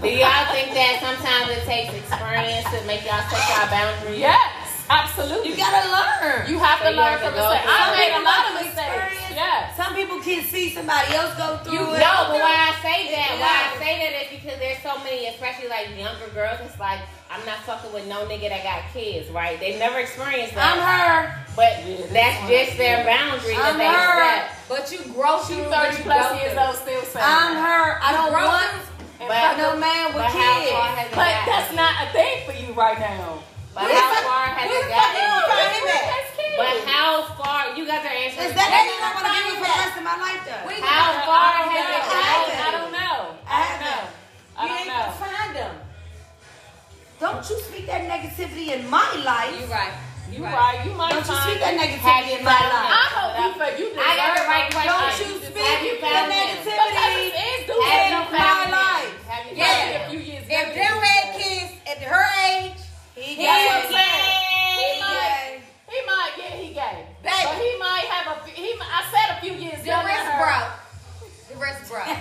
[SPEAKER 1] do y'all think that sometimes it takes experience to make y'all set y'all boundaries?
[SPEAKER 4] Yes, absolutely.
[SPEAKER 3] You gotta learn.
[SPEAKER 4] You have
[SPEAKER 1] So
[SPEAKER 4] to
[SPEAKER 1] you
[SPEAKER 4] learn
[SPEAKER 1] have to
[SPEAKER 4] from
[SPEAKER 1] go
[SPEAKER 4] mistakes.
[SPEAKER 1] through
[SPEAKER 4] I
[SPEAKER 1] it.
[SPEAKER 4] made a lot of
[SPEAKER 3] Some people like
[SPEAKER 4] mistakes.
[SPEAKER 3] experience.
[SPEAKER 4] Yes.
[SPEAKER 3] Some people can see somebody else go through
[SPEAKER 1] You
[SPEAKER 3] it.
[SPEAKER 1] no, but why I say that, why I say that is because there's so many, especially like younger girls. It's like I'm not fucking with no nigga that got kids, right? They've never experienced that.
[SPEAKER 3] I'm her.
[SPEAKER 1] But
[SPEAKER 4] Yeah,
[SPEAKER 1] that's
[SPEAKER 4] that's
[SPEAKER 1] just
[SPEAKER 4] fine.
[SPEAKER 1] their boundary that
[SPEAKER 3] I'm
[SPEAKER 1] they
[SPEAKER 3] her.
[SPEAKER 1] set.
[SPEAKER 5] but you grow
[SPEAKER 4] She's 30
[SPEAKER 5] through what you
[SPEAKER 4] plus
[SPEAKER 5] go
[SPEAKER 4] years
[SPEAKER 5] through.
[SPEAKER 4] old, still saying
[SPEAKER 3] I'm
[SPEAKER 4] that.
[SPEAKER 3] her. I don't
[SPEAKER 5] Grow
[SPEAKER 3] want
[SPEAKER 5] through-
[SPEAKER 4] And
[SPEAKER 1] But-
[SPEAKER 4] fuck
[SPEAKER 3] no man
[SPEAKER 1] But
[SPEAKER 3] with
[SPEAKER 1] how far
[SPEAKER 3] kids.
[SPEAKER 1] has it
[SPEAKER 4] But
[SPEAKER 1] gotten?
[SPEAKER 4] that's not a thing for you right now.
[SPEAKER 1] But
[SPEAKER 3] Where
[SPEAKER 1] how
[SPEAKER 3] the-
[SPEAKER 1] far has
[SPEAKER 3] where
[SPEAKER 1] it
[SPEAKER 3] the fuck you gonna
[SPEAKER 1] gotten?
[SPEAKER 3] find him at?
[SPEAKER 1] But how far? You got their answer.
[SPEAKER 3] Is
[SPEAKER 1] to
[SPEAKER 3] that
[SPEAKER 1] that.
[SPEAKER 3] nigga I'm gonna give me for the rest of my life though?
[SPEAKER 5] We-
[SPEAKER 1] How far
[SPEAKER 4] I
[SPEAKER 1] has it
[SPEAKER 4] don't know.
[SPEAKER 1] gotten?
[SPEAKER 4] I don't know.
[SPEAKER 3] I haven't.
[SPEAKER 4] I
[SPEAKER 5] You
[SPEAKER 4] don't
[SPEAKER 5] ain't
[SPEAKER 4] know.
[SPEAKER 5] gonna find them.
[SPEAKER 3] Don't you speak that negativity in my
[SPEAKER 5] You
[SPEAKER 3] life.
[SPEAKER 5] right.
[SPEAKER 4] You right. You might
[SPEAKER 3] Don't you speak that
[SPEAKER 4] find.
[SPEAKER 1] Have
[SPEAKER 3] negativity
[SPEAKER 1] you
[SPEAKER 3] in my
[SPEAKER 1] found
[SPEAKER 3] life.
[SPEAKER 4] I hope you for you.
[SPEAKER 1] I got the right
[SPEAKER 4] deserve-
[SPEAKER 1] question.
[SPEAKER 3] Don't you speak
[SPEAKER 1] Have you
[SPEAKER 3] that
[SPEAKER 1] found
[SPEAKER 3] negativity
[SPEAKER 1] him?
[SPEAKER 4] Because it is due
[SPEAKER 3] Have
[SPEAKER 4] to
[SPEAKER 3] you
[SPEAKER 4] you.
[SPEAKER 3] found
[SPEAKER 4] Have
[SPEAKER 3] life?
[SPEAKER 4] you found him?
[SPEAKER 5] Yeah.
[SPEAKER 4] A few years
[SPEAKER 5] If
[SPEAKER 4] back,
[SPEAKER 5] them
[SPEAKER 4] you
[SPEAKER 5] had
[SPEAKER 4] deserve-
[SPEAKER 5] kids at her age,
[SPEAKER 3] He
[SPEAKER 4] He
[SPEAKER 3] gay.
[SPEAKER 4] was gay. He might.
[SPEAKER 3] gay.
[SPEAKER 4] He might. Yeah, he gay.
[SPEAKER 5] Baby.
[SPEAKER 4] But he might have a. f- He. might- I said a few years.
[SPEAKER 5] the
[SPEAKER 4] younger
[SPEAKER 5] wrist
[SPEAKER 4] than her.
[SPEAKER 5] broke. The wrist broke.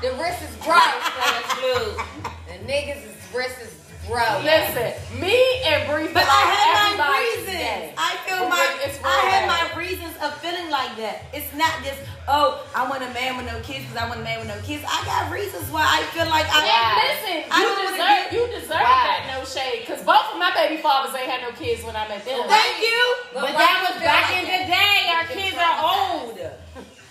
[SPEAKER 5] the wrist is broke. The niggas' wrist is broke.
[SPEAKER 4] Listen, me and Bree.
[SPEAKER 3] But I had my
[SPEAKER 4] everybody
[SPEAKER 3] reasons.
[SPEAKER 4] Gay.
[SPEAKER 3] I feel
[SPEAKER 4] It's
[SPEAKER 3] my
[SPEAKER 4] real- it's real
[SPEAKER 3] I had
[SPEAKER 4] bad.
[SPEAKER 3] my reasons of feeling like that. It's not just oh I want a man with no kids because I want a man with no kids. I got reasons why I feel like I.
[SPEAKER 4] And listen,
[SPEAKER 3] I
[SPEAKER 4] you
[SPEAKER 3] don't wanna
[SPEAKER 4] deserve
[SPEAKER 3] be-
[SPEAKER 4] you deserve that no shade because both of my baby fathers ain't had no kids when I met them.
[SPEAKER 3] Thank you.
[SPEAKER 1] But that was back in the day. Our kids are old.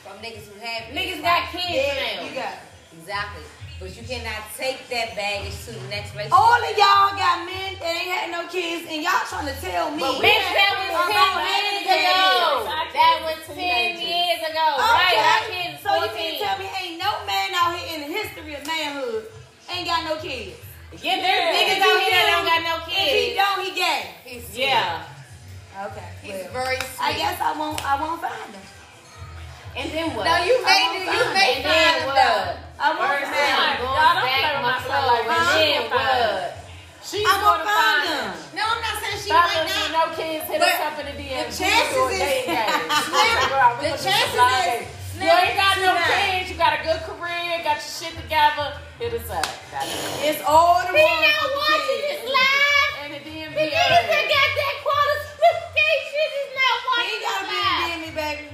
[SPEAKER 5] From niggas who have
[SPEAKER 1] Niggas got
[SPEAKER 3] Yeah, you
[SPEAKER 1] kids now.
[SPEAKER 3] got
[SPEAKER 5] Exactly. But you cannot take that baggage to the next relationship.
[SPEAKER 3] all of y'all got men that ain't had no kids, and y'all trying to tell me.
[SPEAKER 1] Bitch, that was
[SPEAKER 3] I'm
[SPEAKER 1] ten
[SPEAKER 3] not
[SPEAKER 1] years
[SPEAKER 3] happy
[SPEAKER 1] ago.
[SPEAKER 4] that.
[SPEAKER 1] That was ten years ago, right? Our
[SPEAKER 3] Okay,
[SPEAKER 1] kids
[SPEAKER 3] so you mean to
[SPEAKER 1] fourteen.
[SPEAKER 3] tell me ain't no man out here in the history of manhood ain't got no kids?
[SPEAKER 1] Yeah, there's niggas
[SPEAKER 3] If
[SPEAKER 1] out
[SPEAKER 3] he
[SPEAKER 1] here that don't got no
[SPEAKER 3] If he
[SPEAKER 1] kids.
[SPEAKER 3] don't, he gay.
[SPEAKER 5] He's
[SPEAKER 1] Yeah.
[SPEAKER 3] Okay.
[SPEAKER 5] sweet. He's very sweet.
[SPEAKER 3] I guess I won't. I won't find him.
[SPEAKER 1] And then what?
[SPEAKER 5] No,
[SPEAKER 3] I
[SPEAKER 5] you may
[SPEAKER 3] won't
[SPEAKER 5] do.
[SPEAKER 3] find
[SPEAKER 5] You
[SPEAKER 3] him.
[SPEAKER 5] may
[SPEAKER 1] And
[SPEAKER 5] find
[SPEAKER 1] then
[SPEAKER 5] him
[SPEAKER 1] what?
[SPEAKER 5] though.
[SPEAKER 3] I won't
[SPEAKER 1] First
[SPEAKER 3] find him.
[SPEAKER 1] time going
[SPEAKER 4] Y'all don't
[SPEAKER 1] back
[SPEAKER 4] play with my
[SPEAKER 1] my
[SPEAKER 4] son like
[SPEAKER 1] soul.
[SPEAKER 4] that. She
[SPEAKER 1] And then
[SPEAKER 4] gonna find
[SPEAKER 1] what?
[SPEAKER 4] She's
[SPEAKER 3] I
[SPEAKER 4] going
[SPEAKER 3] won't
[SPEAKER 4] to find
[SPEAKER 3] find
[SPEAKER 4] them.
[SPEAKER 3] him.
[SPEAKER 5] No, I'm not saying she might
[SPEAKER 4] Fathers with
[SPEAKER 5] not.
[SPEAKER 4] no kids hit
[SPEAKER 5] But
[SPEAKER 4] us up in the DM. We gonna do
[SPEAKER 5] the
[SPEAKER 4] a
[SPEAKER 5] chances
[SPEAKER 4] dating game. We
[SPEAKER 5] is-
[SPEAKER 4] gonna
[SPEAKER 5] Slim,
[SPEAKER 4] figure out- we
[SPEAKER 5] the
[SPEAKER 4] gonna do some
[SPEAKER 5] chances
[SPEAKER 4] blind
[SPEAKER 5] is-
[SPEAKER 4] dating.
[SPEAKER 5] Slim,
[SPEAKER 4] You ain't got no
[SPEAKER 5] tonight.
[SPEAKER 4] kids. You got a good career. Got your shit together. Hit us up. Got it.
[SPEAKER 3] It's all the ones with the
[SPEAKER 1] watching
[SPEAKER 3] kids.
[SPEAKER 1] this live.
[SPEAKER 4] And the DMV.
[SPEAKER 1] The niggas that got that qualification is not
[SPEAKER 3] He
[SPEAKER 1] watching
[SPEAKER 3] gotta
[SPEAKER 1] this
[SPEAKER 3] be
[SPEAKER 1] live.
[SPEAKER 3] in Miami, baby.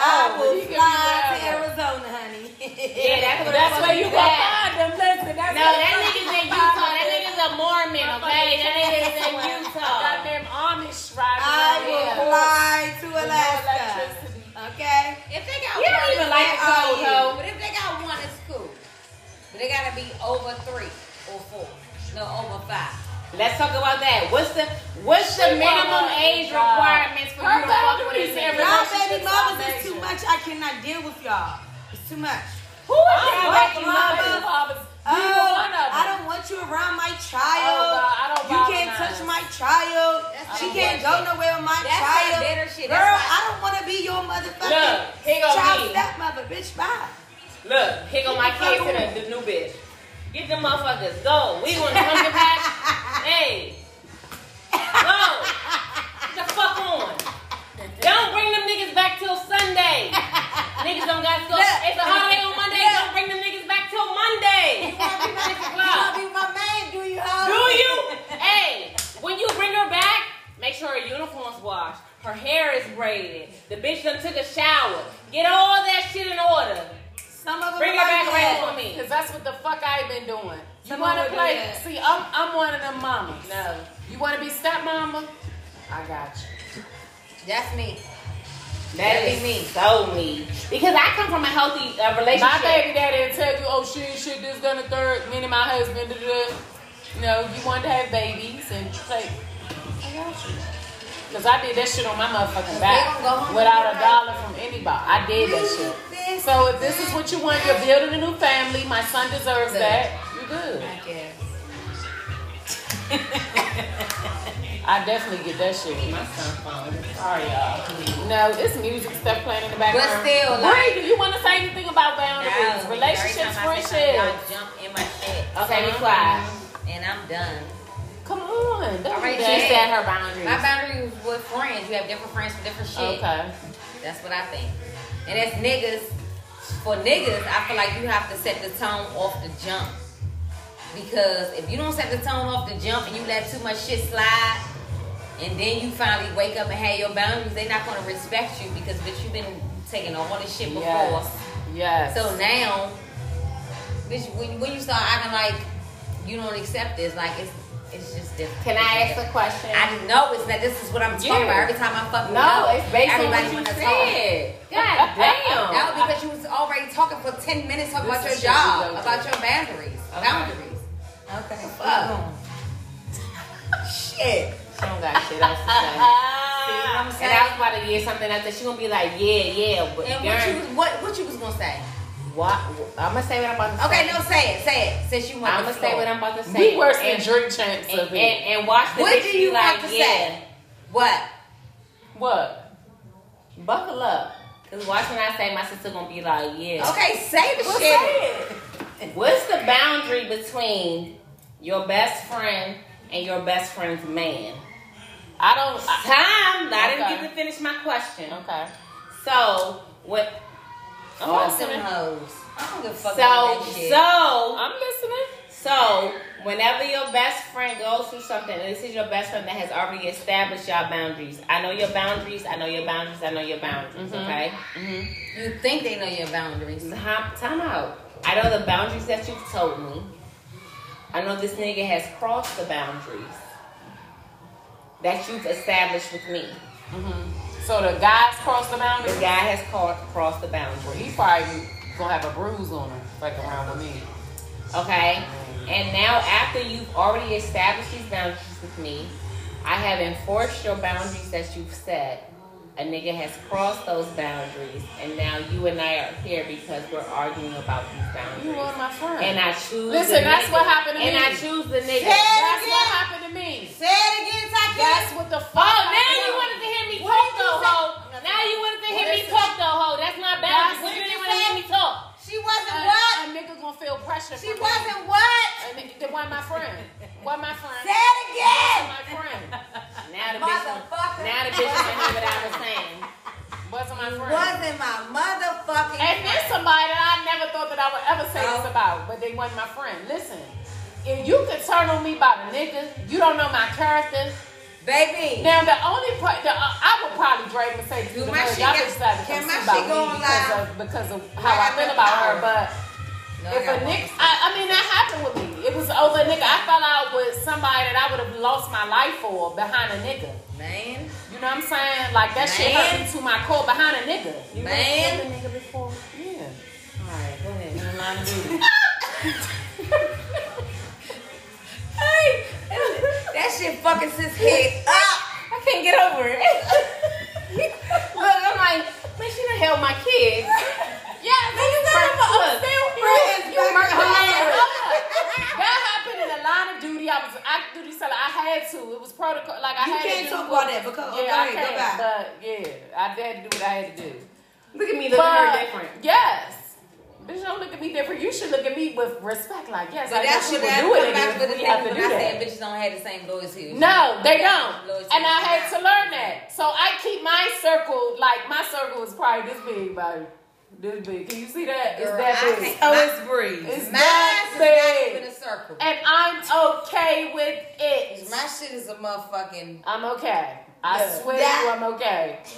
[SPEAKER 3] I
[SPEAKER 4] Oh,
[SPEAKER 3] will
[SPEAKER 4] he can be
[SPEAKER 3] fly to
[SPEAKER 4] wherever.
[SPEAKER 3] Arizona,
[SPEAKER 5] [laughs]
[SPEAKER 3] honey.
[SPEAKER 1] Yeah, that's what
[SPEAKER 4] That's
[SPEAKER 1] I'm
[SPEAKER 4] where you gonna
[SPEAKER 1] supposed to be at.
[SPEAKER 4] find them. Listen, that's
[SPEAKER 1] No,
[SPEAKER 4] where you
[SPEAKER 1] that
[SPEAKER 4] gonna
[SPEAKER 1] nigga's in
[SPEAKER 4] find
[SPEAKER 1] Utah. That
[SPEAKER 4] them.
[SPEAKER 1] nigga's a Mormon, okay? That nigga's in Utah.
[SPEAKER 4] Goddamn Amish riding
[SPEAKER 3] I
[SPEAKER 4] around
[SPEAKER 3] will
[SPEAKER 4] here.
[SPEAKER 3] fly to
[SPEAKER 4] no
[SPEAKER 3] Alaska.
[SPEAKER 4] Oh, electricity.
[SPEAKER 3] Okay.
[SPEAKER 5] If they got
[SPEAKER 1] You don't
[SPEAKER 5] one,
[SPEAKER 1] even like the
[SPEAKER 3] Where are
[SPEAKER 1] cold,
[SPEAKER 3] you?
[SPEAKER 1] hoe.
[SPEAKER 5] but if they got one, it's cool. But they gotta be over three or four. No, over five.
[SPEAKER 1] Let's talk about that. What's the what's the minimum age requirements for you to fuck with this
[SPEAKER 3] Y'all
[SPEAKER 4] Her
[SPEAKER 1] nigga?
[SPEAKER 4] relationships
[SPEAKER 3] baby mothers is too
[SPEAKER 4] salvation.
[SPEAKER 3] much. I cannot deal with y'all. It's too much.
[SPEAKER 4] Who is
[SPEAKER 3] I
[SPEAKER 4] that
[SPEAKER 3] don't
[SPEAKER 4] baby
[SPEAKER 3] like
[SPEAKER 4] mama?
[SPEAKER 3] mamas.
[SPEAKER 4] Papa's-
[SPEAKER 3] Oh,
[SPEAKER 4] You were one of
[SPEAKER 3] I
[SPEAKER 4] them.
[SPEAKER 3] don't want you around my
[SPEAKER 4] Oh,
[SPEAKER 3] child.
[SPEAKER 4] God, I don't
[SPEAKER 3] you
[SPEAKER 4] vibe
[SPEAKER 3] can't
[SPEAKER 4] with
[SPEAKER 3] touch
[SPEAKER 4] none.
[SPEAKER 3] my child.
[SPEAKER 5] That's
[SPEAKER 3] she
[SPEAKER 5] not
[SPEAKER 3] can't
[SPEAKER 5] bullshit.
[SPEAKER 3] go nowhere with my
[SPEAKER 5] That's
[SPEAKER 3] child.
[SPEAKER 5] not bitter shit.
[SPEAKER 3] Girl,
[SPEAKER 5] That's not-
[SPEAKER 3] I don't want to be your motherfucking
[SPEAKER 1] Look, here go
[SPEAKER 3] child
[SPEAKER 1] me.
[SPEAKER 3] stepmother, bitch. Bye.
[SPEAKER 1] Look, here go my kids to the, the new bitch. Get them motherfuckers. Go. We want to come to back. Hey. Go. Get the fuck on. Don't bring them niggas back till Sunday. Niggas don't got school.
[SPEAKER 5] Look.
[SPEAKER 1] It's a holiday on Monday. Don't bring them niggas back till Monday. Six o'clock.
[SPEAKER 5] You my man, do you?
[SPEAKER 1] Do you? hey, when you bring her back, make sure her uniform's washed, her hair is braided, the bitch done took a shower. Get all that shit in order.
[SPEAKER 3] Some of them
[SPEAKER 1] Bring her
[SPEAKER 3] like
[SPEAKER 1] back
[SPEAKER 3] that.
[SPEAKER 1] right on me.
[SPEAKER 4] Cause that's what the fuck I've been doing. You
[SPEAKER 3] Someone
[SPEAKER 4] wanna
[SPEAKER 3] would do
[SPEAKER 4] play?
[SPEAKER 3] that.
[SPEAKER 4] See, I'm I'm one of them mamas.
[SPEAKER 1] No.
[SPEAKER 4] You wanna be stepmama? I got you.
[SPEAKER 5] That's me.
[SPEAKER 1] That is me. So me. Because I come from a healthy uh,
[SPEAKER 4] My
[SPEAKER 1] relationship.
[SPEAKER 4] baby daddy will tell you, oh she ain't shit, this, done, the third. Me and my husband, da, da, da. you know, you wanted to have babies and play. I got you. Cause I did that shit on my motherfucking
[SPEAKER 5] They
[SPEAKER 4] back
[SPEAKER 5] don't go home
[SPEAKER 4] without a
[SPEAKER 5] and be like-
[SPEAKER 4] dollar from anybody. I did that shit.
[SPEAKER 5] This
[SPEAKER 3] It's
[SPEAKER 4] So if this is what you want, you're building a new family. My son deserves that. You're good.
[SPEAKER 5] I guess.
[SPEAKER 4] I definitely get that shit.
[SPEAKER 1] My son phone.
[SPEAKER 4] Sorry, y'all. No, it's music stuff playing in the background.
[SPEAKER 5] But still, like-
[SPEAKER 4] Bree, do you want to say anything about boundaries,
[SPEAKER 5] No,
[SPEAKER 4] relationships,
[SPEAKER 5] every time I say something,
[SPEAKER 4] friendships?
[SPEAKER 5] Y'all jump in my shit.
[SPEAKER 1] Okay, be quiet.
[SPEAKER 5] And I'm done.
[SPEAKER 4] Come on, don't
[SPEAKER 5] Alright,
[SPEAKER 4] do
[SPEAKER 1] She
[SPEAKER 4] that.
[SPEAKER 1] said her boundaries.
[SPEAKER 5] My boundary is with friends. You have different friends for different shit.
[SPEAKER 4] Okay.
[SPEAKER 5] That's what I think. And as niggas, for niggas, I feel like you have to set the tone off the jump. Because if you don't set the tone off the jump and you let too much shit slide, and then you finally wake up and have your boundaries, they're not gonna respect you because bitch, you've been taking all this shit before.
[SPEAKER 4] Yes. Yes.
[SPEAKER 5] So now, bitch, when, when you start acting like you don't accept this, like it's it's just different.
[SPEAKER 1] Can I ask a question?
[SPEAKER 5] I just know it's that this is what I'm talking
[SPEAKER 1] Yeah.
[SPEAKER 5] about. Every time I fuck
[SPEAKER 1] no,
[SPEAKER 5] up,
[SPEAKER 1] it's based on
[SPEAKER 5] everybody
[SPEAKER 1] what you
[SPEAKER 5] wanna talk.
[SPEAKER 1] said.
[SPEAKER 5] [laughs]
[SPEAKER 1] God damn.
[SPEAKER 5] No, because you was already talking for ten minutes about your
[SPEAKER 4] This is shit we
[SPEAKER 5] job,
[SPEAKER 4] go
[SPEAKER 5] about
[SPEAKER 4] through.
[SPEAKER 5] your boundaries,
[SPEAKER 1] Okay.
[SPEAKER 5] boundaries.
[SPEAKER 3] Okay.
[SPEAKER 5] Fuck. [laughs] Shit. Uh,
[SPEAKER 4] She don't got shit else to
[SPEAKER 1] [laughs]
[SPEAKER 4] say.
[SPEAKER 5] I'm
[SPEAKER 1] Ah, and I was about to get something out there. She gonna be like, yeah, yeah, but
[SPEAKER 5] And what you
[SPEAKER 1] girl,
[SPEAKER 5] was what what you was gonna say?
[SPEAKER 1] what? I'm gonna say what I'm about to say.
[SPEAKER 5] Okay, no, say it, say it. Since you want
[SPEAKER 1] I'm
[SPEAKER 5] the
[SPEAKER 1] gonna say
[SPEAKER 5] floor.
[SPEAKER 1] what I'm about to say.
[SPEAKER 4] We worse than
[SPEAKER 1] and,
[SPEAKER 4] drink champs
[SPEAKER 1] and,
[SPEAKER 4] of
[SPEAKER 1] and,
[SPEAKER 4] it.
[SPEAKER 1] and watch the
[SPEAKER 5] What
[SPEAKER 1] bitch
[SPEAKER 5] do you
[SPEAKER 1] be like,
[SPEAKER 5] want to
[SPEAKER 1] yeah.
[SPEAKER 5] say? What?
[SPEAKER 4] What?
[SPEAKER 1] Buckle up. Cause watch when I say my sister gonna be like, yeah.
[SPEAKER 5] Okay, say the shit.
[SPEAKER 1] What's the boundary between your best friend and your best friend's man?
[SPEAKER 4] I don't. I,
[SPEAKER 1] Time. I didn't
[SPEAKER 4] Okay.
[SPEAKER 1] get to finish my question.
[SPEAKER 4] okay.
[SPEAKER 1] So what?
[SPEAKER 4] I'm
[SPEAKER 5] Fuck them
[SPEAKER 4] listening.
[SPEAKER 5] hoes. I don't give a Oh, fuck
[SPEAKER 1] So
[SPEAKER 5] about that shit.
[SPEAKER 1] so
[SPEAKER 4] I'm listening.
[SPEAKER 1] so whenever your best friend goes through something, and this is your best friend that has already established your boundaries. I know your boundaries. I know your boundaries. I know your
[SPEAKER 5] Mm-hmm.
[SPEAKER 1] boundaries. Okay.
[SPEAKER 5] you think they know your boundaries.
[SPEAKER 1] Time, time out. I know the boundaries that you've told me. I know this nigga has crossed the boundaries that you've established with me.
[SPEAKER 4] Mm-hmm. So the guys cross the
[SPEAKER 1] The
[SPEAKER 4] boundary.
[SPEAKER 1] guy has called, crossed the
[SPEAKER 4] Well,
[SPEAKER 1] boundary.
[SPEAKER 4] he probably gonna have a bruise on him, like around with me.
[SPEAKER 1] Okay? And now, after you've already established these boundaries with me, I have enforced your boundaries that you've set. A nigga has crossed those boundaries, and now you and I are here because we're arguing about these
[SPEAKER 4] You
[SPEAKER 1] boundaries.
[SPEAKER 4] were my friend.
[SPEAKER 1] And I choose.
[SPEAKER 4] Listen,
[SPEAKER 1] the
[SPEAKER 4] that's
[SPEAKER 1] nigga.
[SPEAKER 4] what happened to
[SPEAKER 1] and
[SPEAKER 4] me.
[SPEAKER 1] I choose the nigga.
[SPEAKER 4] that's what happened to me.
[SPEAKER 5] Say it again, Taki.
[SPEAKER 4] That's what the fuck.
[SPEAKER 1] Oh,
[SPEAKER 4] I
[SPEAKER 1] now
[SPEAKER 4] felt.
[SPEAKER 1] you wanted to hear me
[SPEAKER 4] What
[SPEAKER 1] talk
[SPEAKER 4] did you
[SPEAKER 1] though,
[SPEAKER 4] say?
[SPEAKER 1] ho. Now you wanted to hear
[SPEAKER 4] What
[SPEAKER 1] me
[SPEAKER 4] is it?
[SPEAKER 1] talk though, ho. That's my boundary.
[SPEAKER 4] That's
[SPEAKER 1] What
[SPEAKER 4] what
[SPEAKER 1] you
[SPEAKER 4] you
[SPEAKER 1] didn't want to hear me talk.
[SPEAKER 5] she wasn't
[SPEAKER 3] Uh,
[SPEAKER 4] A-
[SPEAKER 5] what?
[SPEAKER 4] A nigga gonna feel pressure.
[SPEAKER 5] She
[SPEAKER 4] from me.
[SPEAKER 5] wasn't what?
[SPEAKER 4] A nigga, that wasn't my friend. Wasn't my friend.
[SPEAKER 5] Say it again.
[SPEAKER 4] Wasn't my friend.
[SPEAKER 1] Now the bitch,
[SPEAKER 5] Motherfucker.
[SPEAKER 1] now the bitch didn't hear what I was saying.
[SPEAKER 4] Wasn't my friend.
[SPEAKER 5] [laughs] Wasn't my motherfucking.
[SPEAKER 4] And there's
[SPEAKER 5] friend.
[SPEAKER 4] somebody that I never thought that I would ever say
[SPEAKER 5] Oh.
[SPEAKER 4] this about, but they wasn't my friend. Listen, if you could turn on me by the nigga, you don't know my character.
[SPEAKER 5] Baby.
[SPEAKER 4] Now the only part, the, uh, I would probably Drake and say,
[SPEAKER 5] Do
[SPEAKER 4] "Dude,
[SPEAKER 5] my
[SPEAKER 4] y'all
[SPEAKER 5] shit
[SPEAKER 4] just decided
[SPEAKER 5] get-
[SPEAKER 4] to
[SPEAKER 5] can
[SPEAKER 4] come see
[SPEAKER 5] my shit go
[SPEAKER 4] about me
[SPEAKER 5] on
[SPEAKER 4] because
[SPEAKER 5] live?
[SPEAKER 4] of, because of how
[SPEAKER 5] I
[SPEAKER 4] I
[SPEAKER 5] got
[SPEAKER 4] feel
[SPEAKER 5] no
[SPEAKER 4] about her."
[SPEAKER 5] power.
[SPEAKER 4] But
[SPEAKER 5] No, I
[SPEAKER 4] if
[SPEAKER 5] got
[SPEAKER 4] a
[SPEAKER 5] one.
[SPEAKER 4] nigga, I, I mean, that happened with me. It was over a nigga. I fell out with somebody that I would have lost my life for behind a nigga.
[SPEAKER 5] Man.
[SPEAKER 4] You know what I'm saying? Like that shit hurt
[SPEAKER 5] Man.
[SPEAKER 4] me to my core behind a nigga. You
[SPEAKER 5] Man.
[SPEAKER 4] ever killed a nigga before? Yeah.
[SPEAKER 1] Alright, go ahead.
[SPEAKER 4] In the line of duty.
[SPEAKER 5] Hey. [laughs] That shit fucking sis head up.
[SPEAKER 1] I can't get over it. Look, I'm like, man, she done held my kids.
[SPEAKER 4] Yeah, nigga, that
[SPEAKER 1] Look,
[SPEAKER 4] was still friends. You
[SPEAKER 5] back
[SPEAKER 4] murdered
[SPEAKER 5] up.
[SPEAKER 4] her. That happened in the line of duty. I was active duty seller. I had to. It was protocol. Like I
[SPEAKER 3] You
[SPEAKER 4] had
[SPEAKER 3] can't
[SPEAKER 4] to do
[SPEAKER 3] talk about
[SPEAKER 4] what-
[SPEAKER 3] that because
[SPEAKER 4] Yeah,
[SPEAKER 3] okay,
[SPEAKER 4] I
[SPEAKER 3] go
[SPEAKER 4] can't.
[SPEAKER 3] back.
[SPEAKER 4] But yeah, I had to do what I had to do.
[SPEAKER 1] Look at me looking
[SPEAKER 4] But
[SPEAKER 1] her different.
[SPEAKER 4] yes, bitch, don't look at me different. You should look at me with respect. Like yes,
[SPEAKER 5] But
[SPEAKER 4] I
[SPEAKER 5] that's
[SPEAKER 4] guess you
[SPEAKER 5] what
[SPEAKER 4] would do it.
[SPEAKER 5] that come
[SPEAKER 4] again.
[SPEAKER 5] back to the
[SPEAKER 4] We
[SPEAKER 5] thing
[SPEAKER 4] have to
[SPEAKER 5] when
[SPEAKER 4] do
[SPEAKER 5] I
[SPEAKER 4] that.
[SPEAKER 5] said bitches don't have the same loyalty.
[SPEAKER 4] No, they
[SPEAKER 5] Loyalty.
[SPEAKER 4] don't. And I had to learn that. So I keep my circle, like my circle is probably this big, buddy. This big. Can you see that? It's
[SPEAKER 5] Girl,
[SPEAKER 4] that
[SPEAKER 5] I
[SPEAKER 4] big.
[SPEAKER 5] can't-
[SPEAKER 3] Oh,
[SPEAKER 5] My-
[SPEAKER 3] it's breeze.
[SPEAKER 4] It's
[SPEAKER 5] Mine
[SPEAKER 4] that
[SPEAKER 5] is not even
[SPEAKER 4] big.
[SPEAKER 5] a circle.
[SPEAKER 4] And I'm okay with it.
[SPEAKER 5] My shit is a motherfucking.
[SPEAKER 4] I'm okay. I
[SPEAKER 5] Yeah.
[SPEAKER 4] swear
[SPEAKER 5] That-
[SPEAKER 4] you I'm okay.
[SPEAKER 5] [laughs]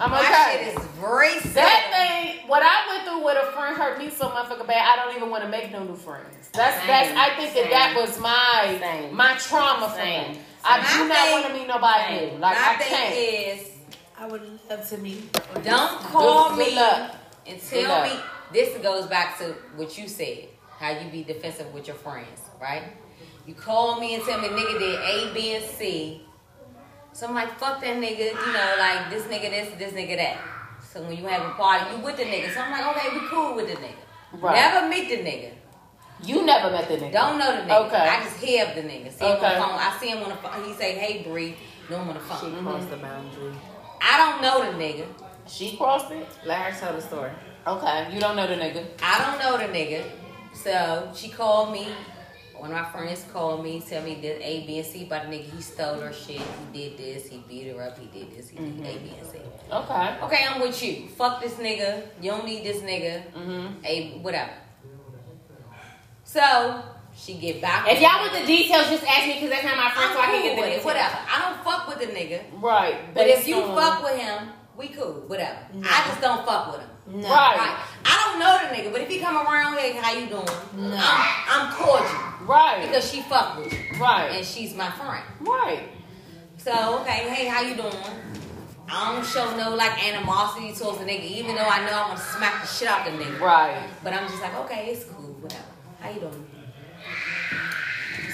[SPEAKER 4] I'm
[SPEAKER 5] My
[SPEAKER 4] okay.
[SPEAKER 5] shit is very simple.
[SPEAKER 4] That thing, what I went through with a friend hurt me so motherfucking bad. I don't even want to make no new friends. That's
[SPEAKER 1] Same.
[SPEAKER 4] that's. I think that that
[SPEAKER 1] Same.
[SPEAKER 4] was my
[SPEAKER 1] Same.
[SPEAKER 4] my trauma for
[SPEAKER 1] Same.
[SPEAKER 4] me. I
[SPEAKER 5] My
[SPEAKER 4] do not
[SPEAKER 5] thing-
[SPEAKER 4] want to meet nobody
[SPEAKER 1] Same.
[SPEAKER 4] new. Like
[SPEAKER 5] my
[SPEAKER 4] I
[SPEAKER 5] thing
[SPEAKER 4] can't.
[SPEAKER 5] is,
[SPEAKER 3] I would love to meet.
[SPEAKER 5] don't call
[SPEAKER 4] Good
[SPEAKER 5] me
[SPEAKER 4] luck.
[SPEAKER 5] and
[SPEAKER 4] Good
[SPEAKER 5] tell
[SPEAKER 4] luck.
[SPEAKER 5] me. This goes back to what you said, how you be defensive with your friends, right? You call me and tell me nigga did A, B, and C. So I'm like, fuck that nigga, you know, like this nigga this, this nigga that. So when you have a party, you with the nigga. So I'm like, okay, we cool with the nigga.
[SPEAKER 4] Right.
[SPEAKER 5] Never meet the nigga.
[SPEAKER 4] You never met the nigga.
[SPEAKER 5] Don't know the nigga.
[SPEAKER 4] Okay.
[SPEAKER 5] I just hear of the nigga. See him on
[SPEAKER 4] Okay.
[SPEAKER 5] the phone. I see him on the phone. He say, hey, Bree. No, I'm on the phone.
[SPEAKER 2] crossed the boundary.
[SPEAKER 5] I don't know the nigga.
[SPEAKER 4] She crossed it.
[SPEAKER 2] Let her tell the story.
[SPEAKER 4] Okay. You don't know the nigga.
[SPEAKER 5] I don't know the nigga. So she called me. One of my friends called me, tell me did A, B, and C by the nigga. He stole her shit. He did this. He beat her up. He did this. He did A, B, and C.
[SPEAKER 1] Mm-hmm.
[SPEAKER 4] Okay.
[SPEAKER 5] Okay, I'm with you. Fuck this nigga. You don't need this nigga. Mm-hmm. A, whatever. So she get back.
[SPEAKER 1] If y'all want the details, just ask me because that's not my
[SPEAKER 5] I'm
[SPEAKER 1] friend, so I can
[SPEAKER 5] cool
[SPEAKER 1] get the
[SPEAKER 5] with it.
[SPEAKER 1] details.
[SPEAKER 5] Whatever. I don't fuck with the nigga.
[SPEAKER 4] Right.
[SPEAKER 5] But if
[SPEAKER 4] based
[SPEAKER 5] you
[SPEAKER 4] on-
[SPEAKER 5] fuck with him, we cool. Whatever. I just don't fuck with him.
[SPEAKER 2] No.
[SPEAKER 4] Right.
[SPEAKER 5] Right. I don't know the nigga, but if he come around here, how you doing?
[SPEAKER 2] No.
[SPEAKER 5] I'm, I'm cordial
[SPEAKER 4] Right.
[SPEAKER 5] because she fuck with you
[SPEAKER 4] Right.
[SPEAKER 5] and she's my friend.
[SPEAKER 4] Right.
[SPEAKER 5] So okay, hey, how you doing? I don't show no like animosity towards the nigga, even though I know I'm gonna smack the shit out the nigga.
[SPEAKER 4] Right.
[SPEAKER 5] But I'm just like, okay, it's cool, whatever. How you doing?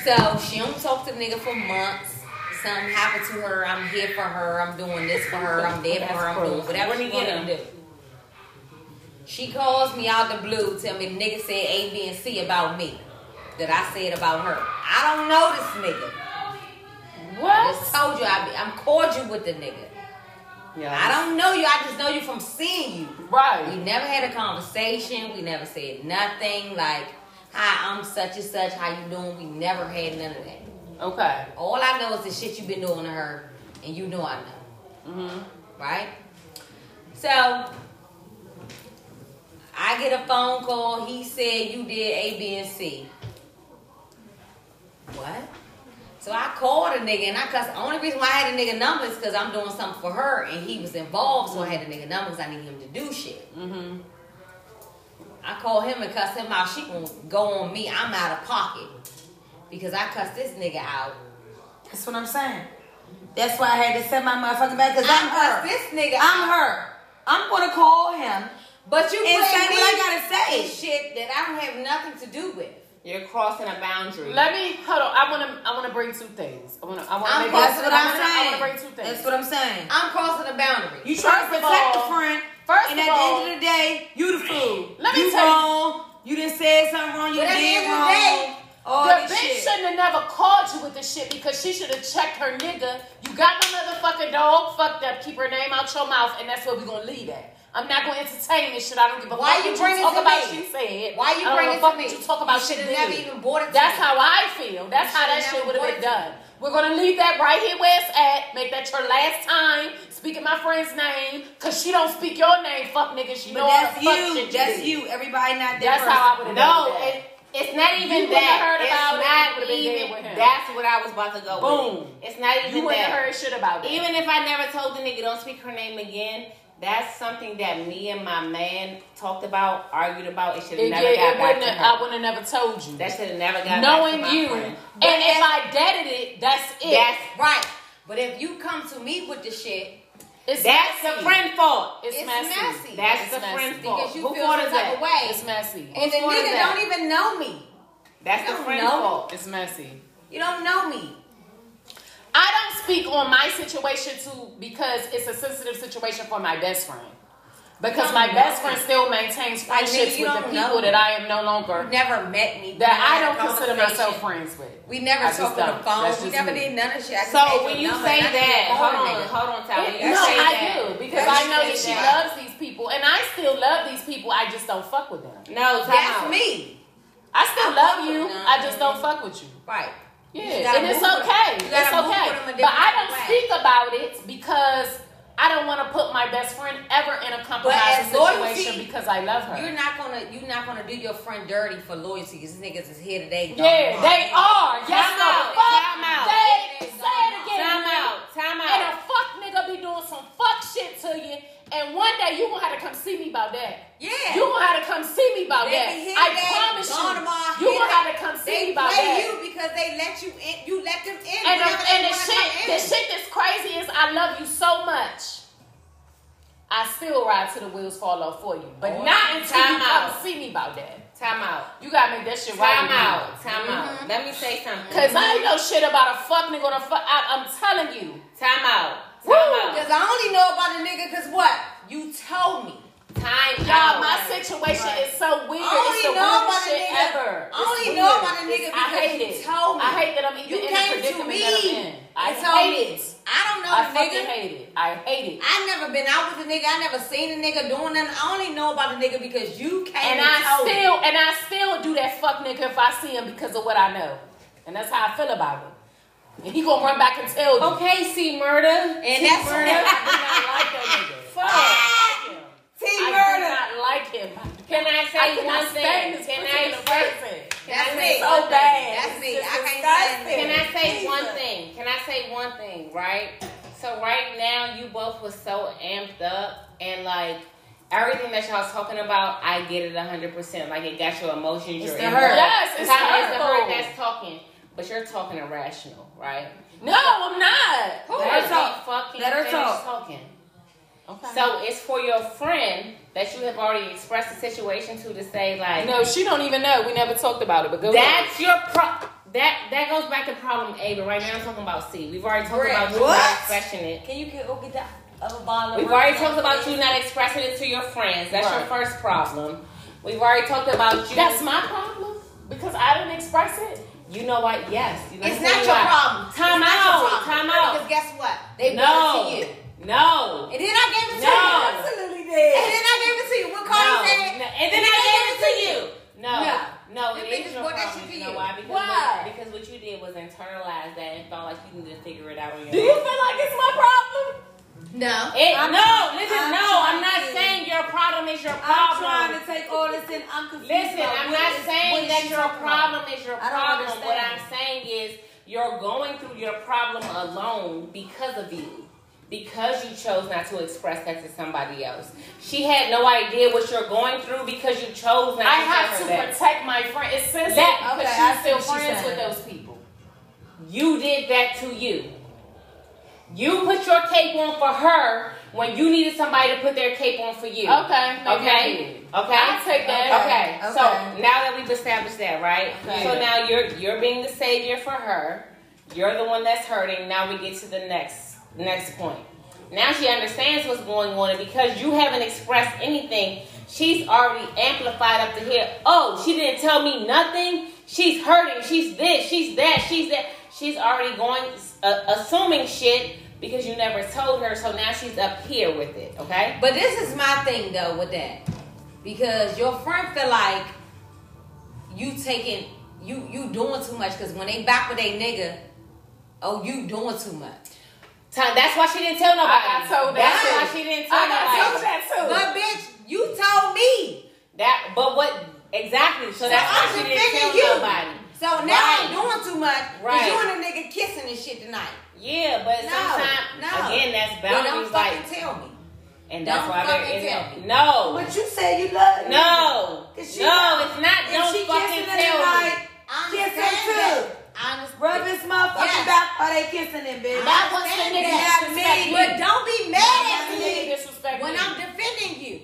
[SPEAKER 5] So she don't talk to the nigga for months. Something happened to her. I'm here for her. I'm doing this for her. I'm there for her. I'm doing whatever
[SPEAKER 1] Where
[SPEAKER 5] she
[SPEAKER 1] you get
[SPEAKER 5] gonna do. She calls me out the blue, tell me the nigga said A, B, and C about me. That I said about her. I don't know this nigga. I
[SPEAKER 4] What?
[SPEAKER 5] just told you I be, I'm cordial with the nigga. I don't know you. I just know you from seeing you. We
[SPEAKER 4] Right.
[SPEAKER 5] never had a conversation. We never said nothing like, "Hi, I'm such and such. How you doing?" We never had none of that.
[SPEAKER 4] Okay.
[SPEAKER 5] All I know is the shit you've been doing to her, and you know I know. Right? So, I get a phone call. He said you did A, B, and C. What? So I called a nigga, and I cussed. The only reason why I had a nigga number is because I'm doing something for her, and he was involved, so I had a nigga number because I need him to do shit. I called him and cussed him out. She gonna go on me. I'm out of pocket because I cussed this nigga out.
[SPEAKER 3] That's what I'm saying. That's why I had to set my motherfucking back because I'm
[SPEAKER 5] I
[SPEAKER 3] her.
[SPEAKER 5] cussed this nigga.
[SPEAKER 3] I'm her. I'm gonna call him.
[SPEAKER 5] But you
[SPEAKER 3] And
[SPEAKER 5] playing
[SPEAKER 3] say
[SPEAKER 5] me
[SPEAKER 3] what I gotta say.
[SPEAKER 5] in shit that I have nothing to do with.
[SPEAKER 1] You're crossing a boundary.
[SPEAKER 4] Let me hold on. I wanna I wanna bring two things. I wanna I wanna
[SPEAKER 5] I'm
[SPEAKER 4] make
[SPEAKER 5] crossing
[SPEAKER 3] That's what
[SPEAKER 4] I wanna-
[SPEAKER 3] I'm
[SPEAKER 4] I
[SPEAKER 3] saying.
[SPEAKER 4] wanna bring two things.
[SPEAKER 3] That's what I'm saying.
[SPEAKER 5] I'm crossing a boundary.
[SPEAKER 3] You trying to
[SPEAKER 4] First of
[SPEAKER 3] protect
[SPEAKER 4] all-
[SPEAKER 3] a friend,
[SPEAKER 4] first
[SPEAKER 3] and
[SPEAKER 4] of
[SPEAKER 3] at
[SPEAKER 4] all-
[SPEAKER 3] the end of the day, you the fool.
[SPEAKER 4] Let me
[SPEAKER 3] you
[SPEAKER 4] tell you-
[SPEAKER 3] wrong. You done said something wrong. You
[SPEAKER 5] But at the
[SPEAKER 3] did
[SPEAKER 5] end of the
[SPEAKER 3] wrong.
[SPEAKER 5] day,
[SPEAKER 3] all
[SPEAKER 4] the
[SPEAKER 3] this
[SPEAKER 4] bitch
[SPEAKER 3] shit.
[SPEAKER 4] shouldn't have never called you with this shit because she should have checked her nigga. You got no motherfucking dog, fucked up, keep her name out your mouth, and that's where we gonna leave at. I'm not gonna entertain this shit. I don't give a
[SPEAKER 5] Why
[SPEAKER 4] fuck
[SPEAKER 5] you
[SPEAKER 4] what
[SPEAKER 5] bring it
[SPEAKER 4] talk
[SPEAKER 5] to
[SPEAKER 4] about
[SPEAKER 5] me?
[SPEAKER 4] she said.
[SPEAKER 5] Why you
[SPEAKER 4] I don't
[SPEAKER 5] bring
[SPEAKER 4] give a
[SPEAKER 5] it to
[SPEAKER 4] fuck
[SPEAKER 5] me?
[SPEAKER 4] what You talk about
[SPEAKER 5] You
[SPEAKER 4] shit
[SPEAKER 5] should've
[SPEAKER 4] did.
[SPEAKER 5] never even brought it to
[SPEAKER 4] That's
[SPEAKER 5] me.
[SPEAKER 4] how I feel. That's how that
[SPEAKER 5] should've
[SPEAKER 4] shit
[SPEAKER 5] never
[SPEAKER 4] would have been
[SPEAKER 5] brought it to
[SPEAKER 4] done. We're gonna leave that right here where it's at. Make that your last time speaking my friend's name, cause she don't speak your name. Fuck nigga, she
[SPEAKER 3] But
[SPEAKER 4] know all the
[SPEAKER 3] that's
[SPEAKER 4] fuck
[SPEAKER 3] you.
[SPEAKER 4] shit
[SPEAKER 3] That's
[SPEAKER 4] did.
[SPEAKER 3] you. Everybody not that
[SPEAKER 4] That's
[SPEAKER 3] person.
[SPEAKER 4] how I would have
[SPEAKER 1] No,
[SPEAKER 4] done
[SPEAKER 1] it, it's not even
[SPEAKER 4] wouldn't
[SPEAKER 1] that.
[SPEAKER 4] have heard about it. You would've
[SPEAKER 1] it's
[SPEAKER 4] been
[SPEAKER 1] not
[SPEAKER 4] dead
[SPEAKER 1] even.
[SPEAKER 4] with him.
[SPEAKER 1] That's what I was about to go. with.
[SPEAKER 4] Boom.
[SPEAKER 1] It's not even
[SPEAKER 4] You wouldn't
[SPEAKER 1] that.
[SPEAKER 4] have heard shit about that.
[SPEAKER 1] Even if I never told the nigga, don't speak her name again. That's something that me and my man talked about, argued about. It should have
[SPEAKER 4] It,
[SPEAKER 1] never
[SPEAKER 4] yeah,
[SPEAKER 1] got
[SPEAKER 4] it
[SPEAKER 1] back
[SPEAKER 4] wouldn't.
[SPEAKER 1] to
[SPEAKER 4] Have,
[SPEAKER 1] her.
[SPEAKER 4] I wouldn't have never told you.
[SPEAKER 1] that should have never got
[SPEAKER 4] Knowing
[SPEAKER 1] back to my
[SPEAKER 4] you,
[SPEAKER 1] friend.
[SPEAKER 4] and if I deaded it, that's it.
[SPEAKER 1] That's
[SPEAKER 5] Right. But if you come to me with the shit,
[SPEAKER 4] it's
[SPEAKER 1] That's the
[SPEAKER 4] messy.
[SPEAKER 1] friend fault.
[SPEAKER 4] It's,
[SPEAKER 5] It's
[SPEAKER 4] messy.
[SPEAKER 5] messy.
[SPEAKER 1] That's
[SPEAKER 4] It's
[SPEAKER 1] the
[SPEAKER 4] messy.
[SPEAKER 1] friend fault.
[SPEAKER 5] because you
[SPEAKER 1] Who
[SPEAKER 5] feel
[SPEAKER 1] fault
[SPEAKER 5] some
[SPEAKER 1] is
[SPEAKER 5] type
[SPEAKER 1] that?
[SPEAKER 5] of way,
[SPEAKER 4] It's messy.
[SPEAKER 5] and the
[SPEAKER 1] fault is
[SPEAKER 5] nigga
[SPEAKER 1] that?
[SPEAKER 5] don't even know me.
[SPEAKER 1] That's
[SPEAKER 5] I
[SPEAKER 1] the
[SPEAKER 5] don't
[SPEAKER 1] friend
[SPEAKER 5] know.
[SPEAKER 1] fault.
[SPEAKER 4] It's messy.
[SPEAKER 5] You don't know me.
[SPEAKER 4] I don't speak on my situation too because it's a sensitive situation for my best friend. Because my best friend still maintains
[SPEAKER 5] Like, nigga,
[SPEAKER 4] friendships
[SPEAKER 5] you
[SPEAKER 4] with the
[SPEAKER 5] don't
[SPEAKER 4] people
[SPEAKER 5] know.
[SPEAKER 4] that I am no longer
[SPEAKER 5] You never met me.
[SPEAKER 4] that I
[SPEAKER 5] We never had
[SPEAKER 4] don't
[SPEAKER 5] a
[SPEAKER 4] consider
[SPEAKER 5] conversation.
[SPEAKER 4] myself friends with.
[SPEAKER 5] We never
[SPEAKER 4] I just
[SPEAKER 5] talked on the
[SPEAKER 4] don't. That's
[SPEAKER 5] phone. We
[SPEAKER 4] just
[SPEAKER 5] never
[SPEAKER 4] me.
[SPEAKER 5] did none of shit. I just had
[SPEAKER 1] So
[SPEAKER 5] your
[SPEAKER 1] when you
[SPEAKER 5] number,
[SPEAKER 1] say
[SPEAKER 5] and I just
[SPEAKER 1] that,
[SPEAKER 5] kept
[SPEAKER 1] hold
[SPEAKER 5] calling
[SPEAKER 1] on,
[SPEAKER 5] niggas.
[SPEAKER 1] hold on, Ty. When you
[SPEAKER 4] no,
[SPEAKER 1] say
[SPEAKER 4] I
[SPEAKER 1] that,
[SPEAKER 4] do because
[SPEAKER 5] That's
[SPEAKER 4] I know that
[SPEAKER 5] just
[SPEAKER 4] she
[SPEAKER 5] me.
[SPEAKER 4] loves these people, and I still love these people. I just don't fuck with them.
[SPEAKER 1] No, time
[SPEAKER 5] That's
[SPEAKER 1] out.
[SPEAKER 5] me.
[SPEAKER 4] I still
[SPEAKER 5] I
[SPEAKER 4] love
[SPEAKER 5] fuck
[SPEAKER 4] you.
[SPEAKER 5] with
[SPEAKER 4] I
[SPEAKER 5] them.
[SPEAKER 4] just don't fuck with you.
[SPEAKER 5] Right. You just
[SPEAKER 4] Yeah,
[SPEAKER 5] gotta
[SPEAKER 4] and it's
[SPEAKER 5] move with 'em.
[SPEAKER 4] okay.
[SPEAKER 5] You
[SPEAKER 4] It's
[SPEAKER 5] gotta move
[SPEAKER 4] okay.
[SPEAKER 5] with 'em a
[SPEAKER 4] But I
[SPEAKER 5] different
[SPEAKER 4] don't
[SPEAKER 5] way.
[SPEAKER 4] speak about it because I don't want to put my best friend ever in a compromising
[SPEAKER 5] as loyalty,
[SPEAKER 4] situation because I love her.
[SPEAKER 5] You're not gonna you're not gonna do your friend dirty for loyalty because these niggas is here today. gone
[SPEAKER 4] yeah,
[SPEAKER 5] tomorrow.
[SPEAKER 4] they are. Yes,
[SPEAKER 1] Time
[SPEAKER 4] the
[SPEAKER 1] out.
[SPEAKER 4] fuck
[SPEAKER 1] Time out.
[SPEAKER 4] they
[SPEAKER 5] Time
[SPEAKER 4] say it again.
[SPEAKER 1] Time
[SPEAKER 4] nigga.
[SPEAKER 1] out. Time
[SPEAKER 4] And a
[SPEAKER 1] out.
[SPEAKER 4] fuck nigga be doing some fuck shit to you, and one day you gonna have to come see me about that.
[SPEAKER 5] Yeah.
[SPEAKER 4] You gonna have to come see me about
[SPEAKER 5] They
[SPEAKER 4] that.
[SPEAKER 5] be here
[SPEAKER 4] I
[SPEAKER 5] today,
[SPEAKER 4] promise you.
[SPEAKER 5] gone tomorrow,
[SPEAKER 4] You
[SPEAKER 5] here
[SPEAKER 4] gonna
[SPEAKER 5] they-
[SPEAKER 4] have to come see me
[SPEAKER 5] They
[SPEAKER 4] about
[SPEAKER 5] play
[SPEAKER 4] that.
[SPEAKER 5] you because they let you in. You let them in.
[SPEAKER 4] And the,
[SPEAKER 5] whenever they
[SPEAKER 4] and the
[SPEAKER 5] wanna
[SPEAKER 4] shit,
[SPEAKER 5] come in.
[SPEAKER 4] the shit that's crazy is I love you so much. I still ride till the wheels fall off for you, but
[SPEAKER 1] Oh,
[SPEAKER 4] not until
[SPEAKER 1] time
[SPEAKER 4] you
[SPEAKER 1] out.
[SPEAKER 4] come see me about that.
[SPEAKER 1] Time out.
[SPEAKER 4] You gotta make that Mm-hmm. shit right.
[SPEAKER 1] Time
[SPEAKER 4] with me.
[SPEAKER 1] out. Time out. Let me say something.
[SPEAKER 4] Cause I ain't no shit about a fuck nigga on a fuck. I, I'm telling you.
[SPEAKER 1] Time out. Time
[SPEAKER 4] Woo.
[SPEAKER 1] out.
[SPEAKER 5] Cause I only know about a nigga cause what you
[SPEAKER 4] told me.
[SPEAKER 1] Time
[SPEAKER 4] Y'all,
[SPEAKER 1] out.
[SPEAKER 4] my situation is so weird.
[SPEAKER 5] I
[SPEAKER 4] It's the
[SPEAKER 5] only know
[SPEAKER 4] weirdest
[SPEAKER 5] about a
[SPEAKER 4] shit
[SPEAKER 5] nigga-
[SPEAKER 4] ever.
[SPEAKER 5] I only
[SPEAKER 4] It's
[SPEAKER 5] know
[SPEAKER 4] weird.
[SPEAKER 5] about a nigga
[SPEAKER 4] It's- I
[SPEAKER 5] because
[SPEAKER 4] hate
[SPEAKER 5] he
[SPEAKER 4] it.
[SPEAKER 5] told me.
[SPEAKER 4] I hate that I'm even
[SPEAKER 5] You
[SPEAKER 4] in the
[SPEAKER 5] came to
[SPEAKER 4] predicament
[SPEAKER 5] me
[SPEAKER 4] that I'm in. I
[SPEAKER 5] and told
[SPEAKER 4] hate
[SPEAKER 5] me.
[SPEAKER 4] it. I
[SPEAKER 5] I don't know the
[SPEAKER 4] fucking
[SPEAKER 5] nigga.
[SPEAKER 4] hate it. I hate it.
[SPEAKER 5] I never been out with a nigga. I never seen a nigga doing nothing. I only know about the nigga because you came
[SPEAKER 4] And
[SPEAKER 5] and,
[SPEAKER 4] I
[SPEAKER 5] told
[SPEAKER 4] still
[SPEAKER 5] me.
[SPEAKER 4] and I still do that fuck nigga if I see him because of what I know. And that's how I feel about it. And he gonna run back and tell you.
[SPEAKER 1] Okay, see murder.
[SPEAKER 5] And that's
[SPEAKER 4] I do not like that
[SPEAKER 5] [laughs]
[SPEAKER 4] nigga. Fuck. I do not like him.
[SPEAKER 5] T murder.
[SPEAKER 4] I do not like him.
[SPEAKER 1] Can I say
[SPEAKER 4] I cannot
[SPEAKER 1] one
[SPEAKER 4] stand this
[SPEAKER 1] thing? Can I
[SPEAKER 4] particular
[SPEAKER 1] say?
[SPEAKER 4] person.
[SPEAKER 5] That's
[SPEAKER 1] I
[SPEAKER 5] me.
[SPEAKER 1] say
[SPEAKER 4] so bad.
[SPEAKER 5] That's me.
[SPEAKER 4] It's
[SPEAKER 5] I can't
[SPEAKER 4] disgusting.
[SPEAKER 5] stand
[SPEAKER 1] Can
[SPEAKER 5] that.
[SPEAKER 1] I say one thing? Can I say one thing? Right. So right now, you both was so amped up and like everything that y'all was talking about, I get it hundred percent. Like it got your emotions. It's your
[SPEAKER 3] the
[SPEAKER 1] emotions.
[SPEAKER 3] hurt.
[SPEAKER 4] Yes, it's
[SPEAKER 1] Sometimes the
[SPEAKER 4] hurtful.
[SPEAKER 1] hurt that's talking, but you're talking irrational, right?
[SPEAKER 4] No, I'm not.
[SPEAKER 1] Let
[SPEAKER 3] her
[SPEAKER 1] me
[SPEAKER 3] talk.
[SPEAKER 1] Fucking
[SPEAKER 3] Let her
[SPEAKER 1] finish
[SPEAKER 3] talk.
[SPEAKER 1] Talking.
[SPEAKER 4] Okay.
[SPEAKER 1] So it's for your friend that you have already expressed the situation to to say like
[SPEAKER 4] no, she don't even know. We never talked about it. But go ahead.
[SPEAKER 1] that's your pro. That that goes back to problem A, but right now I'm talking about C. We've already talked
[SPEAKER 5] Right.
[SPEAKER 1] about you
[SPEAKER 3] What?
[SPEAKER 1] not expressing it.
[SPEAKER 5] Can you get, go get that other bottle? of
[SPEAKER 1] We've
[SPEAKER 5] rum
[SPEAKER 1] already
[SPEAKER 5] out
[SPEAKER 1] talked about
[SPEAKER 5] there?
[SPEAKER 1] you not expressing it to your friends. That's your
[SPEAKER 4] Right.
[SPEAKER 1] first problem. We've already talked about you.
[SPEAKER 4] That's my problem because I didn't express it.
[SPEAKER 1] You know what? Yes. You know
[SPEAKER 5] It's
[SPEAKER 1] what?
[SPEAKER 5] not your problem.
[SPEAKER 1] Time
[SPEAKER 5] It's not your
[SPEAKER 1] out.
[SPEAKER 5] problem.
[SPEAKER 1] Time out.
[SPEAKER 5] Because guess what? They
[SPEAKER 1] No.
[SPEAKER 5] brought it to you.
[SPEAKER 1] No.
[SPEAKER 5] And then I gave it to
[SPEAKER 1] No.
[SPEAKER 5] you.
[SPEAKER 3] Absolutely
[SPEAKER 5] And
[SPEAKER 3] dead.
[SPEAKER 5] then I gave it to you. What
[SPEAKER 1] No.
[SPEAKER 5] Cardi
[SPEAKER 1] No.
[SPEAKER 5] said?
[SPEAKER 1] And then I gave it to you. No,
[SPEAKER 5] No.
[SPEAKER 1] no,
[SPEAKER 5] Them
[SPEAKER 1] it is
[SPEAKER 5] niggas
[SPEAKER 1] your
[SPEAKER 5] brought that
[SPEAKER 1] problem.
[SPEAKER 5] shit to
[SPEAKER 1] You know
[SPEAKER 5] you.
[SPEAKER 1] why? Because
[SPEAKER 4] Why?
[SPEAKER 1] What, because what you did was internalize that and felt like you needed to figure it out on your
[SPEAKER 4] Do you feel
[SPEAKER 1] own.
[SPEAKER 4] like it's my problem?
[SPEAKER 5] No.
[SPEAKER 1] It,
[SPEAKER 3] I'm-
[SPEAKER 1] no, listen,
[SPEAKER 3] I'm
[SPEAKER 1] no, I'm not
[SPEAKER 3] trying to-
[SPEAKER 1] saying your problem is your
[SPEAKER 3] I'm
[SPEAKER 1] problem.
[SPEAKER 3] trying to take all this in. I'm confused.
[SPEAKER 1] Listen,
[SPEAKER 3] about
[SPEAKER 1] I'm
[SPEAKER 3] what
[SPEAKER 1] not
[SPEAKER 3] is- what
[SPEAKER 1] saying
[SPEAKER 3] is
[SPEAKER 1] that
[SPEAKER 3] she
[SPEAKER 1] your
[SPEAKER 3] talking about?
[SPEAKER 1] problem is your
[SPEAKER 3] I don't
[SPEAKER 1] problem. What
[SPEAKER 3] understand.
[SPEAKER 1] I'm saying is you're going through your problem alone because of you. Because you chose not to express that to somebody else. She had no idea what you're going through because you chose not
[SPEAKER 4] I
[SPEAKER 1] to
[SPEAKER 4] have to
[SPEAKER 1] tell her that.
[SPEAKER 4] protect my friend. It's sensitive
[SPEAKER 1] That-
[SPEAKER 4] because
[SPEAKER 3] okay, I
[SPEAKER 4] she's
[SPEAKER 3] see
[SPEAKER 4] still
[SPEAKER 3] what she's
[SPEAKER 4] friends with
[SPEAKER 3] saying.
[SPEAKER 4] those people.
[SPEAKER 1] You did that to you. You put your cape on for her when you needed somebody to put their cape on for you.
[SPEAKER 4] Okay.
[SPEAKER 1] Okay. Okay.
[SPEAKER 4] I take that.
[SPEAKER 1] Okay.
[SPEAKER 3] Okay.
[SPEAKER 1] So now that we've established that, right?
[SPEAKER 4] Okay.
[SPEAKER 1] So now you're you're being the savior for her. You're the one that's hurting. Now we get to the next next point. Now she understands what's going on, and because you haven't expressed anything, she's already amplified up to here. Oh, she didn't tell me nothing. She's hurting. She's this. She's that. She's that. She's already going uh, assuming shit because you never told her. So now she's up here with it. Okay.
[SPEAKER 5] But this is my thing though with that. Because your friend feel like you taking you you doing too much because when they back with they nigga, oh you doing too much.
[SPEAKER 1] Time. That's why she didn't tell nobody.
[SPEAKER 4] I got told
[SPEAKER 1] That's
[SPEAKER 5] that.
[SPEAKER 1] why she didn't tell
[SPEAKER 4] I
[SPEAKER 1] nobody.
[SPEAKER 4] got told that too.
[SPEAKER 5] But bitch, you told me.
[SPEAKER 1] That, but what exactly? So that's
[SPEAKER 5] I'm
[SPEAKER 1] why she didn't
[SPEAKER 5] defending
[SPEAKER 1] tell
[SPEAKER 5] you.
[SPEAKER 1] nobody.
[SPEAKER 5] So now
[SPEAKER 1] Right.
[SPEAKER 5] I'm doing too much. Right.
[SPEAKER 1] Right.
[SPEAKER 5] You and the nigga kissing and shit tonight.
[SPEAKER 1] Yeah, but
[SPEAKER 5] No,
[SPEAKER 1] sometimes
[SPEAKER 5] no.
[SPEAKER 1] again that's
[SPEAKER 5] But don't
[SPEAKER 1] boundaries, like,
[SPEAKER 5] fucking tell me.
[SPEAKER 1] and that's
[SPEAKER 5] don't
[SPEAKER 1] why
[SPEAKER 5] fucking
[SPEAKER 1] there is
[SPEAKER 5] tell me.
[SPEAKER 1] no,
[SPEAKER 3] But you said you love.
[SPEAKER 1] no, no.
[SPEAKER 3] Cause
[SPEAKER 1] It's
[SPEAKER 3] she-
[SPEAKER 1] not.
[SPEAKER 3] If she
[SPEAKER 1] Don't fucking
[SPEAKER 3] kissing her
[SPEAKER 1] tell me.
[SPEAKER 3] tonight,
[SPEAKER 5] I
[SPEAKER 3] Kiss
[SPEAKER 5] understand
[SPEAKER 3] her too.
[SPEAKER 5] that. I understand.
[SPEAKER 3] Rub his motherfucking
[SPEAKER 5] Yes.
[SPEAKER 3] back while they kissing him, bitch.
[SPEAKER 5] I
[SPEAKER 4] Not once the
[SPEAKER 5] understand
[SPEAKER 4] nigga
[SPEAKER 5] that.
[SPEAKER 4] disrespect you.
[SPEAKER 5] But don't be mad at
[SPEAKER 4] When the nigga
[SPEAKER 5] me
[SPEAKER 4] disrespect
[SPEAKER 5] when
[SPEAKER 4] you.
[SPEAKER 5] I'm defending you.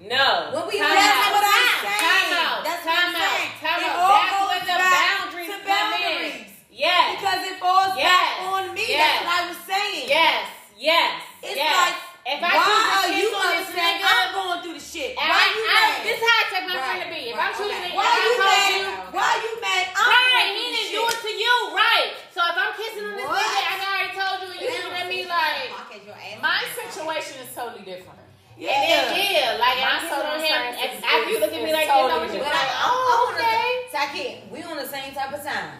[SPEAKER 1] No.
[SPEAKER 5] When we
[SPEAKER 1] Time
[SPEAKER 5] left, I
[SPEAKER 1] out.
[SPEAKER 5] was out.
[SPEAKER 1] Time out.
[SPEAKER 3] That's what
[SPEAKER 1] Time
[SPEAKER 3] I'm
[SPEAKER 1] out.
[SPEAKER 3] saying.
[SPEAKER 1] Time
[SPEAKER 3] It
[SPEAKER 1] out.
[SPEAKER 3] all
[SPEAKER 1] That's
[SPEAKER 3] goes
[SPEAKER 1] when the
[SPEAKER 3] back
[SPEAKER 1] boundaries
[SPEAKER 3] to
[SPEAKER 1] come in.
[SPEAKER 3] boundaries.
[SPEAKER 1] Yes.
[SPEAKER 3] Because it falls
[SPEAKER 1] Yes.
[SPEAKER 3] back on me.
[SPEAKER 1] Yes.
[SPEAKER 3] That's what I was saying.
[SPEAKER 1] Yes. Yes.
[SPEAKER 3] It's
[SPEAKER 1] yes.
[SPEAKER 3] like,
[SPEAKER 1] if
[SPEAKER 3] why
[SPEAKER 1] I choose
[SPEAKER 3] are
[SPEAKER 1] to
[SPEAKER 3] you
[SPEAKER 1] kiss on this
[SPEAKER 3] upset?
[SPEAKER 1] nigga,
[SPEAKER 3] I'm going through the shit.
[SPEAKER 1] and
[SPEAKER 3] why
[SPEAKER 1] I,
[SPEAKER 3] you
[SPEAKER 1] I,
[SPEAKER 3] mad?
[SPEAKER 1] this is how I take my
[SPEAKER 5] Right.
[SPEAKER 1] friend to be. If
[SPEAKER 5] Right.
[SPEAKER 1] I'm choosing,
[SPEAKER 5] Okay.
[SPEAKER 1] if
[SPEAKER 3] Why
[SPEAKER 1] I
[SPEAKER 3] you
[SPEAKER 1] told
[SPEAKER 3] mad?
[SPEAKER 1] you,
[SPEAKER 3] Why you mad? I'm going
[SPEAKER 1] Right, he
[SPEAKER 3] through the
[SPEAKER 1] didn't do
[SPEAKER 3] shit.
[SPEAKER 1] it to you, right? So if I'm kissing on this
[SPEAKER 3] What?
[SPEAKER 1] nigga, and I already told you, and you look at me like,
[SPEAKER 4] My situation is totally different.
[SPEAKER 1] yeah, and then, yeah, like and
[SPEAKER 4] My
[SPEAKER 1] I'm kissing on him,
[SPEAKER 4] circumstances
[SPEAKER 1] and after you look at me
[SPEAKER 4] is
[SPEAKER 1] like this, I
[SPEAKER 4] totally
[SPEAKER 1] was just
[SPEAKER 5] But
[SPEAKER 4] different.
[SPEAKER 1] like,
[SPEAKER 5] I,
[SPEAKER 1] oh, okay.
[SPEAKER 5] I wanna, Taki, we on the same type of time.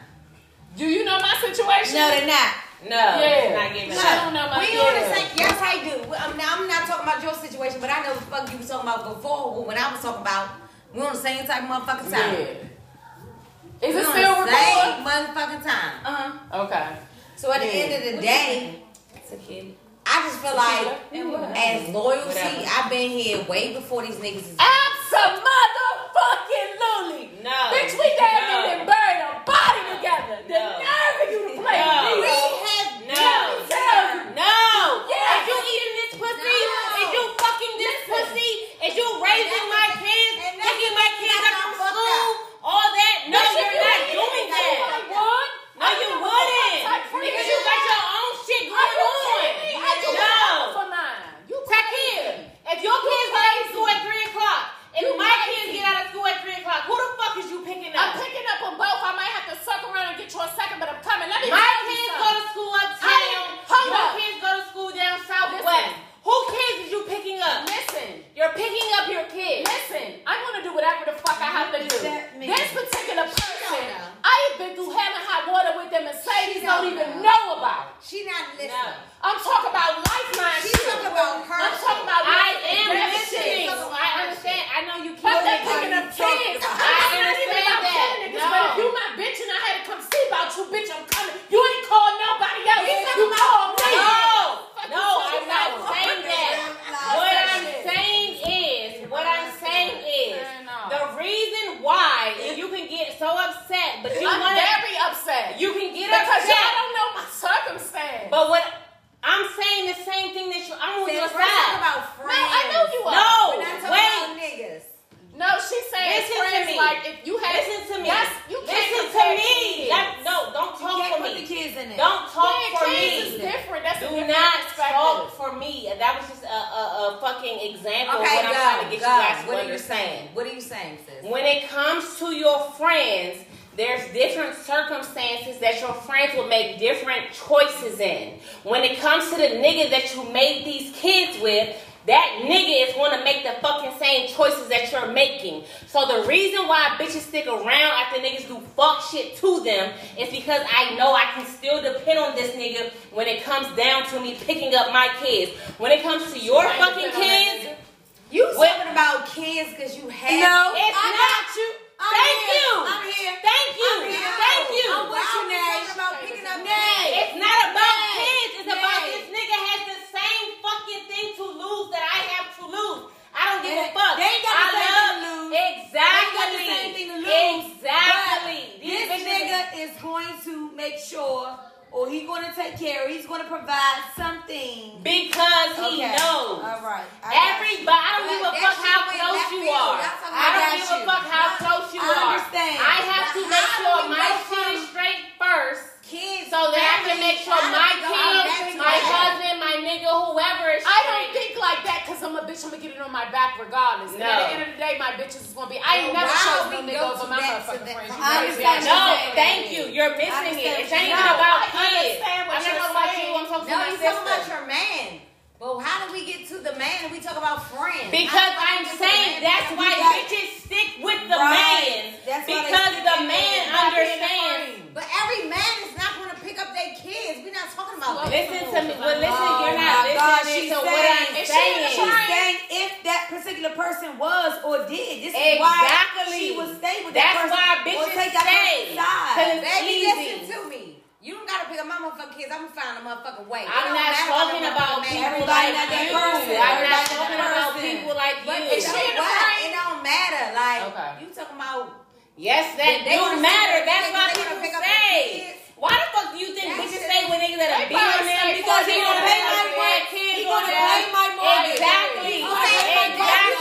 [SPEAKER 4] Do you know my situation?
[SPEAKER 5] No, they're not.
[SPEAKER 1] No,
[SPEAKER 4] Yeah.
[SPEAKER 1] it's not giving
[SPEAKER 4] No.
[SPEAKER 1] up.
[SPEAKER 4] don't know my
[SPEAKER 5] we on the
[SPEAKER 4] deal.
[SPEAKER 5] same. Yes, I do. We- I'm, now, I'm not talking about your situation, but I know the fuck you was talking about before. But when I was talking about, we on the same type of motherfucking
[SPEAKER 4] Yeah.
[SPEAKER 5] time.
[SPEAKER 4] Is
[SPEAKER 5] We
[SPEAKER 4] it
[SPEAKER 5] on
[SPEAKER 4] still
[SPEAKER 5] the same
[SPEAKER 4] recording?
[SPEAKER 5] motherfucking time. Uh huh.
[SPEAKER 4] Okay.
[SPEAKER 5] So at the
[SPEAKER 4] Yeah.
[SPEAKER 5] end of the day, I just feel like as loyalty,
[SPEAKER 1] Whatever.
[SPEAKER 5] I've been here way before these niggas. Is-
[SPEAKER 4] Absolutely. motherfucking Lily.
[SPEAKER 1] No.
[SPEAKER 4] Bitch, we damn
[SPEAKER 1] No.
[SPEAKER 4] near done buried a body together. The
[SPEAKER 1] No.
[SPEAKER 4] nerve of you to play
[SPEAKER 1] No.
[SPEAKER 5] we
[SPEAKER 4] me.
[SPEAKER 5] have
[SPEAKER 1] No.
[SPEAKER 4] Let me tell you.
[SPEAKER 1] No.
[SPEAKER 4] Yeah.
[SPEAKER 1] Is you eating this pussy?
[SPEAKER 5] No.
[SPEAKER 1] Is you fucking this pussy? Is you raising
[SPEAKER 5] That's
[SPEAKER 1] my
[SPEAKER 5] what-
[SPEAKER 1] kids?
[SPEAKER 5] and that's what
[SPEAKER 1] Picking my
[SPEAKER 5] you got
[SPEAKER 1] kids up from
[SPEAKER 5] all fucked
[SPEAKER 1] school? All that? No,
[SPEAKER 4] Bitch, if
[SPEAKER 1] you're
[SPEAKER 4] you
[SPEAKER 1] not
[SPEAKER 4] ain't
[SPEAKER 1] doing
[SPEAKER 4] eating
[SPEAKER 1] that.
[SPEAKER 4] I would.
[SPEAKER 1] No,
[SPEAKER 4] I
[SPEAKER 1] you
[SPEAKER 4] give a fuck what type of
[SPEAKER 1] wouldn't. Because
[SPEAKER 4] friend
[SPEAKER 1] you got your own shit
[SPEAKER 4] Are
[SPEAKER 1] going
[SPEAKER 4] you
[SPEAKER 1] on.
[SPEAKER 4] kidding me? I do
[SPEAKER 1] No.
[SPEAKER 4] for mine. You
[SPEAKER 1] Take care. If your kids
[SPEAKER 4] I'm
[SPEAKER 1] wanna-
[SPEAKER 4] very upset.
[SPEAKER 1] You can get
[SPEAKER 4] because
[SPEAKER 1] upset.
[SPEAKER 4] y'all don't know my circumstance.
[SPEAKER 1] But what I'm saying the same thing that you I'm on
[SPEAKER 5] Since
[SPEAKER 1] your
[SPEAKER 5] we're talking
[SPEAKER 1] side.
[SPEAKER 5] about
[SPEAKER 4] no,
[SPEAKER 5] friends.
[SPEAKER 4] I know you are.
[SPEAKER 1] No,
[SPEAKER 5] We're not talking
[SPEAKER 1] wait.
[SPEAKER 5] about niggas.
[SPEAKER 4] No, she's saying
[SPEAKER 1] Listen to
[SPEAKER 4] friends
[SPEAKER 1] me.
[SPEAKER 4] like if you had
[SPEAKER 1] Listen to me.
[SPEAKER 4] That's, you can't
[SPEAKER 1] Listen to
[SPEAKER 4] compare
[SPEAKER 1] me.
[SPEAKER 4] kids.
[SPEAKER 1] That, no, don't
[SPEAKER 3] You
[SPEAKER 1] talk
[SPEAKER 3] can't
[SPEAKER 1] for
[SPEAKER 3] put the
[SPEAKER 1] me.
[SPEAKER 3] kids in it.
[SPEAKER 1] Don't talk
[SPEAKER 4] Yeah,
[SPEAKER 1] for
[SPEAKER 4] kids is
[SPEAKER 1] me.
[SPEAKER 4] different. That's a
[SPEAKER 1] Do
[SPEAKER 4] different
[SPEAKER 1] not
[SPEAKER 4] perspective.
[SPEAKER 1] talk for me. And That was just a, a, a fucking example of
[SPEAKER 5] Okay,
[SPEAKER 1] what I'm trying to
[SPEAKER 5] God,
[SPEAKER 1] get you guys
[SPEAKER 5] God,
[SPEAKER 1] to
[SPEAKER 5] what are you
[SPEAKER 1] understand.
[SPEAKER 5] saying? What are you saying, sis?
[SPEAKER 1] When it comes to your friends, there's different circumstances that your friends will make different choices in. When it comes to the nigga that you made these kids with, that nigga is going to make the fucking same choices that you're making. So the reason why bitches stick around after niggas do fuck shit to them is because I know I can still depend on this nigga when it comes down to me picking up my kids. When it comes to your
[SPEAKER 4] Right,
[SPEAKER 1] fucking
[SPEAKER 4] depend on that
[SPEAKER 1] kids,
[SPEAKER 4] nigga.
[SPEAKER 5] You
[SPEAKER 1] What-
[SPEAKER 5] talking about kids because you had
[SPEAKER 3] No.
[SPEAKER 1] it's
[SPEAKER 3] I
[SPEAKER 1] not
[SPEAKER 3] got you. I'm
[SPEAKER 1] Thank
[SPEAKER 3] here.
[SPEAKER 1] you.
[SPEAKER 3] I'm here.
[SPEAKER 1] Thank you.
[SPEAKER 3] I'm here.
[SPEAKER 1] Thank you.
[SPEAKER 3] I'm with you,
[SPEAKER 5] Why are we
[SPEAKER 3] Nay.
[SPEAKER 5] talking about picking up
[SPEAKER 3] Nay.
[SPEAKER 1] It's not about
[SPEAKER 3] Nay.
[SPEAKER 1] kids. It's about
[SPEAKER 3] Nay.
[SPEAKER 1] this nigga has the same fucking thing to lose that I have to lose. I don't give a
[SPEAKER 3] They-
[SPEAKER 1] fuck.
[SPEAKER 3] they ain't got
[SPEAKER 1] I
[SPEAKER 3] the same
[SPEAKER 1] love-
[SPEAKER 3] thing to lose.
[SPEAKER 1] Exactly.
[SPEAKER 3] They ain't got the same thing to lose.
[SPEAKER 1] Exactly.
[SPEAKER 3] This
[SPEAKER 1] These bitches-
[SPEAKER 3] nigga is going to make sure, or he's going to take care, he's going to provide something.
[SPEAKER 1] because he
[SPEAKER 3] Okay.
[SPEAKER 1] knows.
[SPEAKER 3] All right. I got
[SPEAKER 1] Everybody, I don't
[SPEAKER 5] But
[SPEAKER 1] give a
[SPEAKER 5] that
[SPEAKER 1] fuck
[SPEAKER 5] shit
[SPEAKER 1] how
[SPEAKER 5] went
[SPEAKER 1] close
[SPEAKER 5] left
[SPEAKER 1] you
[SPEAKER 5] field.
[SPEAKER 1] are.
[SPEAKER 5] That's how
[SPEAKER 1] I
[SPEAKER 5] I
[SPEAKER 1] don't
[SPEAKER 5] got
[SPEAKER 1] give a
[SPEAKER 5] you.
[SPEAKER 1] fuck how
[SPEAKER 3] I-
[SPEAKER 1] close you
[SPEAKER 3] I
[SPEAKER 1] are.
[SPEAKER 3] understand.
[SPEAKER 1] I have to
[SPEAKER 5] But
[SPEAKER 1] make
[SPEAKER 5] how do
[SPEAKER 1] sure
[SPEAKER 5] we
[SPEAKER 1] my
[SPEAKER 5] go
[SPEAKER 1] shit is
[SPEAKER 5] from-
[SPEAKER 1] straight first.
[SPEAKER 5] kids.
[SPEAKER 1] So that I can
[SPEAKER 5] families,
[SPEAKER 1] make sure
[SPEAKER 5] how do
[SPEAKER 1] my
[SPEAKER 5] we go back
[SPEAKER 1] kids,
[SPEAKER 5] to
[SPEAKER 1] my
[SPEAKER 5] that?
[SPEAKER 1] husband, my nigga, whoever is
[SPEAKER 4] I don't think like that because I'm a bitch. I'm gonna get it on my back regardless. And at
[SPEAKER 1] No.
[SPEAKER 4] the end of the day, my bitches is gonna be. I ain't
[SPEAKER 5] Well,
[SPEAKER 4] never
[SPEAKER 5] why
[SPEAKER 4] chose
[SPEAKER 5] we
[SPEAKER 4] no nigga
[SPEAKER 5] go
[SPEAKER 4] over
[SPEAKER 5] to
[SPEAKER 4] my
[SPEAKER 5] that- to
[SPEAKER 4] motherfucking
[SPEAKER 5] that-
[SPEAKER 3] I
[SPEAKER 4] friends. You know
[SPEAKER 3] understand
[SPEAKER 4] what I'm
[SPEAKER 1] No,
[SPEAKER 3] what
[SPEAKER 4] saying?
[SPEAKER 3] you're
[SPEAKER 1] thank you. You're missing it. It ain't even about
[SPEAKER 4] I
[SPEAKER 1] kids.
[SPEAKER 4] understand what
[SPEAKER 1] I'm not
[SPEAKER 4] you're
[SPEAKER 1] talking about you.
[SPEAKER 4] saying.
[SPEAKER 1] I'm
[SPEAKER 5] No, you
[SPEAKER 1] talking about my
[SPEAKER 5] talking about
[SPEAKER 1] sister.
[SPEAKER 5] your man. But how do we get to the man and we talk about friends?
[SPEAKER 1] Because
[SPEAKER 5] How
[SPEAKER 1] I'm
[SPEAKER 5] do we get to the
[SPEAKER 1] saying
[SPEAKER 5] man?
[SPEAKER 1] that's why
[SPEAKER 3] got-
[SPEAKER 1] bitches stick with the
[SPEAKER 3] Right.
[SPEAKER 1] man.
[SPEAKER 3] That's why they
[SPEAKER 1] because
[SPEAKER 3] stick
[SPEAKER 1] the
[SPEAKER 3] with
[SPEAKER 1] man
[SPEAKER 3] the man.
[SPEAKER 1] understands.
[SPEAKER 5] But every man is not going to pick up their kids. We're not talking about that.
[SPEAKER 1] Listen to me. Well, listen,
[SPEAKER 3] Oh
[SPEAKER 1] you're
[SPEAKER 3] my
[SPEAKER 1] not
[SPEAKER 3] God,
[SPEAKER 1] listening
[SPEAKER 3] she's
[SPEAKER 1] to what
[SPEAKER 3] saying-
[SPEAKER 4] Is she
[SPEAKER 1] I'm
[SPEAKER 4] in the
[SPEAKER 1] saying.
[SPEAKER 3] She's saying if that particular person was or did, this is why
[SPEAKER 1] Exactly.
[SPEAKER 3] she would stay with
[SPEAKER 1] That's
[SPEAKER 3] that person.
[SPEAKER 1] why
[SPEAKER 3] or
[SPEAKER 1] bitches
[SPEAKER 3] take that person's
[SPEAKER 1] stay.
[SPEAKER 3] side.
[SPEAKER 1] Cause-
[SPEAKER 5] Baby,
[SPEAKER 1] Easy.
[SPEAKER 5] listen to me. You don't gotta pick up my motherfucking kids. I'm gonna find a motherfucking way. It don't
[SPEAKER 1] I'm not
[SPEAKER 5] matter
[SPEAKER 1] talking
[SPEAKER 5] I'm
[SPEAKER 1] about
[SPEAKER 5] a
[SPEAKER 1] people
[SPEAKER 5] man.
[SPEAKER 3] Everybody
[SPEAKER 1] like
[SPEAKER 3] not that
[SPEAKER 1] you.
[SPEAKER 3] person.
[SPEAKER 1] I'm not
[SPEAKER 3] Everybody
[SPEAKER 1] talking
[SPEAKER 3] not that
[SPEAKER 1] about
[SPEAKER 3] person.
[SPEAKER 1] people like
[SPEAKER 5] But
[SPEAKER 1] you.
[SPEAKER 4] she
[SPEAKER 5] it don't
[SPEAKER 4] in the
[SPEAKER 5] what?
[SPEAKER 4] frame?
[SPEAKER 5] It don't matter. Like
[SPEAKER 4] Okay.
[SPEAKER 5] you talking about
[SPEAKER 1] Yes, that
[SPEAKER 5] They
[SPEAKER 1] do
[SPEAKER 5] gonna stay-
[SPEAKER 1] matter. That's
[SPEAKER 5] they-
[SPEAKER 1] why
[SPEAKER 5] they
[SPEAKER 1] people
[SPEAKER 5] gonna pick up
[SPEAKER 1] stay.
[SPEAKER 5] the kids.
[SPEAKER 1] Why the fuck do you think
[SPEAKER 5] That
[SPEAKER 1] bitches
[SPEAKER 5] shit-
[SPEAKER 1] stay with niggas that are
[SPEAKER 4] They
[SPEAKER 1] beat on
[SPEAKER 4] probably
[SPEAKER 1] them
[SPEAKER 4] stay because
[SPEAKER 1] because he
[SPEAKER 4] they gonna
[SPEAKER 1] gonna pay
[SPEAKER 4] pay my
[SPEAKER 1] my rent,
[SPEAKER 4] rent.
[SPEAKER 1] kid
[SPEAKER 3] He
[SPEAKER 1] going
[SPEAKER 3] gonna
[SPEAKER 1] down.
[SPEAKER 3] pay my mortgage.
[SPEAKER 1] Exactly.
[SPEAKER 3] He
[SPEAKER 5] okay,
[SPEAKER 3] gonna pay my
[SPEAKER 5] but if you
[SPEAKER 1] Exactly.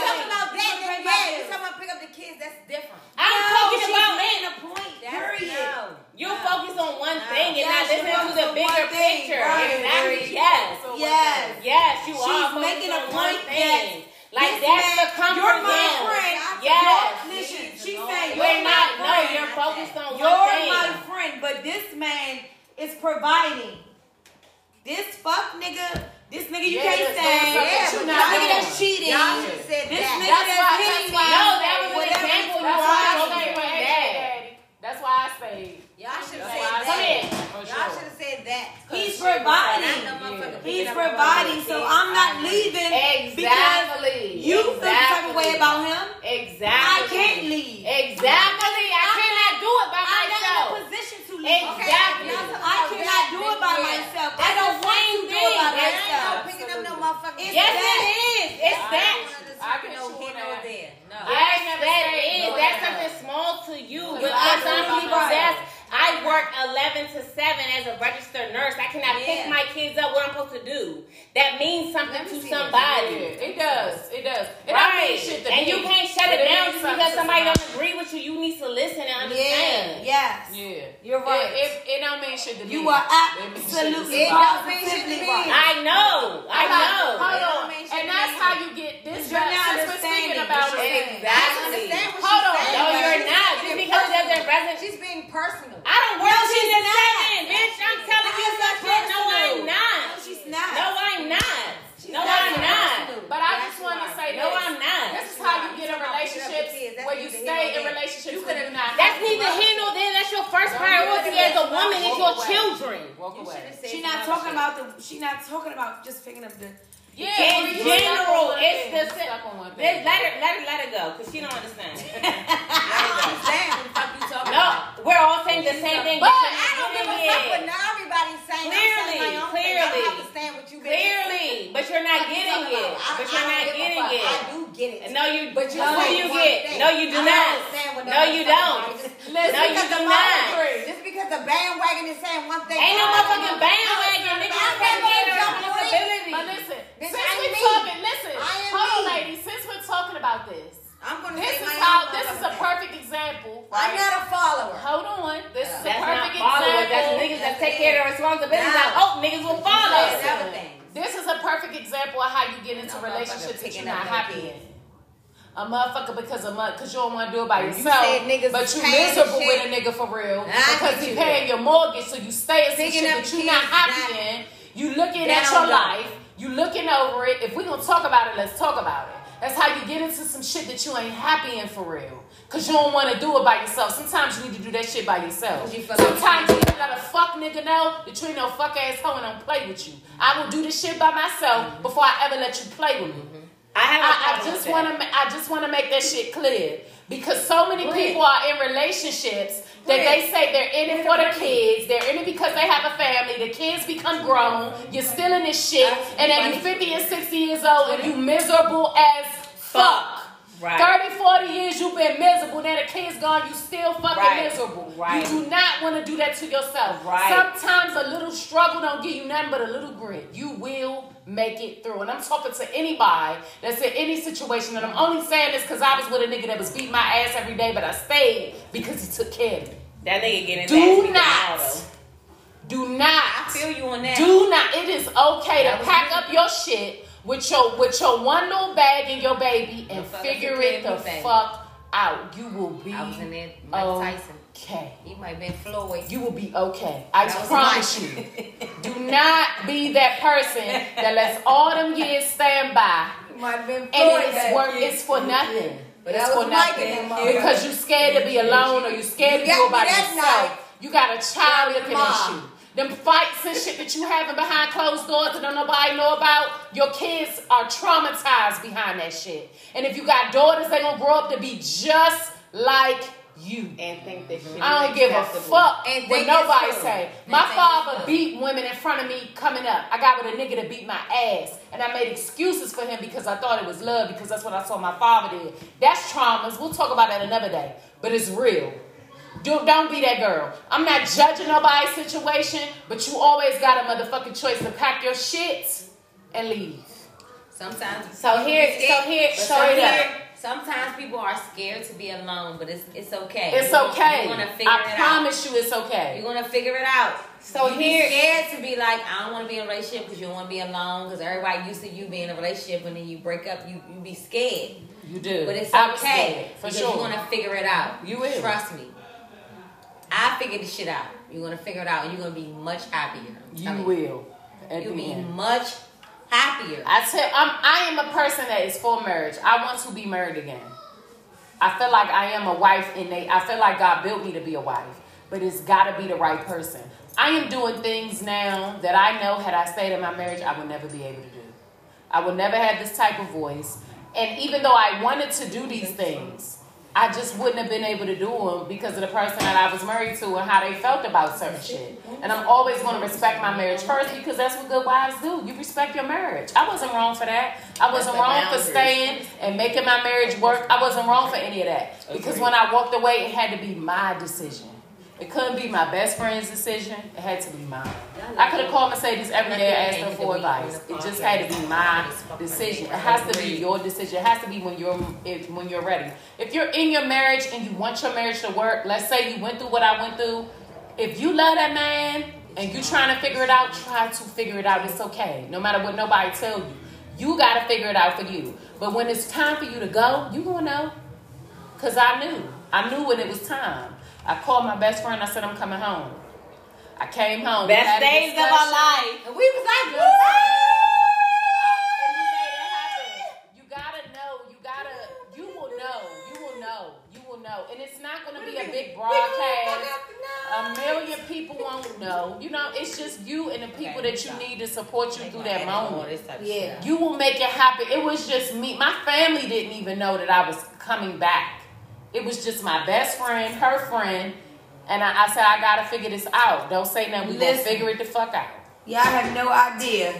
[SPEAKER 5] talking about that,
[SPEAKER 3] He gonna
[SPEAKER 5] then
[SPEAKER 3] pay my
[SPEAKER 5] yeah, you
[SPEAKER 3] bills.
[SPEAKER 5] talking about pick up the kids, that's different.
[SPEAKER 1] I'm
[SPEAKER 3] No,
[SPEAKER 1] talking
[SPEAKER 3] she's
[SPEAKER 1] about
[SPEAKER 3] making
[SPEAKER 1] it.
[SPEAKER 3] a point.
[SPEAKER 5] That's-
[SPEAKER 3] Period.
[SPEAKER 5] no.
[SPEAKER 1] You focus on one thing and
[SPEAKER 3] Yeah,
[SPEAKER 1] not
[SPEAKER 3] she
[SPEAKER 1] listen to
[SPEAKER 3] focus
[SPEAKER 1] the
[SPEAKER 3] on
[SPEAKER 1] bigger
[SPEAKER 3] one thing,
[SPEAKER 1] picture.
[SPEAKER 3] right.
[SPEAKER 1] Exactly. Yes.
[SPEAKER 3] Yes.
[SPEAKER 1] Yes, you
[SPEAKER 3] She's
[SPEAKER 1] are focused
[SPEAKER 3] making a
[SPEAKER 1] on one
[SPEAKER 3] point
[SPEAKER 1] thing. Like
[SPEAKER 3] This
[SPEAKER 1] that's
[SPEAKER 3] man-
[SPEAKER 1] the comfort
[SPEAKER 3] You're my
[SPEAKER 1] zone.
[SPEAKER 3] friend.
[SPEAKER 1] Yes.
[SPEAKER 3] Your- Listen, she's saying
[SPEAKER 1] We're
[SPEAKER 3] you're
[SPEAKER 1] not.
[SPEAKER 3] my
[SPEAKER 1] No,
[SPEAKER 3] friend.
[SPEAKER 1] you're focused on
[SPEAKER 3] You're
[SPEAKER 1] one thing.
[SPEAKER 3] my friend, but this man is providing. This fuck nigga, this nigga you
[SPEAKER 4] Yeah,
[SPEAKER 3] can't
[SPEAKER 4] that's
[SPEAKER 3] stand.
[SPEAKER 4] what I'm
[SPEAKER 5] Yeah,
[SPEAKER 3] this nigga
[SPEAKER 4] saying. You're not doing.
[SPEAKER 3] that's cheating.
[SPEAKER 5] Y'all should have said
[SPEAKER 3] This
[SPEAKER 5] that.
[SPEAKER 3] nigga
[SPEAKER 4] That's
[SPEAKER 3] that's
[SPEAKER 4] why-
[SPEAKER 3] hitting
[SPEAKER 4] that's why-
[SPEAKER 1] No,
[SPEAKER 3] me.
[SPEAKER 1] that was an
[SPEAKER 3] Whatever
[SPEAKER 1] example.
[SPEAKER 3] he's
[SPEAKER 1] You
[SPEAKER 4] That's
[SPEAKER 1] are
[SPEAKER 4] why I
[SPEAKER 3] providing.
[SPEAKER 1] focused
[SPEAKER 4] stayed with
[SPEAKER 1] on
[SPEAKER 4] Asian
[SPEAKER 1] that.
[SPEAKER 4] daddy. That's why I stayed.
[SPEAKER 5] Y'all should have
[SPEAKER 4] That's
[SPEAKER 5] said
[SPEAKER 4] why I said
[SPEAKER 5] that.
[SPEAKER 4] for
[SPEAKER 5] Y'all
[SPEAKER 1] Come
[SPEAKER 4] sure.
[SPEAKER 5] should have said that.
[SPEAKER 3] He's
[SPEAKER 5] And I
[SPEAKER 3] providing.
[SPEAKER 5] know motherfucker
[SPEAKER 3] He's
[SPEAKER 5] picking up
[SPEAKER 3] providing,
[SPEAKER 5] motherfucking
[SPEAKER 3] so
[SPEAKER 5] kids.
[SPEAKER 3] I'm not leaving because
[SPEAKER 1] Exactly.
[SPEAKER 3] you feel the type
[SPEAKER 1] Exactly.
[SPEAKER 3] of way about him.
[SPEAKER 1] Exactly.
[SPEAKER 3] I can't leave.
[SPEAKER 1] Exactly. I cannot do it by
[SPEAKER 3] I'm
[SPEAKER 1] myself.
[SPEAKER 3] not in a position to leave.
[SPEAKER 1] Exactly.
[SPEAKER 3] I cannot do it by myself. I
[SPEAKER 1] That's
[SPEAKER 3] don't
[SPEAKER 1] the
[SPEAKER 3] want to
[SPEAKER 1] same
[SPEAKER 3] do it by
[SPEAKER 1] thing.
[SPEAKER 5] There ain't no
[SPEAKER 3] myself.
[SPEAKER 5] picking up no motherfucking
[SPEAKER 3] It's
[SPEAKER 1] yes,
[SPEAKER 3] that.
[SPEAKER 1] it is. It's
[SPEAKER 4] I
[SPEAKER 1] that.
[SPEAKER 4] agree.
[SPEAKER 5] I can no here no there. No.
[SPEAKER 1] Yes,
[SPEAKER 4] never
[SPEAKER 1] that
[SPEAKER 4] said
[SPEAKER 1] is.
[SPEAKER 4] no one
[SPEAKER 1] That's something small to you,
[SPEAKER 4] No,
[SPEAKER 1] but
[SPEAKER 4] you're
[SPEAKER 1] for some
[SPEAKER 4] absolutely
[SPEAKER 1] people,
[SPEAKER 4] right.
[SPEAKER 1] that's. I work eleven to seven as a registered nurse. I cannot
[SPEAKER 5] Yeah.
[SPEAKER 1] pick my kids up. What I'm supposed to do? That means something
[SPEAKER 5] Let me
[SPEAKER 1] to
[SPEAKER 5] see this.
[SPEAKER 1] somebody.
[SPEAKER 4] Yeah, it does. It does. It don't mean
[SPEAKER 1] Right.
[SPEAKER 4] shit to me.
[SPEAKER 1] and you can't shut
[SPEAKER 4] But it
[SPEAKER 1] it down
[SPEAKER 4] means
[SPEAKER 1] just
[SPEAKER 4] something
[SPEAKER 1] because
[SPEAKER 4] to
[SPEAKER 1] somebody
[SPEAKER 4] somebody.
[SPEAKER 1] don't agree with you. You need to listen
[SPEAKER 3] Yeah.
[SPEAKER 1] and understand.
[SPEAKER 3] Yes.
[SPEAKER 4] Yeah.
[SPEAKER 3] You're right.
[SPEAKER 4] It, it, it don't mean shit to me.
[SPEAKER 3] You are
[SPEAKER 4] It means shit to
[SPEAKER 3] absolutely
[SPEAKER 5] It
[SPEAKER 4] somebody.
[SPEAKER 5] don't mean
[SPEAKER 3] positively
[SPEAKER 5] shit to me.
[SPEAKER 3] right.
[SPEAKER 1] I know. I know.
[SPEAKER 5] It don't
[SPEAKER 4] Hold on.
[SPEAKER 5] mean shit
[SPEAKER 4] And
[SPEAKER 5] to
[SPEAKER 4] that's
[SPEAKER 5] me.
[SPEAKER 4] how you get this.
[SPEAKER 3] You're
[SPEAKER 4] job-
[SPEAKER 3] not
[SPEAKER 4] since we're
[SPEAKER 3] understanding.
[SPEAKER 4] speaking about
[SPEAKER 3] You're
[SPEAKER 4] it.
[SPEAKER 3] saying-
[SPEAKER 5] I understand what
[SPEAKER 4] Hold on.
[SPEAKER 5] she's saying.
[SPEAKER 1] No,
[SPEAKER 5] but
[SPEAKER 1] you're
[SPEAKER 5] she's
[SPEAKER 1] not.
[SPEAKER 5] being
[SPEAKER 1] Just because it doesn't
[SPEAKER 5] personal.
[SPEAKER 1] resonate.
[SPEAKER 5] She's being personal.
[SPEAKER 1] I don't work
[SPEAKER 3] No,
[SPEAKER 1] ten
[SPEAKER 3] she's
[SPEAKER 1] to
[SPEAKER 3] not.
[SPEAKER 1] seven, bitch. I'm telling you
[SPEAKER 3] That's
[SPEAKER 1] some shit. No, I'm
[SPEAKER 3] personal.
[SPEAKER 1] not.
[SPEAKER 3] She's
[SPEAKER 1] No,
[SPEAKER 3] not.
[SPEAKER 1] I'm not.
[SPEAKER 5] She's
[SPEAKER 1] No,
[SPEAKER 5] not
[SPEAKER 1] I'm
[SPEAKER 5] being
[SPEAKER 1] not.
[SPEAKER 5] personal.
[SPEAKER 4] But I
[SPEAKER 5] That's
[SPEAKER 4] just want to
[SPEAKER 5] why.
[SPEAKER 4] say
[SPEAKER 1] No,
[SPEAKER 4] this.
[SPEAKER 1] I'm not.
[SPEAKER 4] This is how you get in relationships where you stay in relationships you where you're not
[SPEAKER 1] That's
[SPEAKER 4] happy.
[SPEAKER 1] neither here nor there. That's your first
[SPEAKER 4] Don't
[SPEAKER 1] priority
[SPEAKER 4] do that.
[SPEAKER 1] as a woman is your
[SPEAKER 4] Walk away.
[SPEAKER 1] children.
[SPEAKER 4] Walk
[SPEAKER 5] You
[SPEAKER 4] away.
[SPEAKER 5] should've said
[SPEAKER 3] She's
[SPEAKER 5] some
[SPEAKER 3] not
[SPEAKER 5] other
[SPEAKER 3] talking
[SPEAKER 5] shit.
[SPEAKER 3] about the. She's not talking about just picking up the.
[SPEAKER 4] Yeah,
[SPEAKER 1] In
[SPEAKER 4] when you stuck on
[SPEAKER 1] general,
[SPEAKER 4] one
[SPEAKER 1] it's
[SPEAKER 4] thing,
[SPEAKER 1] the
[SPEAKER 4] you
[SPEAKER 1] same.
[SPEAKER 4] stuck on one
[SPEAKER 1] Let
[SPEAKER 4] thing.
[SPEAKER 1] let her let her let her go because she don't understand.
[SPEAKER 5] I don't understand what the fuck you talking
[SPEAKER 1] No,
[SPEAKER 5] about.
[SPEAKER 1] we're all saying the same thing.
[SPEAKER 5] But
[SPEAKER 1] because
[SPEAKER 5] I don't give a
[SPEAKER 1] you're
[SPEAKER 5] fuck what
[SPEAKER 1] getting it.
[SPEAKER 5] now everybody's saying.
[SPEAKER 1] Clearly,
[SPEAKER 5] I'm saying my own thing. I
[SPEAKER 1] clearly,
[SPEAKER 5] don't understand what you
[SPEAKER 1] Clearly, but you're not getting it. But you're not getting
[SPEAKER 5] I
[SPEAKER 1] it.
[SPEAKER 5] do get it.
[SPEAKER 1] No, you.
[SPEAKER 5] But you
[SPEAKER 1] no,
[SPEAKER 5] say
[SPEAKER 1] you
[SPEAKER 5] one
[SPEAKER 1] get.
[SPEAKER 5] thing.
[SPEAKER 1] No, you do
[SPEAKER 5] I
[SPEAKER 1] not.
[SPEAKER 5] understand what
[SPEAKER 6] what
[SPEAKER 1] No, you don't. No, you do not.
[SPEAKER 6] Just because the bandwagon is saying one thing.
[SPEAKER 1] Ain't no motherfucking bandwagon. Nigga, you
[SPEAKER 6] I'm
[SPEAKER 1] can't
[SPEAKER 6] not
[SPEAKER 1] get
[SPEAKER 6] gonna jump on it.
[SPEAKER 1] responsibility.
[SPEAKER 4] But listen,
[SPEAKER 6] This
[SPEAKER 4] since
[SPEAKER 6] I
[SPEAKER 4] we're
[SPEAKER 6] mean.
[SPEAKER 4] talking, listen,
[SPEAKER 6] I am
[SPEAKER 4] hold
[SPEAKER 6] me.
[SPEAKER 4] on, ladies. Since we're talking about this,
[SPEAKER 6] I'm gonna
[SPEAKER 4] this
[SPEAKER 6] say
[SPEAKER 4] is
[SPEAKER 6] my
[SPEAKER 4] how.
[SPEAKER 6] own
[SPEAKER 4] This is a
[SPEAKER 6] motherfucking
[SPEAKER 4] perfect example.
[SPEAKER 6] thing. I'm
[SPEAKER 4] Right?
[SPEAKER 6] not a follower.
[SPEAKER 4] Hold on. This is a
[SPEAKER 1] That's not
[SPEAKER 4] perfect
[SPEAKER 1] followers. That's
[SPEAKER 4] example.
[SPEAKER 1] niggas that take care of their responsibilities. I hope niggas will follow.
[SPEAKER 5] That's other things.
[SPEAKER 4] This is a perfect example of how you get into
[SPEAKER 5] No, motherfucker
[SPEAKER 4] relationships that
[SPEAKER 5] picking
[SPEAKER 4] you're
[SPEAKER 5] up
[SPEAKER 4] not
[SPEAKER 5] their
[SPEAKER 4] happy in.
[SPEAKER 5] kids.
[SPEAKER 4] A motherfucker because a month because you don't want to do it by
[SPEAKER 5] You
[SPEAKER 4] yourself.
[SPEAKER 5] said niggas
[SPEAKER 4] but you
[SPEAKER 5] paying
[SPEAKER 4] miserable
[SPEAKER 5] shit.
[SPEAKER 4] with a nigga for real
[SPEAKER 5] Nah, I
[SPEAKER 4] because
[SPEAKER 5] get
[SPEAKER 4] he
[SPEAKER 5] you
[SPEAKER 4] paying your mortgage, so you stay in some
[SPEAKER 5] Picking
[SPEAKER 4] shit
[SPEAKER 5] up
[SPEAKER 4] that you're not
[SPEAKER 5] kids,
[SPEAKER 4] happy
[SPEAKER 5] nah.
[SPEAKER 4] in. You looking
[SPEAKER 5] That
[SPEAKER 4] at
[SPEAKER 5] don't
[SPEAKER 4] your
[SPEAKER 5] go.
[SPEAKER 4] life, you looking over it. If we gonna talk about it, let's talk about it. That's how you get into some shit that you ain't happy in for real. Cause you don't want to do it by yourself. Sometimes you need to do that shit by yourself.
[SPEAKER 5] 'Cause you feel like-
[SPEAKER 4] Sometimes you gotta let a fuck nigga know that you ain't no fuck ass hoe and don't play with you. I will do this shit by myself
[SPEAKER 5] Mm-hmm.
[SPEAKER 4] before I ever let you play with me.
[SPEAKER 1] I have a
[SPEAKER 4] I, I
[SPEAKER 1] problem
[SPEAKER 4] just
[SPEAKER 1] with
[SPEAKER 4] want
[SPEAKER 1] that.
[SPEAKER 4] to. I just want to make that shit clear because so many people are in relationships that they say they're in it for the kids. They're in it because they have a family. The kids become grown. You're still in this shit, and then you're 50 and 60 years old, and you miserable as fuck.
[SPEAKER 1] Right.
[SPEAKER 4] 30, 40 years you've been miserable. Now the kid's gone, you still fucking
[SPEAKER 1] Right.
[SPEAKER 4] miserable.
[SPEAKER 1] Right.
[SPEAKER 4] You do not want to do that to yourself.
[SPEAKER 1] Right.
[SPEAKER 4] Sometimes a little struggle don't give you nothing but a little grit. You will make it through. And I'm talking to anybody that's in any situation. And I'm only saying this because I was with a nigga that was beating my ass every day, but I stayed because he took care of me.
[SPEAKER 1] That nigga getting his ass
[SPEAKER 4] Do
[SPEAKER 1] beat
[SPEAKER 4] not.
[SPEAKER 1] tomorrow.
[SPEAKER 4] Do
[SPEAKER 5] I
[SPEAKER 4] not.
[SPEAKER 5] feel you on that.
[SPEAKER 4] Do not. It is okay
[SPEAKER 5] That
[SPEAKER 4] to
[SPEAKER 5] was
[SPEAKER 4] pack
[SPEAKER 5] me.
[SPEAKER 4] up your shit with your with your one little bag and your baby and
[SPEAKER 5] The fuck
[SPEAKER 4] figure
[SPEAKER 5] if you
[SPEAKER 4] it
[SPEAKER 5] can,
[SPEAKER 4] the
[SPEAKER 5] you can.
[SPEAKER 4] fuck out. You will be
[SPEAKER 5] I was in there, Mike
[SPEAKER 4] Oh.
[SPEAKER 5] Tyson.
[SPEAKER 4] okay.
[SPEAKER 5] He might have been Floyd.
[SPEAKER 4] You will be okay. I
[SPEAKER 5] That was
[SPEAKER 4] promise you. [laughs] Do not be that person that lets all them years stand by
[SPEAKER 6] Might have been
[SPEAKER 4] and
[SPEAKER 6] Floyd
[SPEAKER 4] it's
[SPEAKER 6] back
[SPEAKER 4] work.
[SPEAKER 6] then.
[SPEAKER 4] It's for nothing.
[SPEAKER 6] But
[SPEAKER 4] it's
[SPEAKER 6] that was
[SPEAKER 4] for
[SPEAKER 6] Mike
[SPEAKER 4] nothing
[SPEAKER 6] and them
[SPEAKER 4] because you scared to be alone or you scared
[SPEAKER 6] You
[SPEAKER 4] to go
[SPEAKER 6] got
[SPEAKER 4] by
[SPEAKER 6] me that night.
[SPEAKER 4] yourself. You got a child looking at
[SPEAKER 6] Mom.
[SPEAKER 4] you. Them fights and shit that you having behind closed doors that don't nobody know about, your kids are traumatized behind that shit. And if you got daughters, they gonna grow up to be just like you.
[SPEAKER 1] And think that shit
[SPEAKER 4] I
[SPEAKER 1] is
[SPEAKER 4] don't give a
[SPEAKER 1] acceptable.
[SPEAKER 4] fuck
[SPEAKER 5] And
[SPEAKER 4] what
[SPEAKER 5] think it's
[SPEAKER 4] nobody
[SPEAKER 5] cool.
[SPEAKER 4] say.
[SPEAKER 5] And
[SPEAKER 4] My
[SPEAKER 5] think it's
[SPEAKER 4] father
[SPEAKER 5] cool.
[SPEAKER 4] beat women in front of me coming up. I got with a nigga that beat my ass, and I made excuses for him because I thought it was love because that's what I saw my father did. That's traumas. We'll talk about that another day, but it's real. Do, don't be that girl. I'm not judging nobody's situation, but you always got a motherfucking choice to pack your shit and leave.
[SPEAKER 5] Sometimes.
[SPEAKER 1] So here-
[SPEAKER 5] people scared-
[SPEAKER 1] so here-
[SPEAKER 5] but
[SPEAKER 1] so here-
[SPEAKER 5] sometimes- Sometimes people are scared to be alone, but it's it's okay.
[SPEAKER 4] It's
[SPEAKER 5] You're-
[SPEAKER 4] okay.
[SPEAKER 5] You're gonna figure
[SPEAKER 4] I
[SPEAKER 5] it out.
[SPEAKER 4] promise you, it's okay.
[SPEAKER 5] You're gonna figure it out.
[SPEAKER 1] So
[SPEAKER 5] you
[SPEAKER 1] here-
[SPEAKER 5] be scared to be like, I don't want to be in a relationship because you don't want to be alone because everybody used to you being in a relationship and then you break up, you you be scared.
[SPEAKER 4] You do,
[SPEAKER 5] But it's
[SPEAKER 4] I was
[SPEAKER 5] okay
[SPEAKER 4] scared, for
[SPEAKER 5] because
[SPEAKER 4] sure.
[SPEAKER 5] you're gonna figure it out.
[SPEAKER 4] You will.
[SPEAKER 5] trust me. I figured this shit out. You're gonna figure it out, and you're gonna be much happier. I'm
[SPEAKER 4] you
[SPEAKER 5] telling
[SPEAKER 4] will. At
[SPEAKER 5] You'll
[SPEAKER 4] the
[SPEAKER 5] be
[SPEAKER 4] end.
[SPEAKER 5] much happier.
[SPEAKER 4] I tell I'm I am a person that is for marriage. I want to be married again. I feel like I am a wife and they I feel like God built me to be a wife, but it's gotta be the right person. I am doing things now that I know had I stayed in my marriage I would never be able to do. I would never have this type of voice. And even though I wanted to do these things, I just wouldn't have been able to do them because of the person that I was married to and how they felt about certain shit. And I'm always going to respect my marriage first because that's what good wives do. You respect your marriage. I wasn't wrong for that. I wasn't wrong for staying and making my marriage work. I wasn't wrong for any of that because when I walked away, it had to be my decision. It couldn't be my best friend's decision. It had to be mine. I could have called Mercedes every day and asked her for advice. It just had to be my decision. It has to be your decision. It has to be when you're if, when you're ready. If you're in your marriage and you want your marriage to work, let's say you went through what I went through. If you love that man and you trying to figure it out, try to figure it out. It's okay. No matter what nobody tell you, you gotta figure it out for you. But when it's time for you to go, you gonna know. Cause I knew. I knew when it was time. I called my best friend. I said I'm coming home. I came home. We
[SPEAKER 1] Best
[SPEAKER 4] had a
[SPEAKER 1] days of our
[SPEAKER 4] discussion.
[SPEAKER 1] life.
[SPEAKER 5] And we was like,
[SPEAKER 4] Woo! And we made it happen. You gotta know. You gotta. You will know. You will know. You will know. And it's not gonna be a big broadcast. A million people won't know. You know, it's just you and the people that you need to support you through that moment.
[SPEAKER 5] yeah.
[SPEAKER 4] You will make it happen. It was just me. My family didn't even know that I was coming back. It was just my best friend, her friend, and I, I said, I gotta figure this out. Don't say nothing. We gonna
[SPEAKER 3] Listen.
[SPEAKER 4] figure it the fuck out.
[SPEAKER 3] Y'all have no idea.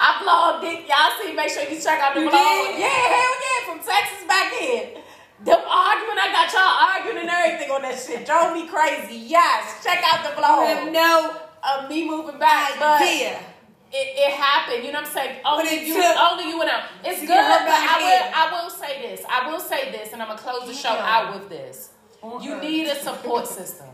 [SPEAKER 4] I vlogged it. Y'all see, make sure you check out the vlog. Yeah, hell yeah, from Texas back in. Them argument, I got y'all crazy. Yes, check out the vlog.
[SPEAKER 3] You have no
[SPEAKER 4] of me moving back, but
[SPEAKER 3] idea.
[SPEAKER 4] it, it happened. You know what I'm saying? Only
[SPEAKER 3] it
[SPEAKER 4] you,
[SPEAKER 3] took
[SPEAKER 4] only you and I. It's
[SPEAKER 3] to
[SPEAKER 4] good,
[SPEAKER 3] get
[SPEAKER 4] but
[SPEAKER 3] her back in.
[SPEAKER 4] I will, I will say this. I will say this, and I'm gonna close the show
[SPEAKER 3] Yeah.
[SPEAKER 4] out with this. You
[SPEAKER 3] earth.
[SPEAKER 4] need a support system.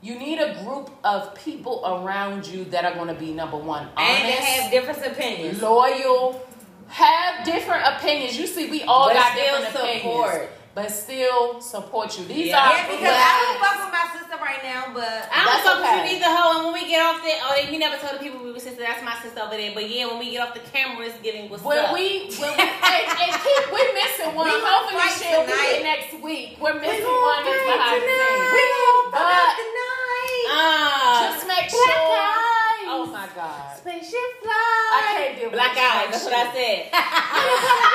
[SPEAKER 4] You need a group of people around you that are gonna be number one, honest,
[SPEAKER 5] And they have different opinions.
[SPEAKER 4] loyal, have different opinions. You see, we all
[SPEAKER 5] But
[SPEAKER 4] got
[SPEAKER 5] still
[SPEAKER 4] different opinions,
[SPEAKER 5] support.
[SPEAKER 4] but still support you. These
[SPEAKER 1] Yeah.
[SPEAKER 4] are
[SPEAKER 5] Yeah,
[SPEAKER 6] Because I don't fuck with my sister right now, but
[SPEAKER 1] I don't
[SPEAKER 4] That's
[SPEAKER 1] fuck
[SPEAKER 4] okay.
[SPEAKER 1] with you either, hoe. And when we get off the, oh, we never told the people we were sister. That's my sister over there. But yeah, when we get off the camera, it's getting what's
[SPEAKER 4] When
[SPEAKER 1] up.
[SPEAKER 4] we, when we, and, and keep, we're missing one.
[SPEAKER 6] We gonna
[SPEAKER 4] Hopefully,
[SPEAKER 6] fight
[SPEAKER 4] she'll be
[SPEAKER 6] tonight.
[SPEAKER 4] here next week. We're missing
[SPEAKER 6] gonna
[SPEAKER 4] one that's
[SPEAKER 6] fight
[SPEAKER 4] behind the scenes.
[SPEAKER 6] we won't fuck
[SPEAKER 4] But-
[SPEAKER 6] up tonight.
[SPEAKER 1] uh,
[SPEAKER 4] Just make sure.
[SPEAKER 6] Black eyes.
[SPEAKER 4] Oh my God.
[SPEAKER 6] Spaceship fly.
[SPEAKER 4] I can't deal with
[SPEAKER 1] black
[SPEAKER 4] this
[SPEAKER 1] [laughs] eyes. That's what I said.
[SPEAKER 4] Uh-huh.